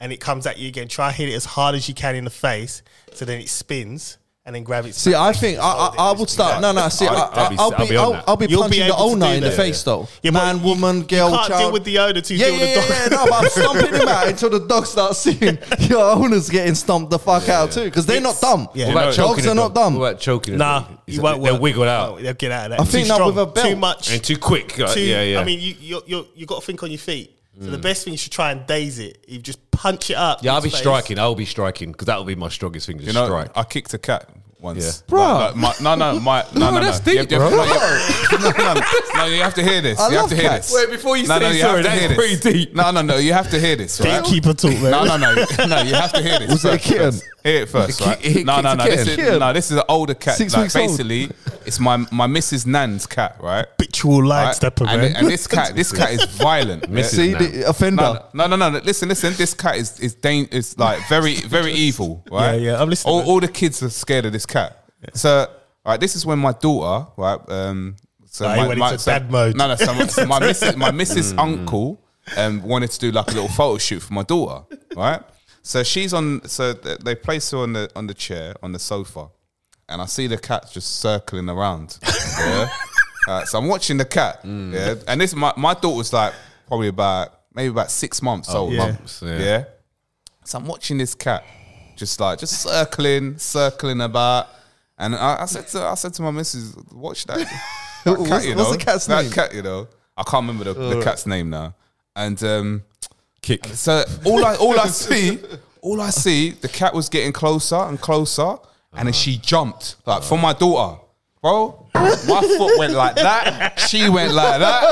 and it comes at you again. Try and hit it as hard as you can in the face, so then it spins, and then grab it. See, I think I, I, I would start. No, no. See, I, I'll be- I, I'll I'll be, be on I'll, that. I'll be You'll be punching the able to do owner in the that. face though. Yeah, but Man, you- woman, girl, you can't child. deal with the owner to yeah, deal yeah, with the dog. (laughs) yeah, yeah, no, but I'm stomping him out until the dog starts seeing your owner's getting stomped the fuck out too because they're not dumb. Yeah. What You know, about choking dogs a are not dog? dumb. What about choking? a Nah, dog? Is you it- won't They're work. wiggled out. No, they'll get out of that. I Too think that with strong, a belt. Too much. and too quick. like, too- yeah, yeah. I mean, you you you you got to think on your feet. So the best thing you should try and daze it. You just punch it up. yeah, I'll in be his face. striking. I'll be striking because that'll be my strongest thing to you know strike. I kicked a cat once Yeah. Like- like my- no no (laughs) my no no no that's You deep, have- you have- no, you (laughs) have- no, no, no, you have to hear this I you have love to hear cats. this Wait, before you no say no you have sorry, to that's hear this pretty deep. no no no you have to hear this right Gatekeeper talk, man. no, no, no, no! You (laughs) have to hear this. Was it a kitten? Hear it first, (laughs) It ki- right? it no, kicked no, a no. This kitten. is, no, this is an older cat. Six like, weeks old. basically, it's my my Mrs. Nan's cat, right? Habitual right? sidestepper, and, man. and this cat, this cat (laughs) is violent. yeah? Mrs. See Nah. the offender. No, no, no, no, no. Listen, listen. This cat is is dang, is like very, (laughs) very evil, right? Yeah, yeah, I'm listening. All, all the kids are scared of this cat. So, right, this is when my daughter, right? Um, so Like, my, when it's my- a so- dad mode. No, no. So my, so (laughs) my missus, my missus uncle, um, wanted to do like a little photo shoot for my daughter, right? So she's on. So th- they place her on the on the chair on the sofa, and I see the cat just circling around. Yeah. Uh, so I'm watching the cat. Mm. Yeah. And this my, my daughter was like probably about maybe about six months Oh, old. yeah. Months, yeah. yeah. So I'm watching this cat, just like just circling, circling about. And I, I said to I said to my missus, watch (laughs) that, that What's- cat, you what's the know? cat's that name? Uh. cat, you know. I can't remember the, the cat's name now. And um, Kick. so all I all I (laughs) see, all I see, the cat was getting closer and closer, and then she jumped like for my daughter, bro. My foot went like that. She went like that.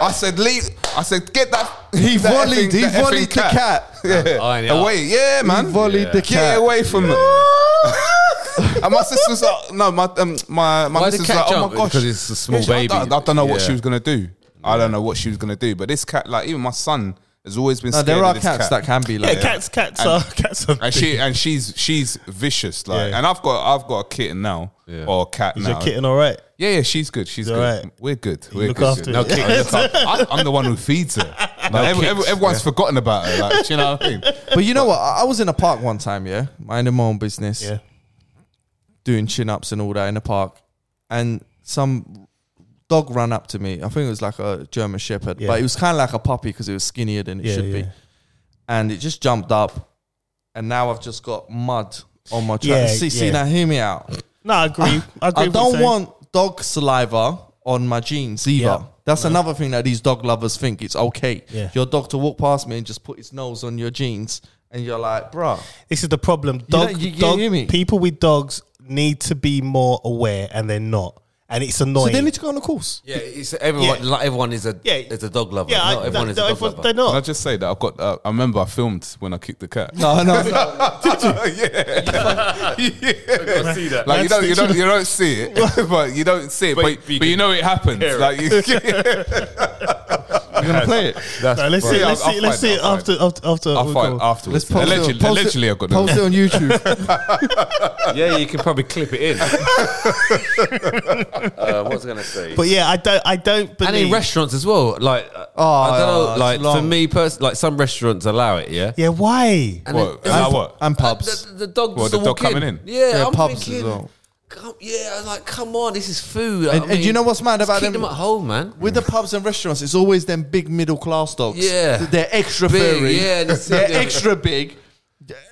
I said, "Leave." I said, "Get that." He that volleyed. effing- He that effing volleyed the cat. Iron it Yeah, up. away. Yeah, man. volleyed the Get cat. away from (laughs) me. and my sister was like, "No, my um, my my Why missus the was cat like, oh jump? my gosh, Because it's a small she- I baby. don't- I, don't know what Yeah. she was gonna do. I don't know what she was gonna do. But this cat, like even my son, has always been. No, scared Uh, there of are this cats cat. that can be yeah, like. that. cats, cats are (laughs) cats are. and she and she's she's vicious like Yeah. and I've got I've got a kitten now Yeah. or a cat Is now your kitten all right? yeah yeah she's good she's You're good right. we're good we're look good after no it. kick, I look after- I, I'm the one who feeds (laughs) her like, every, every, everyone's forgotten about her like do you know what I mean But you know what? I I was in a park one time, yeah, minding my own business, Yeah. doing chin ups and all that in the park, and some dog ran up to me. I think it was like a German Shepherd, Yeah. but it was kind of like a puppy because it was skinnier than it Yeah, should be. yeah. And it just jumped up, and now I've just got mud on my Yeah, track. see, see, yeah. now hear me out. No, I agree. I, agree I with what you're don't saying. want dog saliva on my jeans either. Yeah. That's another thing that these dog lovers think it's okay. Yeah. Your dog to walk past me and just put his nose on your jeans, and you're like, bruh. This is the problem. know- Dog, you- you dog- hear me? people with dogs need to be more aware, and they're not, and it's annoying. to go on a course. Yeah, it's everyone. Yeah. Not everyone is a Yeah. is a dog lover. yeah, I- not everyone no, is no, a dog everyone- lover. they're Can I not. just say that I've got? Uh, I remember I filmed when I kicked the cat. (laughs) (laughs) No, no, no. Like you don't, you don't, you don't see it, (laughs) (laughs) but you don't see it, but, but, you know it happens. Like (laughs) you, (laughs) You're gonna play it. No, let's see. Yeah, Let's I'll- I'll see. Let's find see it, it I'll after after after. I'll we find go. afterwards. Let's post it- allegedly, post it- allegedly, I've got Post (laughs) it on YouTube. yeah, you can probably clip (laughs) it in. uh, what was I going to say? But yeah, I don't. I don't believe. and in restaurants as well, like uh, oh, I don't know, it's like for long. me personally, like some restaurants allow it, yeah. yeah, why? And What? it- Allow what? and pubs. the, the dog What, just the to dog walk coming in? Yeah, Yeah, I'm pubs as thinking, well. Come, yeah, I was like, come on, this is food. I And- and mean, you know what's mad just about keep them- them at home, man? With the pubs and restaurants, it's always them big middle class dogs. Yeah. They're extra Big, furry. yeah, and it's- They're yeah. extra big.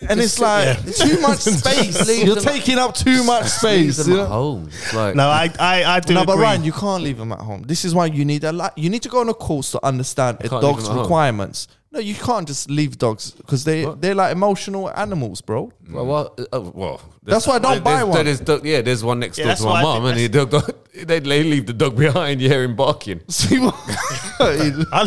And it's like yeah. too (laughs) much space. leave You're them- taking up too much Leave space. them you at know? home. It's like No, I I, I do No, agree. but Ryan, you can't leave them at home. This is why you need a li- you need to go on a course to understand a can't leave dog's them at home. requirements. No, you can't just leave dogs because they they're like emotional animals, bro. (laughs) Well, well, uh, oh, well That's why I don't there's- buy there's- one. There's dog, yeah, there's one next Yeah, door that's to why I my think mum, and the dog, dog (laughs) they they leave the dog behind. You hear him barking. See (laughs) what? (laughs) I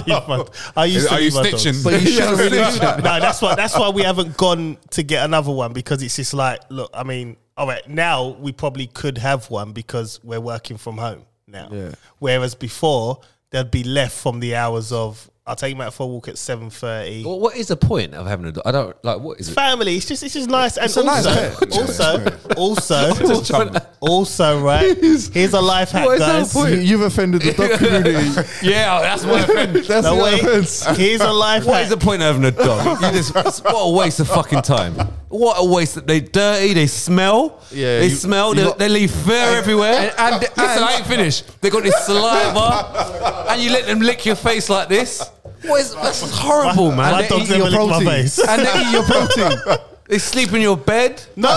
leave my. I used to Are you leave my dogs. snitching? but you shouldn't really do that. (laughs) no, that's why that's why we haven't gone to get another one because it's just like, look, I mean, all right, now we probably could have one because we're working from home now. Yeah. Whereas before, they'd be left from the hours of I'll take him out for a walk at seven thirty. Oh. Well, what is the point of having a dog? I don't like. What is it? Family, it's just it's just nice, and a nice also, also, also, Chum. also, right? Here's a life hack, guys. You, you've offended the (laughs) dog community. (laughs) Yeah, oh, that's what. (laughs) happened. That's No the wait, offense. here's a life What hack. is the point of having a (laughs) dog? You just, what a waste of fucking time. What a waste. Of, they dirty. They smell. Yeah, they you- smell. you They, got- they leave fur everywhere. And, listen, I ain't finished. They got this saliva, and you let them lick your face like this. What is that's horrible, man? my They dog's eat never your licked my protein. face. and they eat (laughs) your protein. They sleep in your bed. (laughs) No,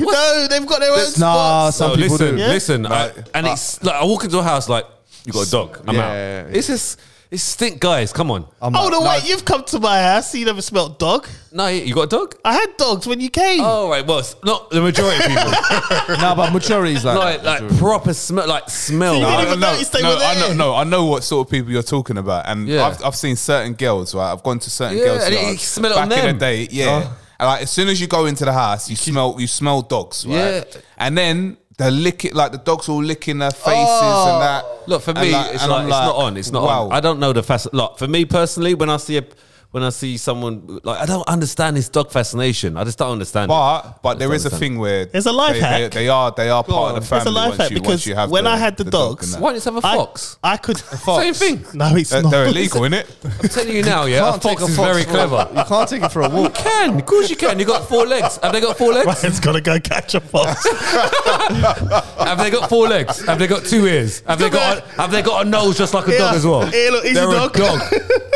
no, they've got their own. Nah, spots. some No, people listen, do. Yeah. listen. I, and it's like I walk into a house like you got a dog. I'm out. Yeah. It's just it's stink, guys. Come on. I'm Oh, not- the way you've come to my house, you never smelt dog. No, you got a dog. Mm. I had dogs when you came. Oh right, well, it's not the majority (laughs) of people. No, but majority is like, like like proper smell, like smell. You didn't I even don't know. notice they no, were I know, there. no, I know what sort of people you're talking about, and Yeah. I've, I've seen certain girls. Right, I've gone to certain Yeah, girls. and you yards smell it back on in them. the day, yeah. And like as soon as you go into the house, you smell you smell dogs, right? Yeah. And then they lick it like the dogs all licking their faces and that. Oh. Look for And me, like- it's, and like, I'm it's not on. It's not wow. on. I don't know the fast. Look for me personally, when I see a when I see someone like I don't understand this dog fascination. I just don't understand. it. But but there is a understand. thing where There's a life they, hack. They, they are they are part of the That's family. a life once hack you, because once you have when I had the, dog and dogs, that. Why don't you just have a I- fox? I, could Same thing. No, it's They're, not. they're (laughs) illegal, innit? I'm telling you now, yeah, a Can't fox take a is fox very for- clever. You can't take it for a (laughs) walk. Can of course you can. You got four legs. Have they got four (laughs) legs? Ryan's gotta go catch a fox. Have they got four legs? Have they got two ears? Have they got a, have they got a nose just like a Yeah. dog as well? Yeah, look, he's a they're dog.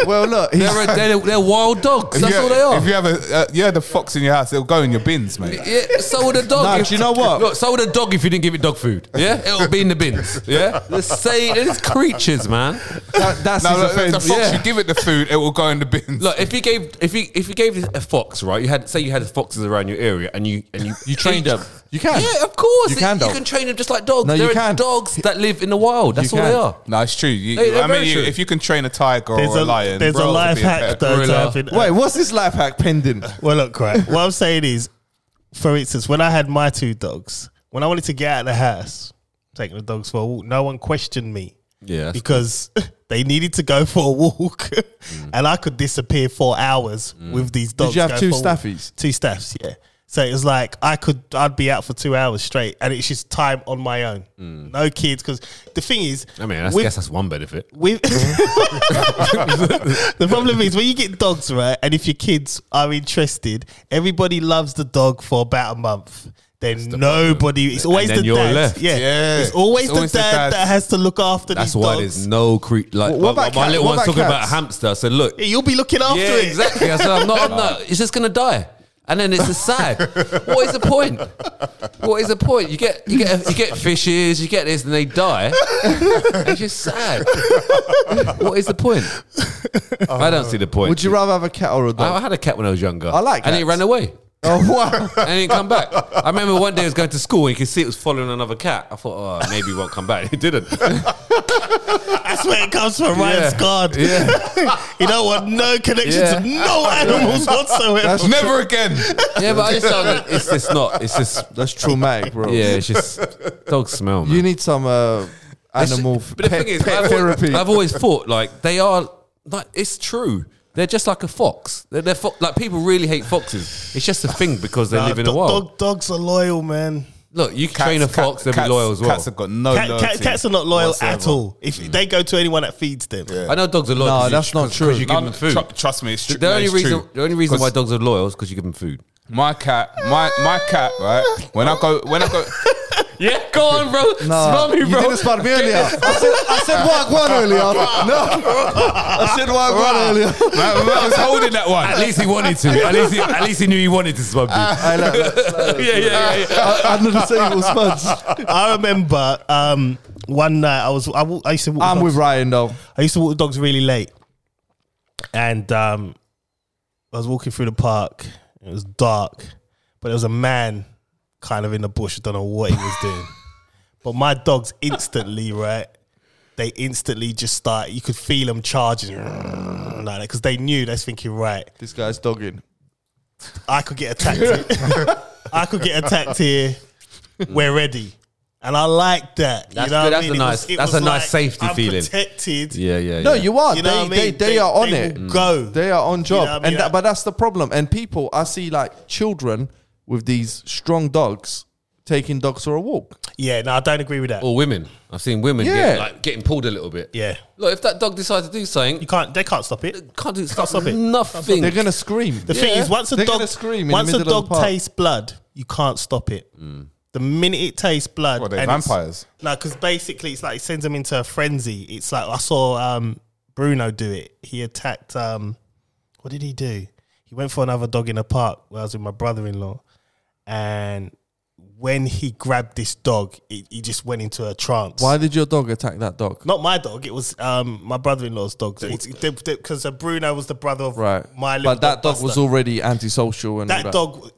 Well, look, he's, They're, a, they're, they're wild dogs. That's if you, all they are. If you have a uh, you had a fox in your house, it'll go in your bins, mate. Yeah, so would a dog. Nah, if- do you know what? Look, so would a dog if you didn't give it dog food. Yeah, it'll be in the bins. Yeah, (laughs) the same. It's creatures, man. that, that's No, his look, the offense. fox yeah. you give it the food, it will go in the bins. Look, if you gave if you if you gave a fox right, you had say you had foxes around your area and you and you you trained them. (laughs) You can. Yeah, of course. You can, You dog. can train them just like dogs. No, you There are can. dogs that live in the wild. That's You all they can. are. No, it's true. You, They- they're I very mean, you, true. if you can train a tiger There's or a, a, lion, there's a bro, life it'll be hack pet. though to gorilla. have uh, in- Wait, what's this life hack pending? (laughs) Well, look, right. What I'm saying is, for instance, when I had my two dogs, when I wanted to get out of the house, taking the dogs for a walk, no one questioned me Yeah. because (laughs) they needed to go for a walk, (laughs) and I could disappear for hours with these dogs. you have going two for a walk. staffies? Two staffs, yeah. So it was like I could, I'd be out for two hours straight, and it's just time on my own, no kids. Because the thing is, I mean, I with- guess that's one benefit. (laughs) with the problem is when you get dogs, right? And if your kids are interested, everybody loves the dog for about a month. then nobody. It's always then the you're dad. left. Yeah. Yeah. it's always, It's always the, the dad dad. that has to look after That's these why dogs. there's no cre Like What my, about my cat- little what one's about talking about a cats? hamster. I said, look, Yeah, You'll be looking after Yeah, it. (laughs) exactly. I said, I'm not on that. It's just going to die. And then it's just sad. What is the point? What is the point? You get you get you get fishes, you get this, and they die. It's just sad. What is the point? I don't see the point. Would you rather have a cat or a I, I dog? had a cat when I was younger. I like And it cats. ran away. (laughs) oh wow! And it didn't come back. (laughs) I remember one day I was going to school and you could see it was following another cat. I thought, oh, maybe it won't come back. (laughs) (laughs) It didn't. That's where it comes from. Ryan's God. (laughs) you don't want no connection Yeah. to (laughs) no animals whatsoever. Never again. Yeah, but I just don't know. It's just not. It's just That's traumatic, bro. yeah. It's just dog smell. Man. You need some uh, animal f- But the pet, thing is, pet I've, always, therapy. I've always thought like they are like it's true. They're just like a fox. They're, they're fo- like people really hate foxes. It's just a thing because they Nah, live in a dog- wild. dog- dogs are loyal, man. Look, you can train a fox, they'll cats, be loyal as well. Cats have got Oh, no Cat, loyalty. cat, cats are not loyal at whatsoever. all. If Mm. they go to anyone that feeds them, I know dogs are loyal. No, 'cause you- that's not 'cause- true. 'cause you give No, them food. tru- trust me, it's true. the only it's reason, true. the only reason why 'Cause- dogs are loyal is because you give them food. My cat, my my cat, right? When I go, when I (laughs) go, Yeah, go on, bro. Nah, Smell me, You bro. didn't spot me earlier. (laughs) I said, I said work one (laughs) earlier. No, I said (laughs) work one (laughs) earlier. man, man was holding that one. At least he wanted to. At least he, at least he knew he wanted to smell you. I like that. yeah, yeah, yeah. yeah. I- I'm not disabled spuds. (laughs) I remember um, one night I was I, wa- I used to walk I'm the with dogs, Ryan though. I used to walk the dogs really late, and um, I was walking through the park. It was dark, but there was a man kind of in the bush. I don't know what he was (laughs) doing, but my dogs instantly right. They instantly just start. You could feel them charging like that because they knew. They was thinking, right, This guy's dogging. I could get attacked. here. (laughs) I could get attacked here. We're ready, and I like that. That's you know what good. I That's mean? a nice- that's a nice safety I'm feeling. Protected. Yeah, Mm. yeah, No, yeah. you are. You Oh, they, know what I mean? they, they are on it. will Go. They are on job, what I mean? and that, but that's the problem. And people, I see like children with these strong dogs taking dogs for a walk. yeah. No, I don't agree with that. Or women. I've seen women Yeah. get, like, getting pulled a little bit. Yeah. Look, if that dog decides to do something, You can't. They can't stop it. can't do stop it. Nothing. They're gonna scream. The thing is, once a They're dog gonna scream in the once a middle dog of the park. tastes blood, you can't stop it. Mm. The minute it tastes blood, What, they're and it's- vampires? No, because basically, it's like it sends them into a frenzy. It's like I saw um, Bruno do it. He attacked. Um, what did he do? He went for another dog in a park where I was with my brother-in-law, and when he grabbed this dog, it, he just went into a trance. Why did your dog attack that dog? Not my dog. It was um, my brother-in-law's dog. Because uh, Bruno was the brother of Right, my. little but that dog was Buster already antisocial and all that dog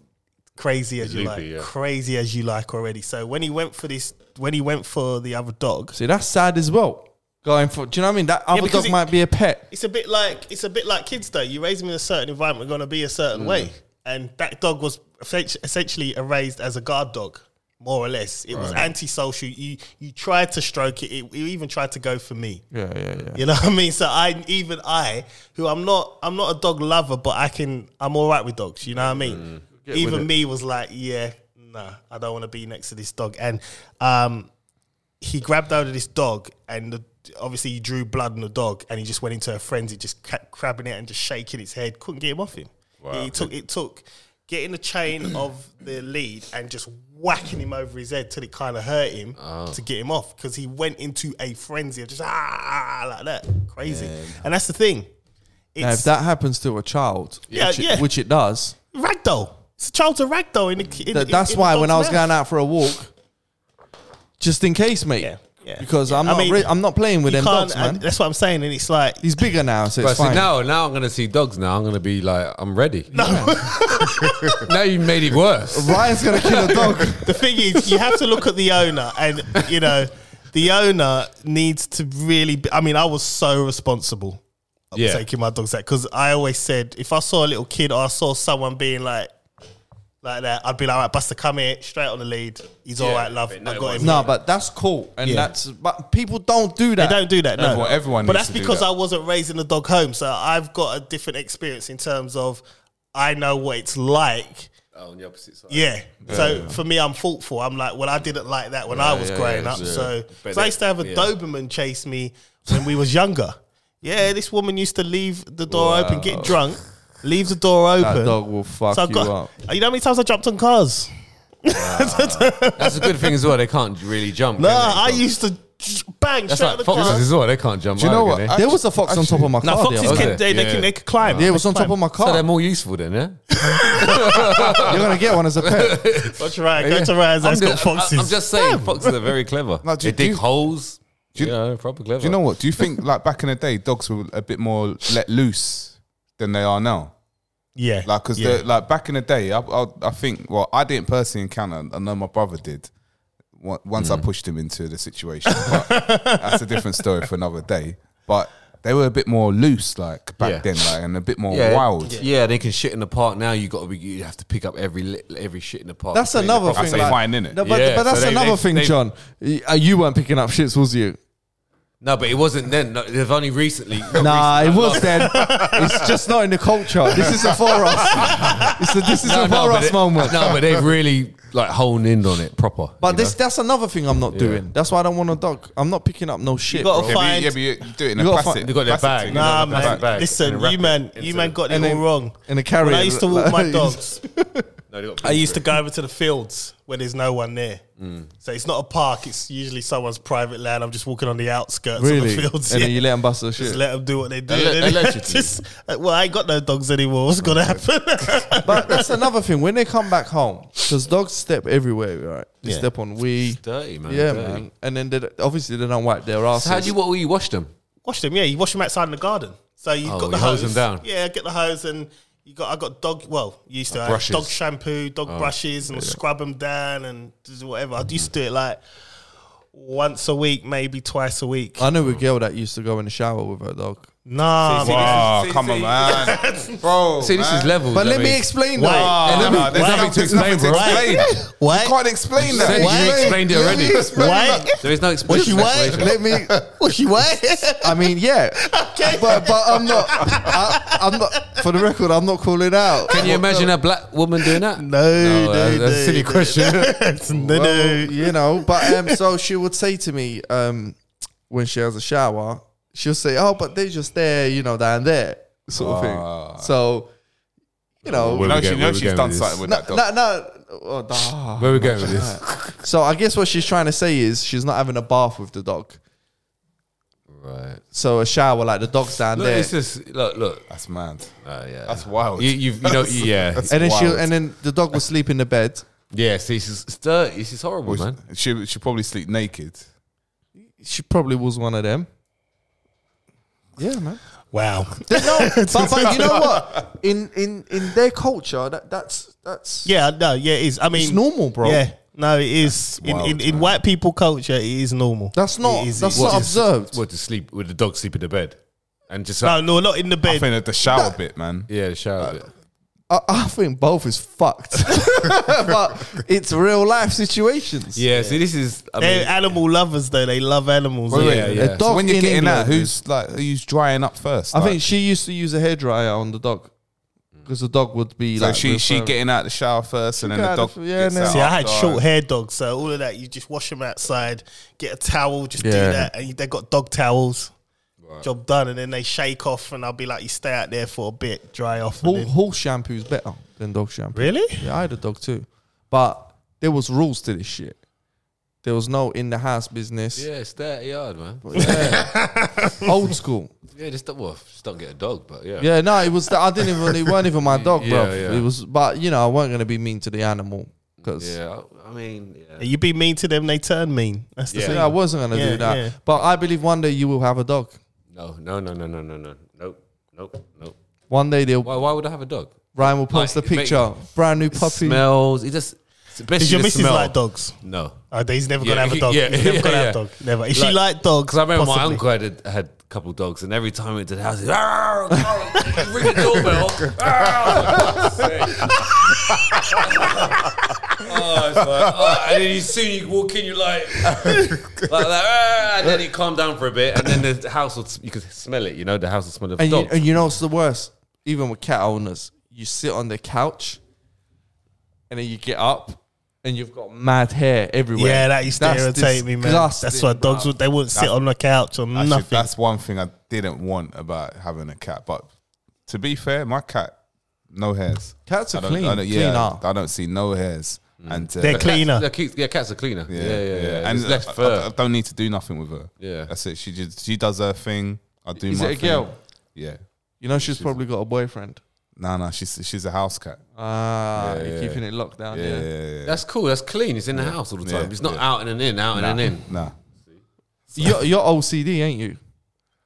crazy as you Loopy, like yeah. crazy as you like already so when he went for this when he went for the other dog See, that's sad as well. Going for, do you know what I mean? That other because dog it- might be a pet. it's a bit like it's a bit like kids though you raise them in a certain environment they're going to be a certain way Mm. and that dog was essen- essentially raised as a guard dog more or less it was antisocial you you tried to stroke it. it you even tried to go for me Yeah, yeah, yeah. you know what I mean? So I even I, who I'm not I'm not a dog lover, but I can I'm all right with dogs, you know what I mean? Mm. Even me was like, yeah, nah, I don't want to be next to this dog. And um he grabbed out of this dog and the, obviously he drew blood on the dog and he just went into a frenzy, just kept grabbing it and just shaking its head. Couldn't get him off him. It took it took getting the chain (clears throat) of the lead and just whacking him over his head till it kind of hurt him to get him off because he went into a frenzy of just ah, ah ah," like that crazy. And that's the thing. Now, if It's that happens to a child, Yeah, which, yeah. It, which it does, ragdoll. It's a child's a ragdoll in the. ki- In, that, in- that's in the why when I dog's was going mouth. out for a walk, just in case, mate, Yeah, yeah. because I'm I not, mean, re- I'm not playing with You them can't- dogs, man. and That's what I'm saying, and it's like He's bigger now, so But it's see, fine. now, now I'm going to see dogs now. I'm going to be like, I'm ready. (laughs) now you made it worse. Ryan's gonna kill a dog. the thing is, you have to look at the owner, and you know, the owner needs to really. Be, I mean, I was so responsible of Yeah. taking my dogs out because I always said if I saw a little kid or I saw someone being like. Like that, I'd be like, all right, Buster, come here, straight on the lead. He's all right, love. I got him. No, but that's cool, and Yeah. that's but people don't do They that. don't do that. No, Everyone- everyone But needs that's to do because that. I wasn't raising the dog home, so I've got a different experience in terms of I know what it's like. on the opposite side. Yeah. so for me, I'm thoughtful. I'm like, well, I didn't like that when I was growing up. So 'cause I used to have a Doberman chase me when we was younger. (laughs) Yeah, this woman used to leave the door open, get drunk, leave the door open. That dog will fuck so I you got, up. you know how many times I jumped on cars? That's a good thing as well. They can't really jump. No, can they? I used to bang That's straight like at the foxes car. as well. They can't jump. Do you know either, what? can Actually- There was a fox on top of my No, car. the foxes other can, day. they, they, Yeah. can, they can climb. Yeah, it was on top of my So car. they're more useful then, yeah. You're gonna get one as a pet. Watch Ryan, go to Ryan's house, got just, foxes. I, am just saying, foxes are very clever. No, do they you- dig do you- holes. do you- yeah, they're proper clever. Do you know what? Do you think like back in the day, dogs were a bit more let loose than they are now? yeah. Like, cause yeah. the like back in the day, I, I I think well, I didn't personally encounter. I know my brother did. on- Once Mm. I pushed him into the situation, but that's a different story for another day. But they were a bit more loose, like back Yeah. then, like and a bit more yeah, wild. Yeah. they can shit in the park now. You got to be. You have to pick up every li- every shit in the park. That's Clean the another property. thing. That's like- fine, innit? No, but, Yeah, but that's so they- another they- thing, they- John. Y- uh, You weren't picking up shits, was you? No, but it wasn't then. No, they've only recently. Nah, it was then. it's just not in the culture. This isn't for us. It's a, this is No, a for no, but us it- moment. (laughs) No, but they've really like honed in on it proper. But you this know? that's another thing I'm not doing. That's why I don't want a dog. I'm not picking up no shit. gotta bro. Yeah, but, Find- you, yeah, but you, you do it in You a gotta plastic. find- They got their plastic bag. thing, Nah, innit? Like a man. bag. bag Listen, and wrap you it man, into you the- man got it and all then- wrong. and they carry When I it used to walk like- (laughs) my dogs, No, they got I used to go over to the fields where there's no one there. So it's not a park. It's usually someone's private land. I'm just walking on the outskirts really. of the fields. and then yeah. you let them bust their shit. just let them do what they do. Alle- And then allegedly. (laughs) just- uh, well, I ain't got no dogs anymore. What's gonna happen? (laughs) but that's another thing. When they come back home, because dogs step everywhere, right? They Yeah. step on we. dirty man. Yeah, dirty. man. And then they, obviously they don't wipe their asses. So how do you what you wash them? wash them. Yeah, you wash them outside in the garden. So you Oh, got the you hose. hose them down. Yeah, get the hose and you got. I got dog. Well, you used to have brushes. Oh, dog shampoo, dog brushes, and scrub them down and just whatever. I used to do it like once a week, maybe twice a week. I knew a girl that used to go in the shower with her dog. nah, Wow, man. Uh, See, see, come see. on, man, bro. See, this man. is levels. But I let me mean. explain Why? that. Oh, Hey, no, let no, me- there's why- nothing to there's explain. nothing to explain. Why? (laughs) You can't explain Said that. you Why? explained it already. Why? There is no Was she explanation. white? Let me. (laughs) Was she white? I mean, yeah. (laughs) Okay. But but I'm not. I, I'm not. For the record, I'm not calling out. Can you imagine a black woman doing that? No, no, uh, no, that's a silly question. question. (laughs) no, (laughs) Well, no. you know, but um, so she would say to me um, when she has a shower, she'll say, "Oh, but they're just there, you know, down there, sort of Ah. thing." So, you know, Where No, we she going- knows where we she's going done with something with no, that dog. no, no. oh, da- Where we going with this? So I guess what she's trying to say is she's not having a bath with the dog. Right. So a shower like the dog's down Look, there, it's just look, look. That's mad. Oh, Uh, yeah, That's wild. You, you've, you know, yeah, and then she wild. and then the dog will sleep in the bed. yeah. See, this is it's dirty. This is horrible, man. She she probably sleep naked. She probably was one of them. Yeah, man. Wow. No, (laughs) but, but you know what? In in in their culture, that that's that's Yeah, no, yeah, it is. I mean, It's normal, bro. Yeah, no, it is. In, wild, in, in white people culture, it is normal. That's not It is, that's it not is. observed. What to sleep? Would the dog sleep in the bed? And just No, no, not in the I bed. think that the shower bit, man. yeah, the shower. bit. I, I think both is fucked, (laughs) but it's real life situations. Yeah, see, this is. (laughs) I They're mean, animal lovers, though. They love animals. Wait, wait, yeah. yeah. A dog So when you're in getting England, out, who's like who's drying up first? I Like, think she used to use a hairdryer on the dog because the dog would be so like she she referring- getting out the shower first, and then got the out dog. the- yeah, gets and then- out See, I had after. short hair dogs, so all of that, you just wash them outside, get a towel, just do Yeah. that, and you- they got dog towels. Job done, and then they shake off, and I'll be like, "You stay out there for a bit, dry off." And Hor- then, horse shampoo's better than dog shampoo. really? Yeah, I had a dog too, but there was rules to this shit. There was no in the house business. yeah, it's dirty yard, man. Old school. Yeah, just don't, well, just don't get a dog, but yeah. Yeah, no, it was. The, I didn't even. It weren't even my dog, bro. (laughs) Yeah, yeah. It was, but you know, I weren't gonna be mean to the animal because Yeah, I, I mean, yeah. You be mean to them, they turn mean. That's the Yeah. thing. I wasn't gonna Yeah, do that. yeah. But I believe one day you will have a dog. no, no, no, no, no, no, no, nope, nope, nope. One day they'll Why, why would I have a dog? Ryan will post Like, a picture, brand new puppy. Smells. It just. Does Especially your the missus smell. like dogs? No, Oh, he's never Yeah, gonna have a dog. yeah, he's never yeah, (laughs) gonna have a yeah. dog. Never. If she Like- liked dogs, Because I remember my possibly. uncle had a, had a couple of dogs, and every time we went to the house, he'd, "Arr, arr, (laughs) ring the doorbell. Arr." oh, it's like, oh, and then you, soon you walk in, you're like, (laughs) like that, "Arr," and then it calmed down for a bit, and then the house would, you could smell it, you know, the house would smell of and, you, dogs. and you know what's the worst? Even with cat owners, you sit on the couch, and then you get up, and you've got mad hair everywhere. Yeah, that used to That's irritate me, man. That's disgusting, why dogs bro. would they wouldn't sit on the couch or Actually, nothing. That's one thing I didn't want about having a cat. But to be fair, my cat no hairs. Cats are I don't- clean, I don't- clean yeah, up. I don't see no hairs. and uh, (laughs) They're cleaner. Cats, yeah, keep- yeah, cats are cleaner. Yeah, yeah, yeah. And uh, It's less I- I- fur. I, don't need to do nothing with her. Yeah. that's it. She just she does her thing. I do Is my it a thing. girl? Yeah. You know, she's probably got a boyfriend. No, no, she's she's a house cat. Ah, Yeah, you're yeah. keeping it locked down. Yeah, Yeah. yeah, yeah. yeah. That's cool. That's clean. It's in the house all the time. Yeah, It's not yeah. out and an in, out and an in. Nah. You're, you're OCD, ain't you?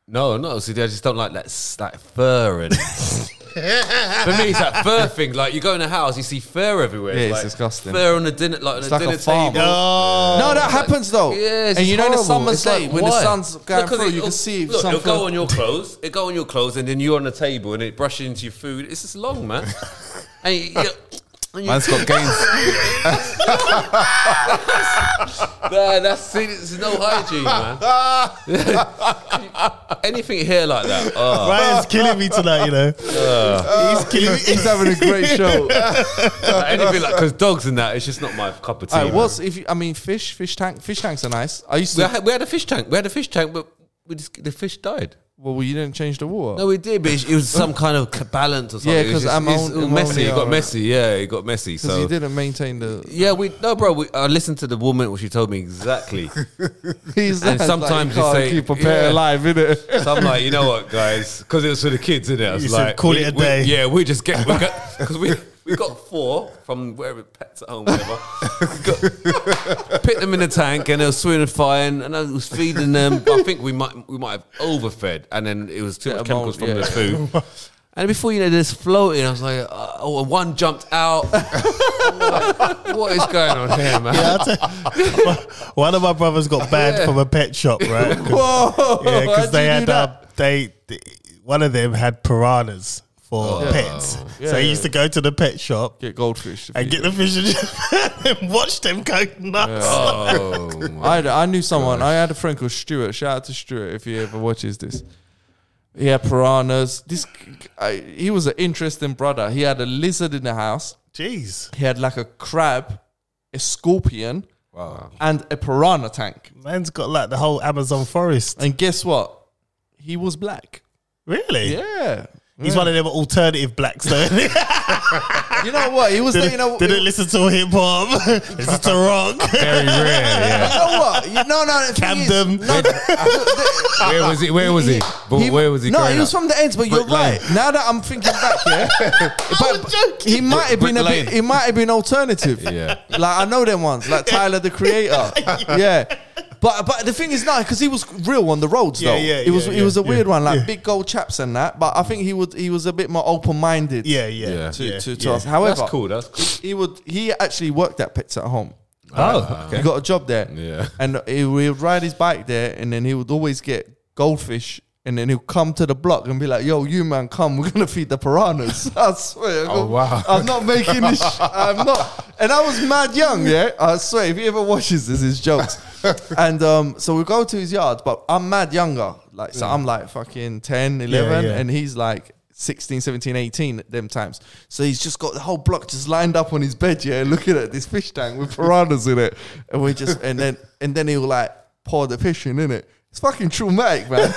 No, no. See, I just don't like that s- that fur. And for me, it's that fur thing. Like you go in a house, you see fur everywhere. Yeah, it's like disgusting. Fur on the dinner, like on the like a dinner farm. table. Oh, No, that happens though. Yes, and it's you know, in the horrible. summer's It's like, late when why? the sun's going Because through, it- you can see Look, some. it'll go fur- on your clothes. It go on your clothes, and then you're on the table, and it brushes into your food. It's just long, man. (laughs) and you, you, and you- Man's got games. (laughs) (laughs) Nah, that's see, this is no (laughs) hygiene, man. Anything here like that? Oh, Ryan's killing me tonight, you know. Uh. He's killing me. (laughs) He's having a (laughs) great show. anything like because dogs and that. It's just not my cup of tea. Alright, man. what's if you, I mean fish? Fish tank. Fish tanks are nice. I used We to. had, we had a fish tank. We had a fish tank, but we just, the fish died. Well, you didn't change the water. No, we did, but it, it was some kind of ca- balance or something. Yeah, It was 'cause just- I'm it's on- all I'm messy. only It got on- messy. Yeah, it got messy. Because So you didn't maintain the. yeah, we no, bro. We, I listened to the woman. What she told me exactly. (laughs) He's And like, sometimes you you can't say- keep a pair yeah. alive, innit? So I'm like, you know what, guys? Because it was for the kids, innit? I was You said, like, "Call we- it a we- day." yeah, we just get (laughs) because we, we got four from wherever pets at home, whatever. Got- put them in the tank, and they were swimming fine, and I was feeding them. But I think we might we might have overfed, and then it was too much chemicals from the food. And before you know, this floating, I was like, uh, oh, and one jumped out. (laughs) I'm like, what is going on here, man? (laughs) I'll tell- One of my brothers got banned from a pet shop, (laughs) right? 'Cause- yeah, because they had uh, they, they one of them had piranhas for Oh. pets, so he used to go to the pet shop Get goldfish. if and you- (laughs) get the fish and, and watch them go nuts. Oh, my. I, had- I knew someone. I had a friend called Stuart. Shout out to Stuart if he ever watches this. He had piranhas. This, I, he was an interesting brother. He had a lizard in the house. (laughs) Jeez, He had like a crab, a scorpion, and a piranha tank. man's got like the whole Amazon forest. And guess what? He was black. Really? Yeah. He's one of them alternative blacks though. (laughs) You know what? He was dating a, Didn't listen to hip hop. (laughs) Listen to (laughs) rock. Very rare. Yeah. You know what? You- No, no. the thing is- Camden. Where was he? Where was he? But where was he? No, growing he was up? from the ends, but you're Brick right. Lane. Now that I'm thinking back, yeah, but he might have been a Brick bit, Lane. he might have been alternative. Yeah. like I know them ones, like Tyler the Creator. yeah. But but the thing is now because he was real on the roads Yeah, though. yeah, it was yeah, it was a yeah, weird yeah, one, like yeah. big gold chaps and that. But I think he would he was a bit more open minded. Yeah, yeah, Yeah. To, yeah, to, to yeah. us. However, that's cool. That's cool. he would he actually worked at Pets at Home. Oh, He got a job there. Yeah. And he would ride his bike there and then he would always get goldfish and then he'll come to the block and be like, yo, you man, come, we're gonna feed the piranhas. (laughs) I swear. Oh, wow. I'm not making this sh- I'm not and I was mad young, yeah. I swear, if he ever watches this, it's (laughs) jokes. and um, so we go to his yard, but I'm mad younger. Like so I'm like fucking 10, 11, yeah. and he's like 16, 17, 18 at them times. So he's just got the whole block just lined up on his bed, yeah, looking at this fish tank with piranhas in it. And we just and then and then he'll like pour the fish in, innit? It's fucking traumatic, (laughs) man.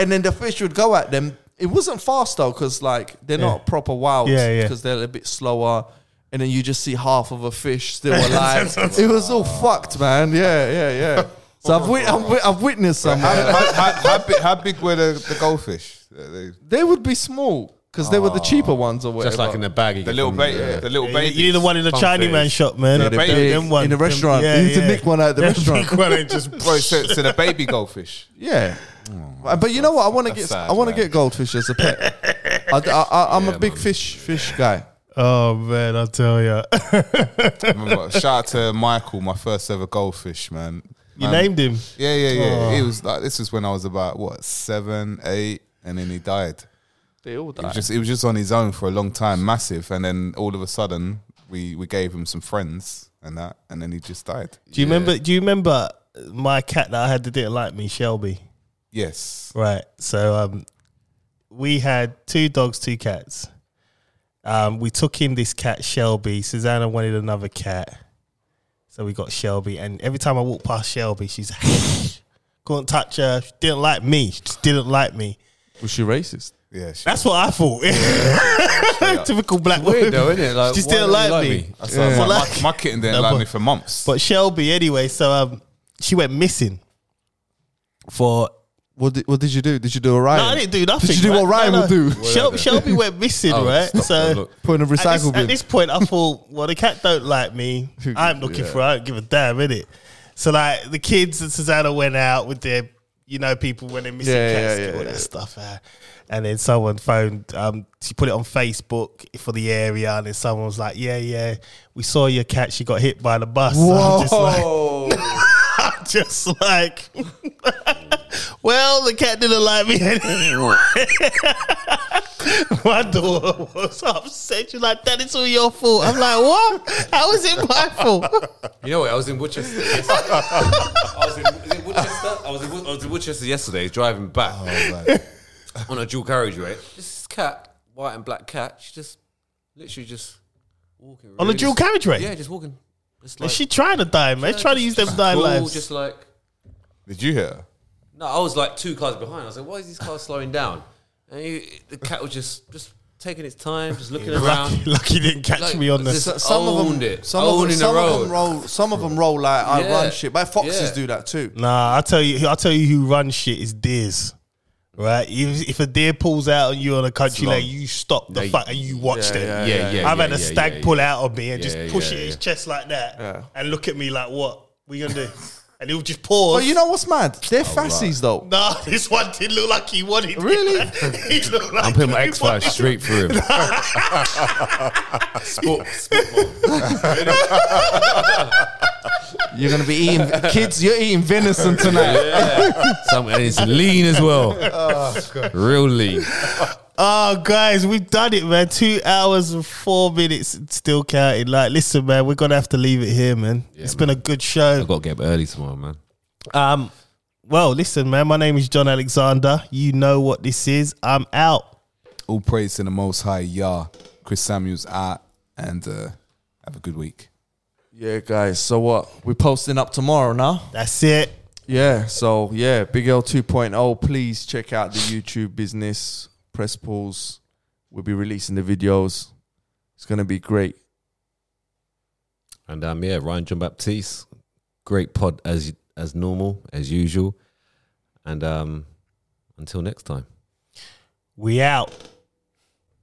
and then the fish would go at them. It wasn't fast though, because like they're not proper wilds Yeah, yeah. because they're a bit slower. And then you just see half of a (laughs) fish still alive. it was all fucked, man. Yeah, yeah, yeah. So I've, wit- I've, wit- I've witnessed some. how, how, how, how, big, how big were the, the goldfish? Uh, The, the, They would be small because they were Oh. the cheaper ones or whatever. Just like in the bag. you the get little from- baby. The little You, baby. you need the one in the Fun Chinese face. man shop, man. Yeah, the Them- big- them one. in the Them- restaurant. yeah, you (laughs) need yeah. to nick one out of the Them restaurant. big one and just Bro, so, so the baby goldfish. (laughs) Yeah. but you know what? I want to that's get sad, I want to man. get goldfish as a pet. I, am a big fish fish guy. Oh man, I tell you, Remember, shout out to Michael, my first ever goldfish, man. (laughs) you Man, named him. Yeah, yeah, yeah. Oh. It was like this was when I was about what seven, eight, and then he died. They all It die. was just it was just on his own for a long time, massive, and then all of a sudden we we gave him some friends and that, and then he just died. Do you remember? Do you remember my cat that I had that didn't like me, Shelby? Yes, Right. So um, we had two dogs, two cats. Um, we took in this cat, Shelby. Susanna wanted another cat. So we got Shelby. And every time I walked past Shelby, she's (laughs) couldn't touch her. She didn't like me. She just didn't like me. Was she racist? Yeah, shit. That's what I thought. (laughs) Typical black woman. Weird though, isn't it? Like, she why still don't you like, like me. me? That's like, For my, like- my kitten didn't No, like but- me for months. But Shelby, anyway, so um, she went missing. For What did, what did you do? Did you do a No, I Ryan? didn't do nothing. Did you do right? what Ryan No, will no. do? Shel- Shelby went missing, (laughs) Oh, right? stop, so look. Put in a at this, recycle at bin. this point, (laughs) I thought, well, the cat don't like me. I'm looking for. Her. I don't give a damn, innit? So like the kids and Susanna went out with their, you know, people when they're missing Yeah, cats, yeah, yeah, all that yeah. stuff. uh, and then someone phoned. Um, she put it on Facebook for the area, and then someone was like, "Yeah, yeah, we saw your cat. She got hit by the bus." (laughs) So I was just like, I'm (laughs) just like, (laughs) well, the cat didn't like me anyway. (laughs) my daughter was upset. She's like, that is all your fault. I'm like, what? How is it my fault? You know what? I was in Worcester. yesterday. I was in, was it Worcester. I was in, Wo- I was in Worcester yesterday, driving back Oh, on a dual carriageway. This cat, white and black cat, she just literally just walking On really a dual just- carriageway? Yeah, just walking. Just Is like, she trying to die, man? She's trying to use them dying cool, lives. Just like Did you hear? her? no, I was like two cars behind. I was like, why is this car slowing down? And you, the cat was just just taking its time, just looking lucky, around. lucky didn't catch Like, me on this- this. (laughs) So- some of them, Owned it. Some, of, Owned them- in some the of road. them roll. Some of them roll like I Yeah. run shit. But foxes Yeah. do that too. Nah, I tell you, I tell you who runs shit is deers. Right, if, if a deer pulls out on you on a country long. lane, you stop the Yeah, fuck and you watch them. Yeah, yeah. yeah I've had yeah, a yeah, stag yeah, pull out of me and Yeah, just push yeah, it yeah. his chest like that and look at me like, what? We gonna do? and he'll just pause. But you know what's mad? They're fassies though. Nah, (laughs) this one didn't look like he wanted. Really? It. (laughs) he looked like I'm putting (laughs) my he X Files wanted- straight through him. Sport, sport mode. You're gonna be eating kids. You're eating venison tonight. Some, and it's lean as well. Real lean. Oh, guys, we've done it, man. Two hours and four minutes, and still counting. Like, listen, man, we're gonna have to leave it here, man. It's been a good I've show. got to get up early tomorrow, man. Um, well, listen, man. My name is John Alexander. You know what this is. I'm out. All praise to the Most High Yah. Chris Samuels out, and uh, have a good week. yeah, guys. So what? We're posting up tomorrow now. That's it. Yeah, so yeah, Big L 2.0. Please check out the YouTube business, Press Pause. We'll be releasing the videos. It's going to be great. And um, yeah, Ryan John Baptiste, great pod as as normal as usual. And um, until next time. We out.